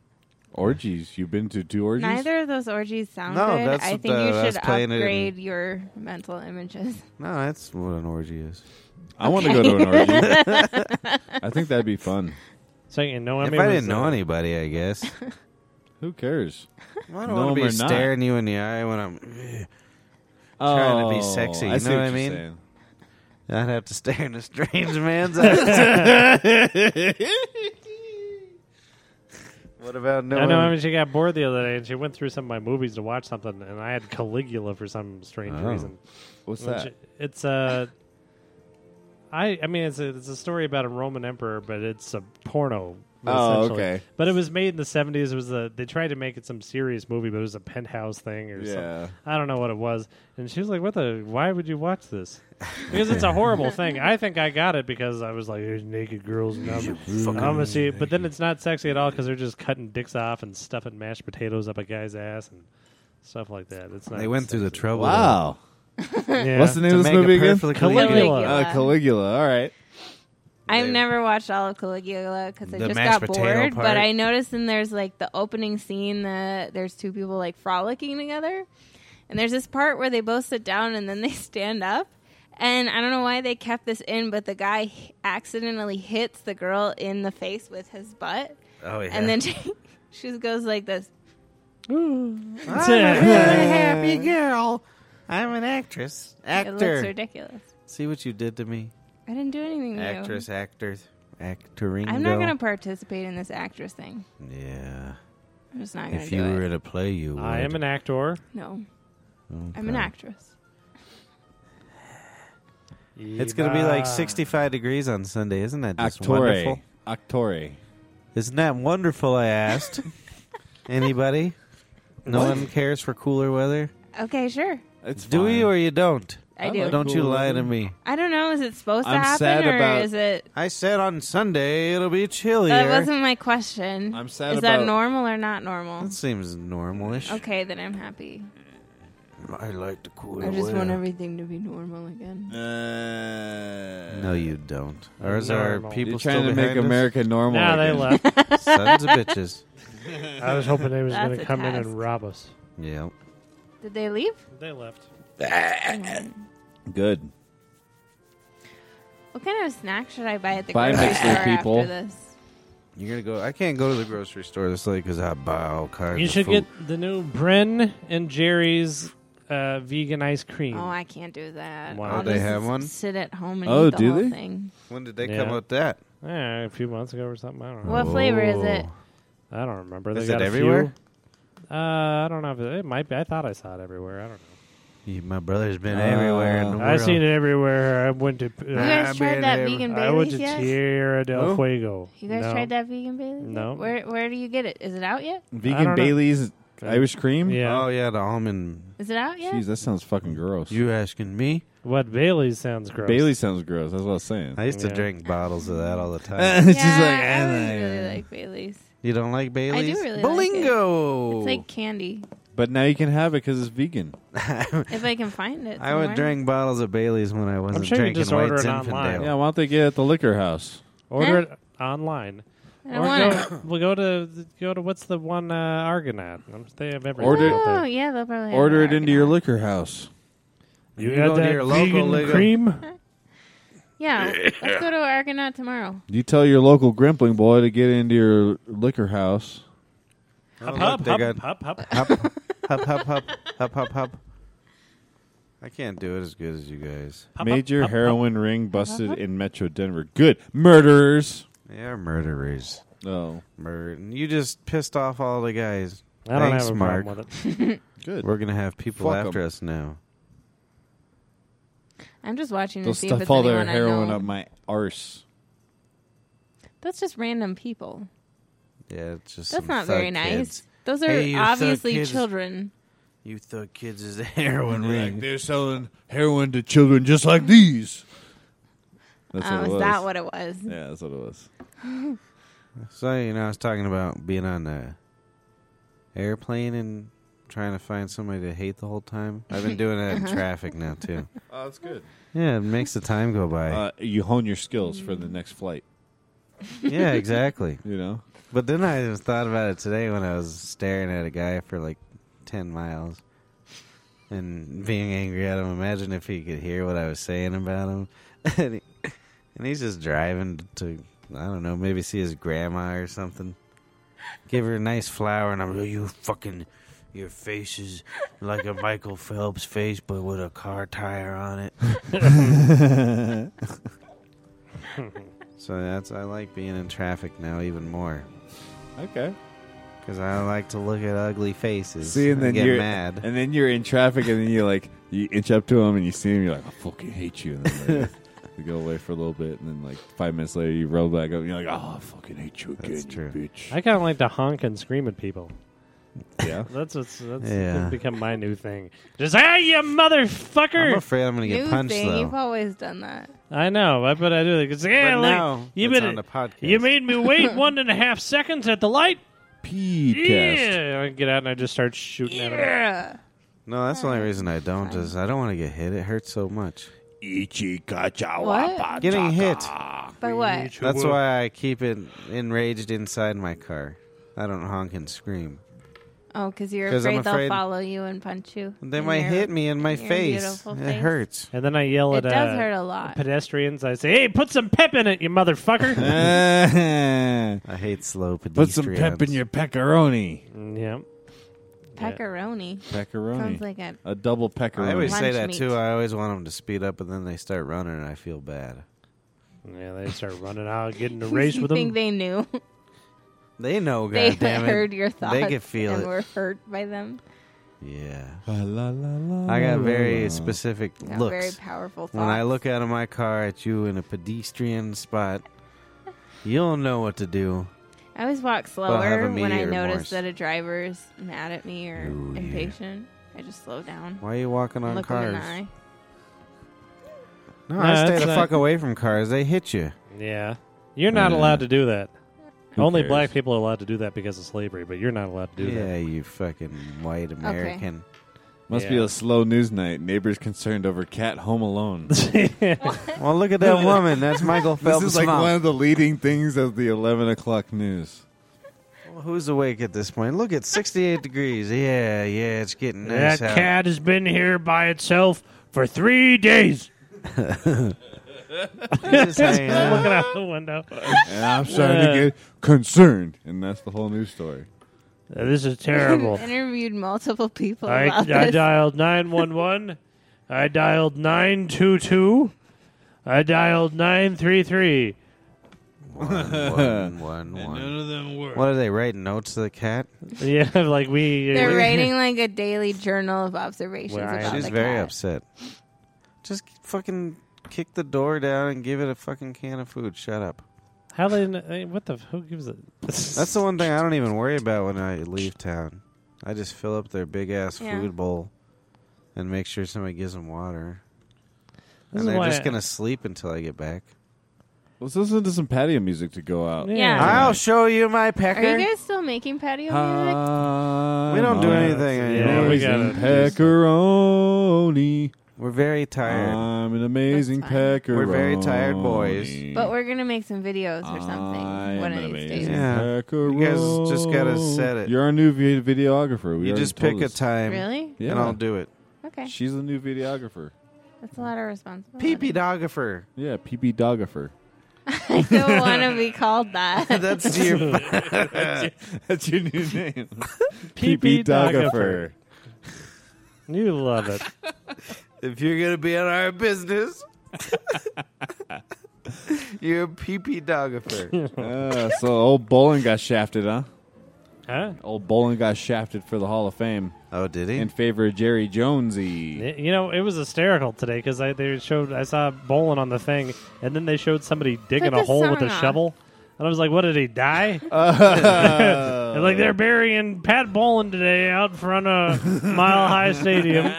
Speaker 3: orgies. You've been to two orgies?
Speaker 5: Neither of those orgies sound
Speaker 2: No,
Speaker 5: good.
Speaker 2: that's
Speaker 5: I
Speaker 2: what
Speaker 5: think
Speaker 2: the-
Speaker 5: you
Speaker 2: I was
Speaker 5: should
Speaker 2: playing it in-
Speaker 5: upgrade your mental images.
Speaker 2: No, that's what an orgy is.
Speaker 3: I want to go to an orgy. I think that'd be fun.
Speaker 4: So you know,
Speaker 2: if
Speaker 4: Emmy
Speaker 2: I
Speaker 4: was,
Speaker 2: didn't know
Speaker 4: uh,
Speaker 2: anybody, I guess
Speaker 3: Who cares?
Speaker 2: Well, I
Speaker 3: Know
Speaker 2: don't want to
Speaker 3: them
Speaker 2: be
Speaker 3: or not.
Speaker 2: staring you in the eye when I'm. Trying to be sexy, you
Speaker 3: Oh, see
Speaker 2: know what I
Speaker 3: you're
Speaker 2: mean?
Speaker 3: saying.
Speaker 2: I'd have to stare in a strange man's eyes. what about no?
Speaker 4: I know. I
Speaker 2: one?
Speaker 4: mean, she got bored the other day, and she went through some of my movies to watch something, and I had Caligula for some strange
Speaker 2: Oh.
Speaker 4: reason.
Speaker 3: What's
Speaker 4: Which-
Speaker 3: that?
Speaker 4: It's a. I I mean, it's a, it's a story about a Roman emperor, but it's a porno.
Speaker 3: Oh,
Speaker 4: essentially.
Speaker 3: okay.
Speaker 4: But it was made in the seventies. It was a they tried to make it some serious movie, but it was a penthouse thing or something.
Speaker 3: Yeah.
Speaker 4: I don't know what it was. And she was like, "What the? Why would you watch this? Because it's a horrible thing." I think I got it because I was like, "There's naked girls." And I'm, I'm gonna see it. But then it's not sexy at all because they're just cutting dicks off and stuffing mashed potatoes up a guy's ass and stuff like that. It's not.
Speaker 2: they went through the
Speaker 4: sexy.
Speaker 2: trouble.
Speaker 3: Wow.
Speaker 4: Yeah.
Speaker 3: What's the
Speaker 2: though,
Speaker 3: name
Speaker 2: To
Speaker 3: of this
Speaker 2: make
Speaker 3: movie
Speaker 2: a
Speaker 3: again?
Speaker 2: perfectly
Speaker 4: Caligula.
Speaker 5: Caligula.
Speaker 3: Uh, Caligula. All right.
Speaker 5: I've
Speaker 2: They-
Speaker 5: never watched all of Caligula because I
Speaker 2: The
Speaker 5: just
Speaker 2: mashed
Speaker 5: got
Speaker 2: potato
Speaker 5: bored.
Speaker 2: part.
Speaker 5: But I noticed in there's like the opening scene that there's two people like frolicking together, and there's this part where they both sit down and then they stand up. And I don't know why they kept this in, but the guy h- accidentally hits the girl in the face with his butt,
Speaker 2: Oh yeah.
Speaker 5: and then she, she goes like this.
Speaker 2: happy girl. I'm an actress,
Speaker 5: It looks
Speaker 2: actor.
Speaker 5: ridiculous.
Speaker 2: See what you did to me,
Speaker 5: I didn't do anything. to you.
Speaker 2: actress, actor, actoring.
Speaker 5: I'm not going to participate in this actress thing.
Speaker 2: Yeah.
Speaker 5: I'm just not going to
Speaker 2: If
Speaker 5: do
Speaker 2: you
Speaker 5: it.
Speaker 2: were to play, you. Would.
Speaker 4: I am an actor.
Speaker 5: no, I'm an actress.
Speaker 2: It's gonna be like
Speaker 4: Eva.
Speaker 2: 65 degrees on Sunday, isn't that just
Speaker 3: Actore.
Speaker 2: wonderful?
Speaker 3: Actore.
Speaker 2: Isn't that wonderful? I asked. Anybody? No one cares for cooler weather.
Speaker 5: Okay, sure.
Speaker 3: It's
Speaker 2: Do
Speaker 3: fine.
Speaker 2: we or you don't?
Speaker 5: I
Speaker 3: I
Speaker 5: do.
Speaker 3: like
Speaker 2: Don't you
Speaker 3: Cooler
Speaker 2: lie to
Speaker 3: weather.
Speaker 2: me.
Speaker 5: I don't know. Is it supposed to
Speaker 3: I'm
Speaker 5: happen
Speaker 3: sad
Speaker 5: or
Speaker 3: about-
Speaker 5: is it?
Speaker 2: I said on Sunday it'll be chillier.
Speaker 5: That wasn't my question.
Speaker 3: I'm sad
Speaker 5: Is
Speaker 3: about-
Speaker 5: that normal or not normal?
Speaker 2: That seems normalish.
Speaker 5: Okay, then I'm happy.
Speaker 2: I like the cooler
Speaker 5: I just
Speaker 2: weather.
Speaker 5: want everything to be normal again.
Speaker 3: Uh,
Speaker 2: No, you don't. Or is our
Speaker 4: Normal.
Speaker 2: people
Speaker 3: You're
Speaker 2: still
Speaker 3: trying to make
Speaker 2: behind us?
Speaker 3: America normal.
Speaker 4: Nah, they
Speaker 3: again.
Speaker 4: left.
Speaker 2: Sons of bitches.
Speaker 4: I was hoping they was
Speaker 5: That's
Speaker 4: going to
Speaker 5: a
Speaker 4: come in
Speaker 5: task.
Speaker 4: and rob us.
Speaker 2: Yeah.
Speaker 5: Did they leave?
Speaker 4: They left.
Speaker 3: Good.
Speaker 5: What kind of snack should I buy at the
Speaker 3: Buy
Speaker 5: grocery
Speaker 3: Mixler,
Speaker 5: store
Speaker 3: people.
Speaker 5: after this?
Speaker 2: You're gonna go. I can't go to the grocery store this late because I buy all kinds.
Speaker 4: You
Speaker 2: of
Speaker 4: should
Speaker 2: food.
Speaker 4: get the new Bryn and Jerry's uh, vegan ice cream.
Speaker 5: Oh, I can't do that.
Speaker 4: Wow.
Speaker 5: I'll
Speaker 2: They
Speaker 5: just
Speaker 2: have one?
Speaker 5: Sit at home and
Speaker 3: Oh,
Speaker 5: eat the
Speaker 3: do
Speaker 5: whole
Speaker 3: they?
Speaker 5: thing.
Speaker 2: When did they
Speaker 4: Yeah.
Speaker 2: come up with that? Oh,
Speaker 4: Eh, a few months ago or something. I don't know.
Speaker 5: What flavor is it?
Speaker 4: I don't remember. They
Speaker 2: Is
Speaker 4: got
Speaker 2: it
Speaker 4: a few.
Speaker 2: everywhere?
Speaker 4: Uh, I don't know. If it, it might be. I thought I saw it everywhere. I don't know.
Speaker 2: Yeah, my brother's been
Speaker 3: Uh,
Speaker 2: everywhere in the world.
Speaker 4: I've Ah, seen it everywhere. I went to.
Speaker 5: You
Speaker 4: Uh,
Speaker 5: guys
Speaker 2: I've
Speaker 5: tried
Speaker 2: been
Speaker 5: that
Speaker 2: there.
Speaker 5: vegan
Speaker 4: I went
Speaker 5: Bailey's
Speaker 4: to
Speaker 5: yet?
Speaker 4: Tierra del
Speaker 3: Who?
Speaker 4: Fuego.
Speaker 5: You guys
Speaker 4: No.
Speaker 5: tried that vegan Bailey's? yet?
Speaker 4: No.
Speaker 5: Where Where do you get it? Is it out yet?
Speaker 4: I don't
Speaker 3: Vegan
Speaker 4: know.
Speaker 3: Bailey's Irish cream?
Speaker 4: Yeah.
Speaker 2: Oh yeah, the almond.
Speaker 5: Is it out yet?
Speaker 3: Jeez, that sounds fucking gross.
Speaker 2: You asking me?
Speaker 4: What Bailey's sounds gross.
Speaker 3: Bailey sounds gross. That's what I was saying.
Speaker 2: I used to
Speaker 4: Yeah.
Speaker 2: drink bottles of that all the
Speaker 3: She's
Speaker 2: time.
Speaker 3: like,
Speaker 5: yeah,
Speaker 3: "Eh,
Speaker 5: I
Speaker 3: nah,
Speaker 5: would really
Speaker 3: yeah."
Speaker 5: like Bailey's.
Speaker 2: you don't like Bailey's?
Speaker 5: really like it.
Speaker 2: Bilingo.
Speaker 3: Oh.
Speaker 5: It's like candy.
Speaker 3: But now you can have it because it's vegan.
Speaker 5: If I can find it.
Speaker 2: I would
Speaker 5: somewhere.
Speaker 2: drink bottles of Bailey's when I wasn't
Speaker 4: sure you
Speaker 2: drinking
Speaker 4: just
Speaker 2: White
Speaker 4: order it online.
Speaker 2: Zinfandel.
Speaker 3: Yeah, why don't they get it at the liquor house?
Speaker 4: Order it online.
Speaker 5: I
Speaker 4: Or
Speaker 5: don't want it.
Speaker 4: go, we'll go to go to what's the one uh, Argonaut? Um, They have everything.
Speaker 3: Order-
Speaker 4: out
Speaker 5: Oh,
Speaker 4: there.
Speaker 5: yeah, they'll probably have
Speaker 3: Order it
Speaker 5: that.
Speaker 3: into your liquor house.
Speaker 4: You,
Speaker 2: You
Speaker 4: had
Speaker 2: go to
Speaker 4: that
Speaker 2: your local
Speaker 4: vegan
Speaker 2: liquor-
Speaker 4: cream.
Speaker 5: Yeah, let's go to Argonaut tomorrow.
Speaker 3: You tell your local grimpling boy to get into your liquor house.
Speaker 2: Oh, look,
Speaker 4: Hop,
Speaker 2: they
Speaker 4: hop,
Speaker 2: got-
Speaker 4: hop, hop.
Speaker 2: hop, hop, hop, hop, hop, hop, hop. I can't do it as good as you guys.
Speaker 3: Major heroin ring busted in Metro Denver. Good murderers.
Speaker 2: They are murderers.
Speaker 3: Oh,
Speaker 2: Murder. You just pissed off all the guys.
Speaker 4: I don't
Speaker 2: Thanks,
Speaker 4: have a
Speaker 2: Mark.
Speaker 4: problem with it.
Speaker 3: good.
Speaker 2: We're gonna have people
Speaker 3: Fuck 'em.
Speaker 2: after us now.
Speaker 5: I'm just watching
Speaker 3: They'll
Speaker 5: to see if
Speaker 3: stuff
Speaker 5: it's
Speaker 3: all their
Speaker 5: anyone I
Speaker 3: heroin
Speaker 5: know.
Speaker 3: up my arse.
Speaker 5: That's just random people.
Speaker 2: Yeah, it's just
Speaker 5: That's
Speaker 2: some
Speaker 5: not very
Speaker 2: thug
Speaker 5: nice.
Speaker 2: kids.
Speaker 5: Those are
Speaker 2: Hey, you thug
Speaker 5: obviously
Speaker 2: kids.
Speaker 5: children.
Speaker 2: You thug kids is a heroin
Speaker 3: They're like,
Speaker 2: ring.
Speaker 3: they're selling heroin to children just like these. That's
Speaker 5: Oh,
Speaker 3: what it
Speaker 5: is
Speaker 3: was.
Speaker 5: that what it was?
Speaker 3: yeah, that's what it was.
Speaker 2: So you know, I was talking about being on the airplane and trying to find somebody to hate the whole time. I've been doing that in traffic now too.
Speaker 3: Oh, that's good.
Speaker 2: Yeah, it makes the time go by.
Speaker 3: Uh, you hone your skills for the next flight.
Speaker 2: yeah, exactly.
Speaker 3: You know,
Speaker 2: But then I just thought about it today when I was staring at a guy for like ten miles and being angry at him. Imagine if he could hear what I was saying about him, and, he, and he's just driving to I don't know, maybe see his grandma or something. Give her a nice flower, and I'm like, you fucking, your face is like a Michael Phelps face, but with a car tire on it. so that's I like being in traffic now even more.
Speaker 3: okay.
Speaker 2: Because I like to look at ugly faces.
Speaker 3: See, and then
Speaker 2: get
Speaker 3: you're
Speaker 2: mad.
Speaker 3: and then you're in traffic, and then you like you inch up to him, and you see him, you're like, I fucking hate you. And then like, you go away for a little bit, and then like five minutes later, you roll back up, and you're like, Oh, I fucking hate you again,
Speaker 2: That's
Speaker 3: you
Speaker 2: true.
Speaker 3: bitch.
Speaker 4: I kind of like to honk and scream at people.
Speaker 3: yeah.
Speaker 4: That's what's that's
Speaker 2: Yeah.
Speaker 4: become my new thing. Just ah, you motherfucker!
Speaker 2: I'm
Speaker 4: I
Speaker 2: afraid I'm going to get
Speaker 5: New
Speaker 2: punched,
Speaker 5: thing.
Speaker 2: though.
Speaker 5: You've always done that.
Speaker 4: know, but- but I do like, it's, yeah,
Speaker 2: But
Speaker 4: like,
Speaker 2: now
Speaker 4: you
Speaker 2: it's
Speaker 4: made
Speaker 2: on
Speaker 4: it-
Speaker 2: the podcast.
Speaker 4: You made me wait one and a half seconds at the light.
Speaker 3: Pete test.
Speaker 4: Yeah, I get out and I just start shooting at him.
Speaker 5: Yeah.
Speaker 2: no, that's the only reason I don't is I don't want to get hit. It hurts so much.
Speaker 5: What?
Speaker 2: Getting hit.
Speaker 5: By what?
Speaker 2: That's why I keep it enraged inside my car. I don't honk and scream.
Speaker 5: Oh, because you're
Speaker 2: 'Cause I'm
Speaker 5: afraid,
Speaker 2: afraid-
Speaker 5: they'll follow you and punch you.
Speaker 2: They
Speaker 5: in
Speaker 2: might
Speaker 5: your-
Speaker 2: hit me in my
Speaker 5: your
Speaker 2: face.
Speaker 5: beautiful
Speaker 2: It
Speaker 5: face.
Speaker 2: hurts.
Speaker 4: And then I yell
Speaker 5: It
Speaker 4: at
Speaker 5: does
Speaker 4: uh,
Speaker 5: hurt a lot.
Speaker 4: pedestrians. I say, "Hey, put some pep in it, you motherfucker!"
Speaker 2: I hate slow pedestrians.
Speaker 3: Put some pep in your pepperoni.
Speaker 4: Mm, yeah,
Speaker 5: Pecoroni.
Speaker 3: Pepperoni.
Speaker 5: Sounds like a
Speaker 3: a double
Speaker 2: I
Speaker 3: pepperoni.
Speaker 2: always say
Speaker 5: Lunch
Speaker 2: that,
Speaker 5: meat.
Speaker 2: too. I always want them to speed up, but then they start running and I feel bad.
Speaker 4: yeah. They start running out, getting a race
Speaker 5: you
Speaker 4: with them.
Speaker 5: think they knew?
Speaker 2: They know,
Speaker 5: they
Speaker 2: God damn it.
Speaker 5: heard your thoughts.
Speaker 2: They could feel
Speaker 5: and
Speaker 2: it.
Speaker 5: were hurt by them.
Speaker 2: Yeah.
Speaker 3: La, la, la, la,
Speaker 2: I got
Speaker 3: la, la.
Speaker 2: very specific
Speaker 5: Got
Speaker 2: looks.
Speaker 5: Very powerful thoughts.
Speaker 2: when I look out of my car at you in a pedestrian spot, you'll know what to do.
Speaker 5: I always walk
Speaker 2: I'll have
Speaker 5: slower when I
Speaker 2: immediate
Speaker 5: notice
Speaker 2: remorse.
Speaker 5: that a driver's mad at me or
Speaker 2: Ooh, yeah.
Speaker 5: impatient. I just slow down.
Speaker 2: Why are you walking on
Speaker 5: look
Speaker 2: cars?
Speaker 5: them in the eye.
Speaker 2: No,
Speaker 4: No,
Speaker 2: I stay
Speaker 4: that's
Speaker 2: the
Speaker 4: not-
Speaker 2: fuck away from cars. They hit you.
Speaker 4: Yeah, you're not
Speaker 3: Yeah.
Speaker 4: allowed to do that.
Speaker 3: Who
Speaker 4: Only
Speaker 3: cares?
Speaker 4: black people are allowed to do that because of slavery, but you're not allowed to do
Speaker 2: yeah,
Speaker 4: that.
Speaker 2: you fucking white American.
Speaker 3: Must be
Speaker 4: Yeah.
Speaker 3: a slow news night. Neighbors concerned over cat home alone.
Speaker 2: Well, look at that woman. That's Michael
Speaker 3: this
Speaker 2: Phelps'
Speaker 3: is like
Speaker 2: mom.
Speaker 3: one of the leading things of the 11 o'clock news.
Speaker 2: Who's awake at this point? Look, it's 68 degrees. Yeah, yeah, it's getting nice
Speaker 4: that
Speaker 2: out.
Speaker 4: cat has been here by itself for three days.
Speaker 2: He's just hanging out.
Speaker 4: Looking out the window. Uh,
Speaker 3: And I'm starting to get concerned. And that's the whole news story.
Speaker 4: Uh, this is terrible.
Speaker 5: Interviewed multiple people
Speaker 4: I,
Speaker 5: about
Speaker 4: I
Speaker 5: this.
Speaker 4: dialed 911. I dialed 922. I dialed 933.
Speaker 2: One, one, one, one.
Speaker 3: of them were.
Speaker 2: What are they writing notes to the cat?
Speaker 4: Yeah, like we. uh,
Speaker 5: They're writing like a daily journal of observations
Speaker 4: Well, I-
Speaker 5: about
Speaker 2: She's
Speaker 5: the
Speaker 2: very
Speaker 5: cat.
Speaker 2: upset. Just fucking kick the door down and give it a fucking can of food. Shut up.
Speaker 4: How they? kn- hey, What the? Who gives it?
Speaker 2: That's the one thing I don't even worry about when I leave town. I just fill up their big ass
Speaker 5: Yeah.
Speaker 2: food bowl and make sure somebody gives them water.
Speaker 4: This is
Speaker 2: and they're
Speaker 4: why
Speaker 2: just
Speaker 4: I-
Speaker 2: going to sleep until I get back.
Speaker 3: Let's listen to some patio music to go out.
Speaker 4: Yeah.
Speaker 5: Yeah.
Speaker 2: I'll show you my
Speaker 5: Are
Speaker 2: pecker.
Speaker 5: you guys still making patio music?
Speaker 2: We don't do anything
Speaker 4: Yeah,
Speaker 2: anymore.
Speaker 4: we
Speaker 3: amazing
Speaker 4: gotta do stuff.
Speaker 3: pepperoni.
Speaker 2: We're very tired.
Speaker 3: I'm an amazing
Speaker 5: That's
Speaker 3: pepperoni.
Speaker 2: We're very tired boys.
Speaker 5: But we're gonna make some videos or something
Speaker 3: I'm
Speaker 5: one of
Speaker 3: an
Speaker 5: these days.
Speaker 3: amazing
Speaker 2: Yeah.
Speaker 3: pepperoni.
Speaker 2: You guys just gotta set it.
Speaker 3: You're our new vi- videographer. We
Speaker 2: you
Speaker 3: already
Speaker 2: just
Speaker 3: told
Speaker 2: pick a
Speaker 3: us.
Speaker 2: time
Speaker 5: Really?
Speaker 3: Yeah.
Speaker 2: and I'll do it.
Speaker 5: Okay,
Speaker 3: She's the new videographer.
Speaker 5: that's a lot of responsibility.
Speaker 2: Pee pee dogger.
Speaker 3: Yeah, PB Doggrapher.
Speaker 5: I don't want to be called that.
Speaker 2: That's your.
Speaker 3: That's your new name.
Speaker 4: PP
Speaker 3: PB
Speaker 4: Dogger. You love it.
Speaker 2: if you're gonna be in our business, you're a pee pee dogger.
Speaker 3: Uh, so old Bolin got shafted, huh?
Speaker 4: Huh?
Speaker 3: Old Bolin got shafted for the Hall of Fame
Speaker 2: Oh, did he?
Speaker 3: in favor of Jerry Jonesy.
Speaker 4: You know, it was hysterical today because I they showed I saw bowling on the thing, and then they showed somebody digging
Speaker 5: Put
Speaker 4: a
Speaker 5: the
Speaker 4: hole with
Speaker 5: song
Speaker 4: a
Speaker 5: on.
Speaker 4: shovel. And I was like, what did he die?
Speaker 3: Uh,
Speaker 4: And like they're burying Pat Bolin today out in front of Mile High Stadium.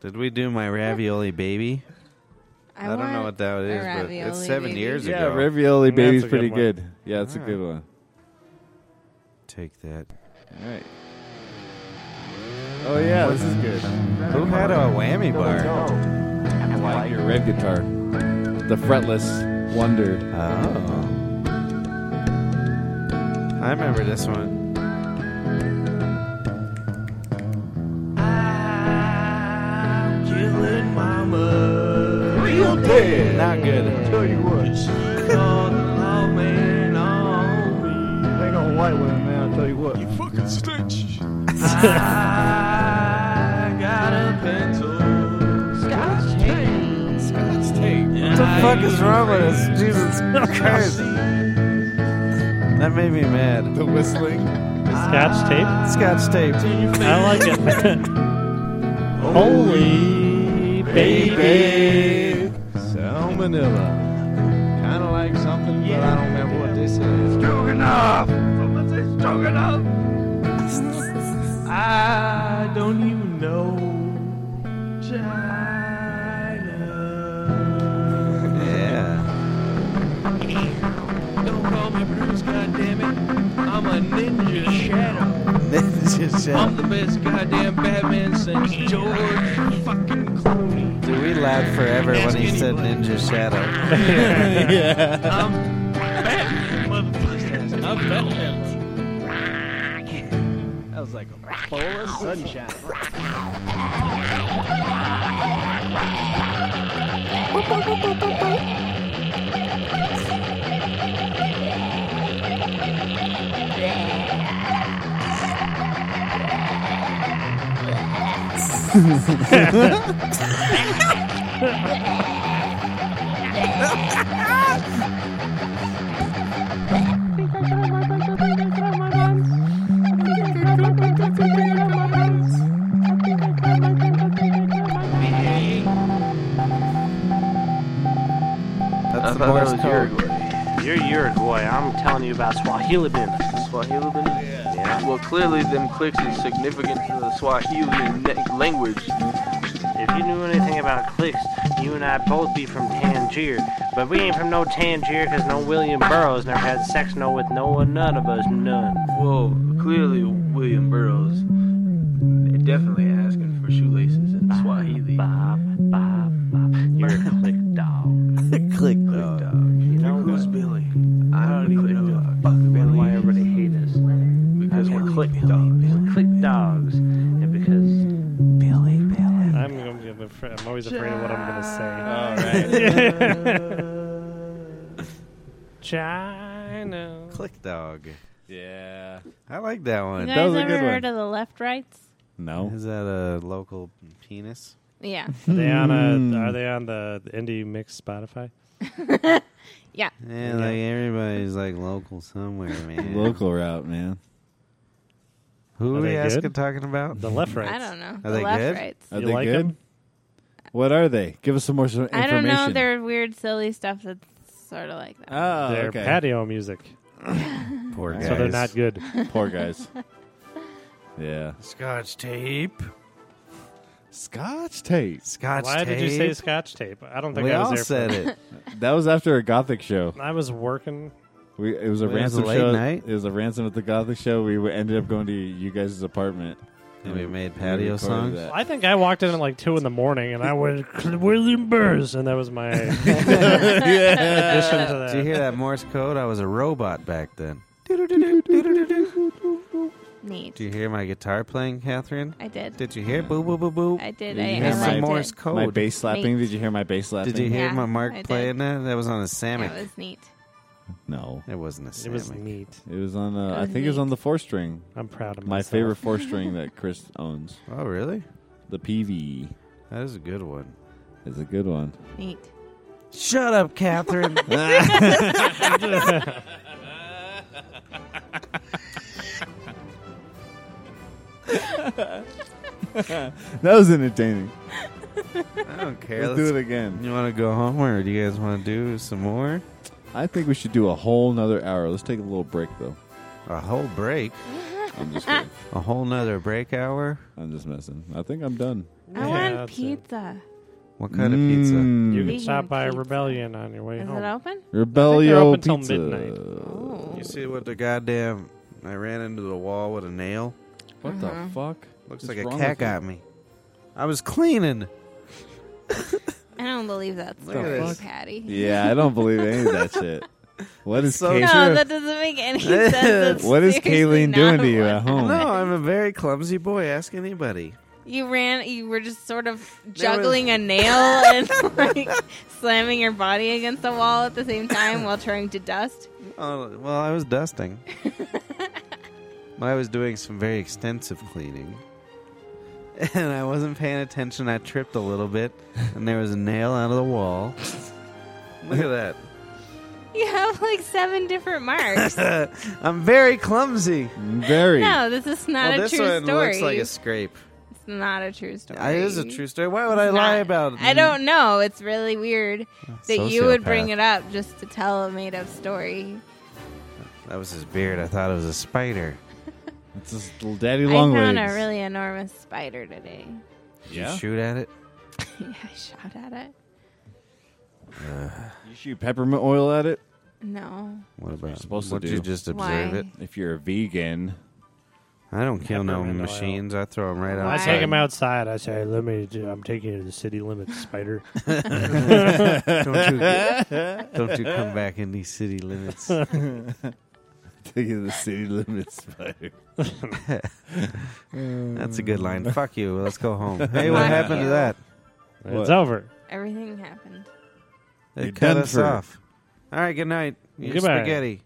Speaker 2: Did we do my ravioli baby?
Speaker 5: I,
Speaker 2: I, don't know
Speaker 5: want-
Speaker 2: what that is, but it's
Speaker 5: ravioli
Speaker 2: seven
Speaker 5: baby.
Speaker 2: years
Speaker 3: yeah,
Speaker 2: ago.
Speaker 3: ravioli
Speaker 4: That's
Speaker 3: baby's
Speaker 4: a good
Speaker 3: pretty
Speaker 4: one.
Speaker 3: good. Yeah, it's a
Speaker 2: Alright.
Speaker 3: good one.
Speaker 2: Take that.
Speaker 3: All right. Oh yeah, this is good.
Speaker 2: Who had a whammy bar?
Speaker 3: Like your red guitar, the fretless wonder.
Speaker 2: Oh, I remember this one. Not good.
Speaker 6: Tell you what. They don't like women, man. I tell you what. You fucking stench. I got a pencil. Scotch tape.
Speaker 2: What the fuck is wrong with us? Jesus Christ! That made me mad.
Speaker 3: The whistling.
Speaker 4: Scotch tape.
Speaker 2: Scotch tape.
Speaker 4: I like it. Holy baby.
Speaker 3: Salmonella.
Speaker 6: Kind of like something, but I don't remember what this is. Strong enough. Someone say strong enough. I don't even know. China.
Speaker 2: Yeah.
Speaker 6: Don't call me Bruce, goddammit. I'm a ninja shadow.
Speaker 2: Just
Speaker 6: I'm
Speaker 2: shout.
Speaker 6: the best goddamn Batman since George fucking Clooney.
Speaker 2: Dude, we laughed forever when he said Ninja Shadow.
Speaker 3: yeah.
Speaker 6: I'm Batman, motherfuckers. I'm Batman. That was like a bowl of sunshine.
Speaker 2: That's the Morse code.
Speaker 7: You're Uruguay. I'm telling you about Swahili business.
Speaker 6: Swahili been? Well, clearly them clicks is significant to the Swahili na- language.
Speaker 7: If you knew anything about clicks, you and I both be from Tangier. But we ain't from no Tangier 'cause no William Burroughs never had sex no with no one, none of us, none.
Speaker 6: Well, clearly William Burroughs definitely asking for shoelaces in Swahili.
Speaker 7: Bop, bop, bop. You're a click dog.
Speaker 2: Click dog.
Speaker 7: You know
Speaker 6: Who's
Speaker 7: what?
Speaker 6: Billy? I don't even know who the fuck
Speaker 7: And why
Speaker 6: Billy is.
Speaker 7: everybody hate us?
Speaker 6: Because we're click dogs.
Speaker 7: We're click dogs. And because
Speaker 4: I'm, I'm, gonna fr- I'm always afraid of what I'm going to say.
Speaker 3: All right.
Speaker 4: China.
Speaker 2: Click dog.
Speaker 3: Yeah.
Speaker 2: I like that
Speaker 5: You
Speaker 2: one.
Speaker 3: That
Speaker 5: guys
Speaker 3: was a
Speaker 5: ever
Speaker 3: good one.
Speaker 5: heard of the left rights?
Speaker 3: No.
Speaker 2: Is that a local penis?
Speaker 5: Yeah.
Speaker 4: They on
Speaker 3: Hmm.
Speaker 4: a, are they on the indie mix Spotify?
Speaker 5: Yeah.
Speaker 2: Yeah, like everybody's like local somewhere, man.
Speaker 3: Local route, man.
Speaker 2: Who
Speaker 4: Are
Speaker 2: are we
Speaker 4: they
Speaker 2: asking
Speaker 4: good?
Speaker 2: talking about?
Speaker 4: The left rights.
Speaker 5: I don't know. the
Speaker 2: they
Speaker 5: left
Speaker 2: good?
Speaker 5: rights.
Speaker 3: Are
Speaker 4: You
Speaker 3: they
Speaker 4: like
Speaker 3: good?
Speaker 4: 'em?
Speaker 3: What are they? Give us some more some
Speaker 5: I
Speaker 3: information.
Speaker 5: don't know. They're weird, silly stuff that's sort of like that.
Speaker 3: oh,
Speaker 4: They're
Speaker 3: okay.
Speaker 4: patio music,
Speaker 2: Poor guys.
Speaker 4: so they're not good.
Speaker 3: Poor guys. yeah.
Speaker 2: Scotch tape.
Speaker 3: Scotch tape.
Speaker 2: Scotch
Speaker 4: Why
Speaker 2: tape.
Speaker 4: did you say Scotch tape? I don't think
Speaker 2: We
Speaker 4: I was
Speaker 2: all
Speaker 4: there.
Speaker 2: said it.
Speaker 3: That was after a gothic show.
Speaker 4: For, I was working.
Speaker 3: We it was a
Speaker 2: Wait, it was
Speaker 3: ransom
Speaker 2: a late
Speaker 3: show.
Speaker 2: night?
Speaker 3: It was a ransom at the gothic show. We w- ended up going to you guys' apartment.
Speaker 2: And we made patio
Speaker 3: recorded
Speaker 2: songs?
Speaker 3: that.
Speaker 4: I think I walked in at like two in the morning, and I went William Burrs, and that was my addition to that.
Speaker 2: Did you hear that Morse code? I was a robot back then.
Speaker 5: Neat.
Speaker 2: Do you hear my guitar playing, Catherine?
Speaker 5: I did.
Speaker 2: Did you hear boo boo boo boo?
Speaker 5: I did.
Speaker 2: Did
Speaker 5: I,
Speaker 2: you
Speaker 5: I
Speaker 2: hear
Speaker 5: liked
Speaker 2: some
Speaker 5: it.
Speaker 2: Morse
Speaker 3: My
Speaker 2: code?
Speaker 3: bass slapping.
Speaker 5: Mate.
Speaker 3: Did you hear my bass slapping?
Speaker 2: Did you hear
Speaker 5: Yeah,
Speaker 2: my
Speaker 5: I
Speaker 2: Mark
Speaker 5: did.
Speaker 2: playing that? That was on a
Speaker 5: It
Speaker 2: Samick.
Speaker 5: was neat.
Speaker 3: No.
Speaker 2: It wasn't a
Speaker 4: It was
Speaker 2: Samick.
Speaker 4: neat.
Speaker 3: It was on. Uh, I
Speaker 5: was
Speaker 3: think it was
Speaker 5: neat.
Speaker 3: on the four string.
Speaker 4: I'm proud of
Speaker 3: My
Speaker 4: myself.
Speaker 3: favorite four string that Chris owns.
Speaker 2: Oh, really?
Speaker 3: The PV
Speaker 2: That is a good one.
Speaker 3: is a good one.
Speaker 5: Neat.
Speaker 2: Shut up, Catherine.
Speaker 3: That was entertaining.
Speaker 2: I don't care.
Speaker 3: Let's do it again.
Speaker 2: You want to go home, or do you guys want to do some more?
Speaker 3: I think we should do a whole nother hour. Let's take a little break, though.
Speaker 2: A whole break,
Speaker 3: I'm just kidding.
Speaker 2: a whole nother break hour.
Speaker 3: I'm just messing. I think I'm done.
Speaker 5: I
Speaker 4: Yeah,
Speaker 5: want
Speaker 4: that's it.
Speaker 5: pizza.
Speaker 2: What kind of pizza?
Speaker 3: Mm.
Speaker 4: You can
Speaker 5: Vegan
Speaker 4: stop by
Speaker 5: pizza.
Speaker 4: Rebellion on your way
Speaker 5: Is
Speaker 4: home.
Speaker 5: it open?
Speaker 3: Rebellion
Speaker 4: open till
Speaker 3: pizza.
Speaker 4: midnight.
Speaker 5: Oh.
Speaker 2: You see what the goddamn? I ran into the wall with a nail.
Speaker 3: What
Speaker 5: Uh-huh.
Speaker 3: the fuck?
Speaker 2: Looks
Speaker 3: What's
Speaker 2: like a
Speaker 3: wrong
Speaker 2: cat
Speaker 3: with you?
Speaker 2: got me. I was cleaning.
Speaker 5: I don't believe that's
Speaker 2: Look at
Speaker 5: story,
Speaker 2: this.
Speaker 5: Patty.
Speaker 3: Yeah, I don't believe any of that shit. What is
Speaker 2: So-
Speaker 3: Kaylee?
Speaker 5: No, that doesn't make any sense. That's
Speaker 3: what is
Speaker 5: seriously
Speaker 3: Kayleen doing
Speaker 5: not
Speaker 3: to you
Speaker 5: what-
Speaker 3: at home?
Speaker 2: No, I'm a very clumsy boy. Ask anybody.
Speaker 5: You ran. You were just sort of juggling a nail and like slamming your body against the wall at the same time while trying to dust.
Speaker 2: Oh, well, I was dusting. I was doing some very extensive cleaning. And I wasn't paying attention. I tripped a little bit, and there was a nail out of the wall. Look at
Speaker 5: You have like seven different marks.
Speaker 2: that. I'm very clumsy.
Speaker 3: Very.
Speaker 5: no, this is not
Speaker 2: well,
Speaker 5: a
Speaker 2: this
Speaker 5: true
Speaker 2: one
Speaker 5: story.
Speaker 2: looks like a scrape.
Speaker 5: it's not a true story.
Speaker 2: Uh, It is a true story. Why would I lie
Speaker 5: not-
Speaker 2: about mm. it?
Speaker 5: I don't know. It's really weird that you would bring
Speaker 2: Sociopath.
Speaker 5: it up just to tell a made-up story.
Speaker 2: That was his beard. I thought it was a spider.
Speaker 3: It's this little daddy
Speaker 5: I
Speaker 3: long
Speaker 5: found
Speaker 3: legs.
Speaker 5: a really enormous spider today.
Speaker 2: Did
Speaker 3: yeah.
Speaker 2: you shoot at it?
Speaker 5: yeah, I shot at it.
Speaker 3: You shoot peppermint oil at it.
Speaker 5: No.
Speaker 2: What about?
Speaker 3: you're supposed to
Speaker 2: would you
Speaker 3: do.
Speaker 2: just
Speaker 5: Why?
Speaker 2: observe it?
Speaker 3: If you're a vegan,
Speaker 2: I don't kill no
Speaker 4: Peppermint oil.
Speaker 2: machines. I throw them right
Speaker 5: Why?
Speaker 4: I
Speaker 2: outside.
Speaker 4: take him outside. I say, "Let me. Do, I'm taking you to the city limits, spider."
Speaker 2: don't you don't you come back in these city limits. I
Speaker 3: taking the city limits spider.
Speaker 2: That's a good line. Fuck you. Let's go home. Hey, what happened to that?
Speaker 4: it's over.
Speaker 5: Everything happened.
Speaker 2: They
Speaker 3: You're
Speaker 2: cut
Speaker 3: done
Speaker 2: us
Speaker 3: for.
Speaker 2: off. All right. Good night. Eat your
Speaker 4: Goodbye.
Speaker 2: Spaghetti.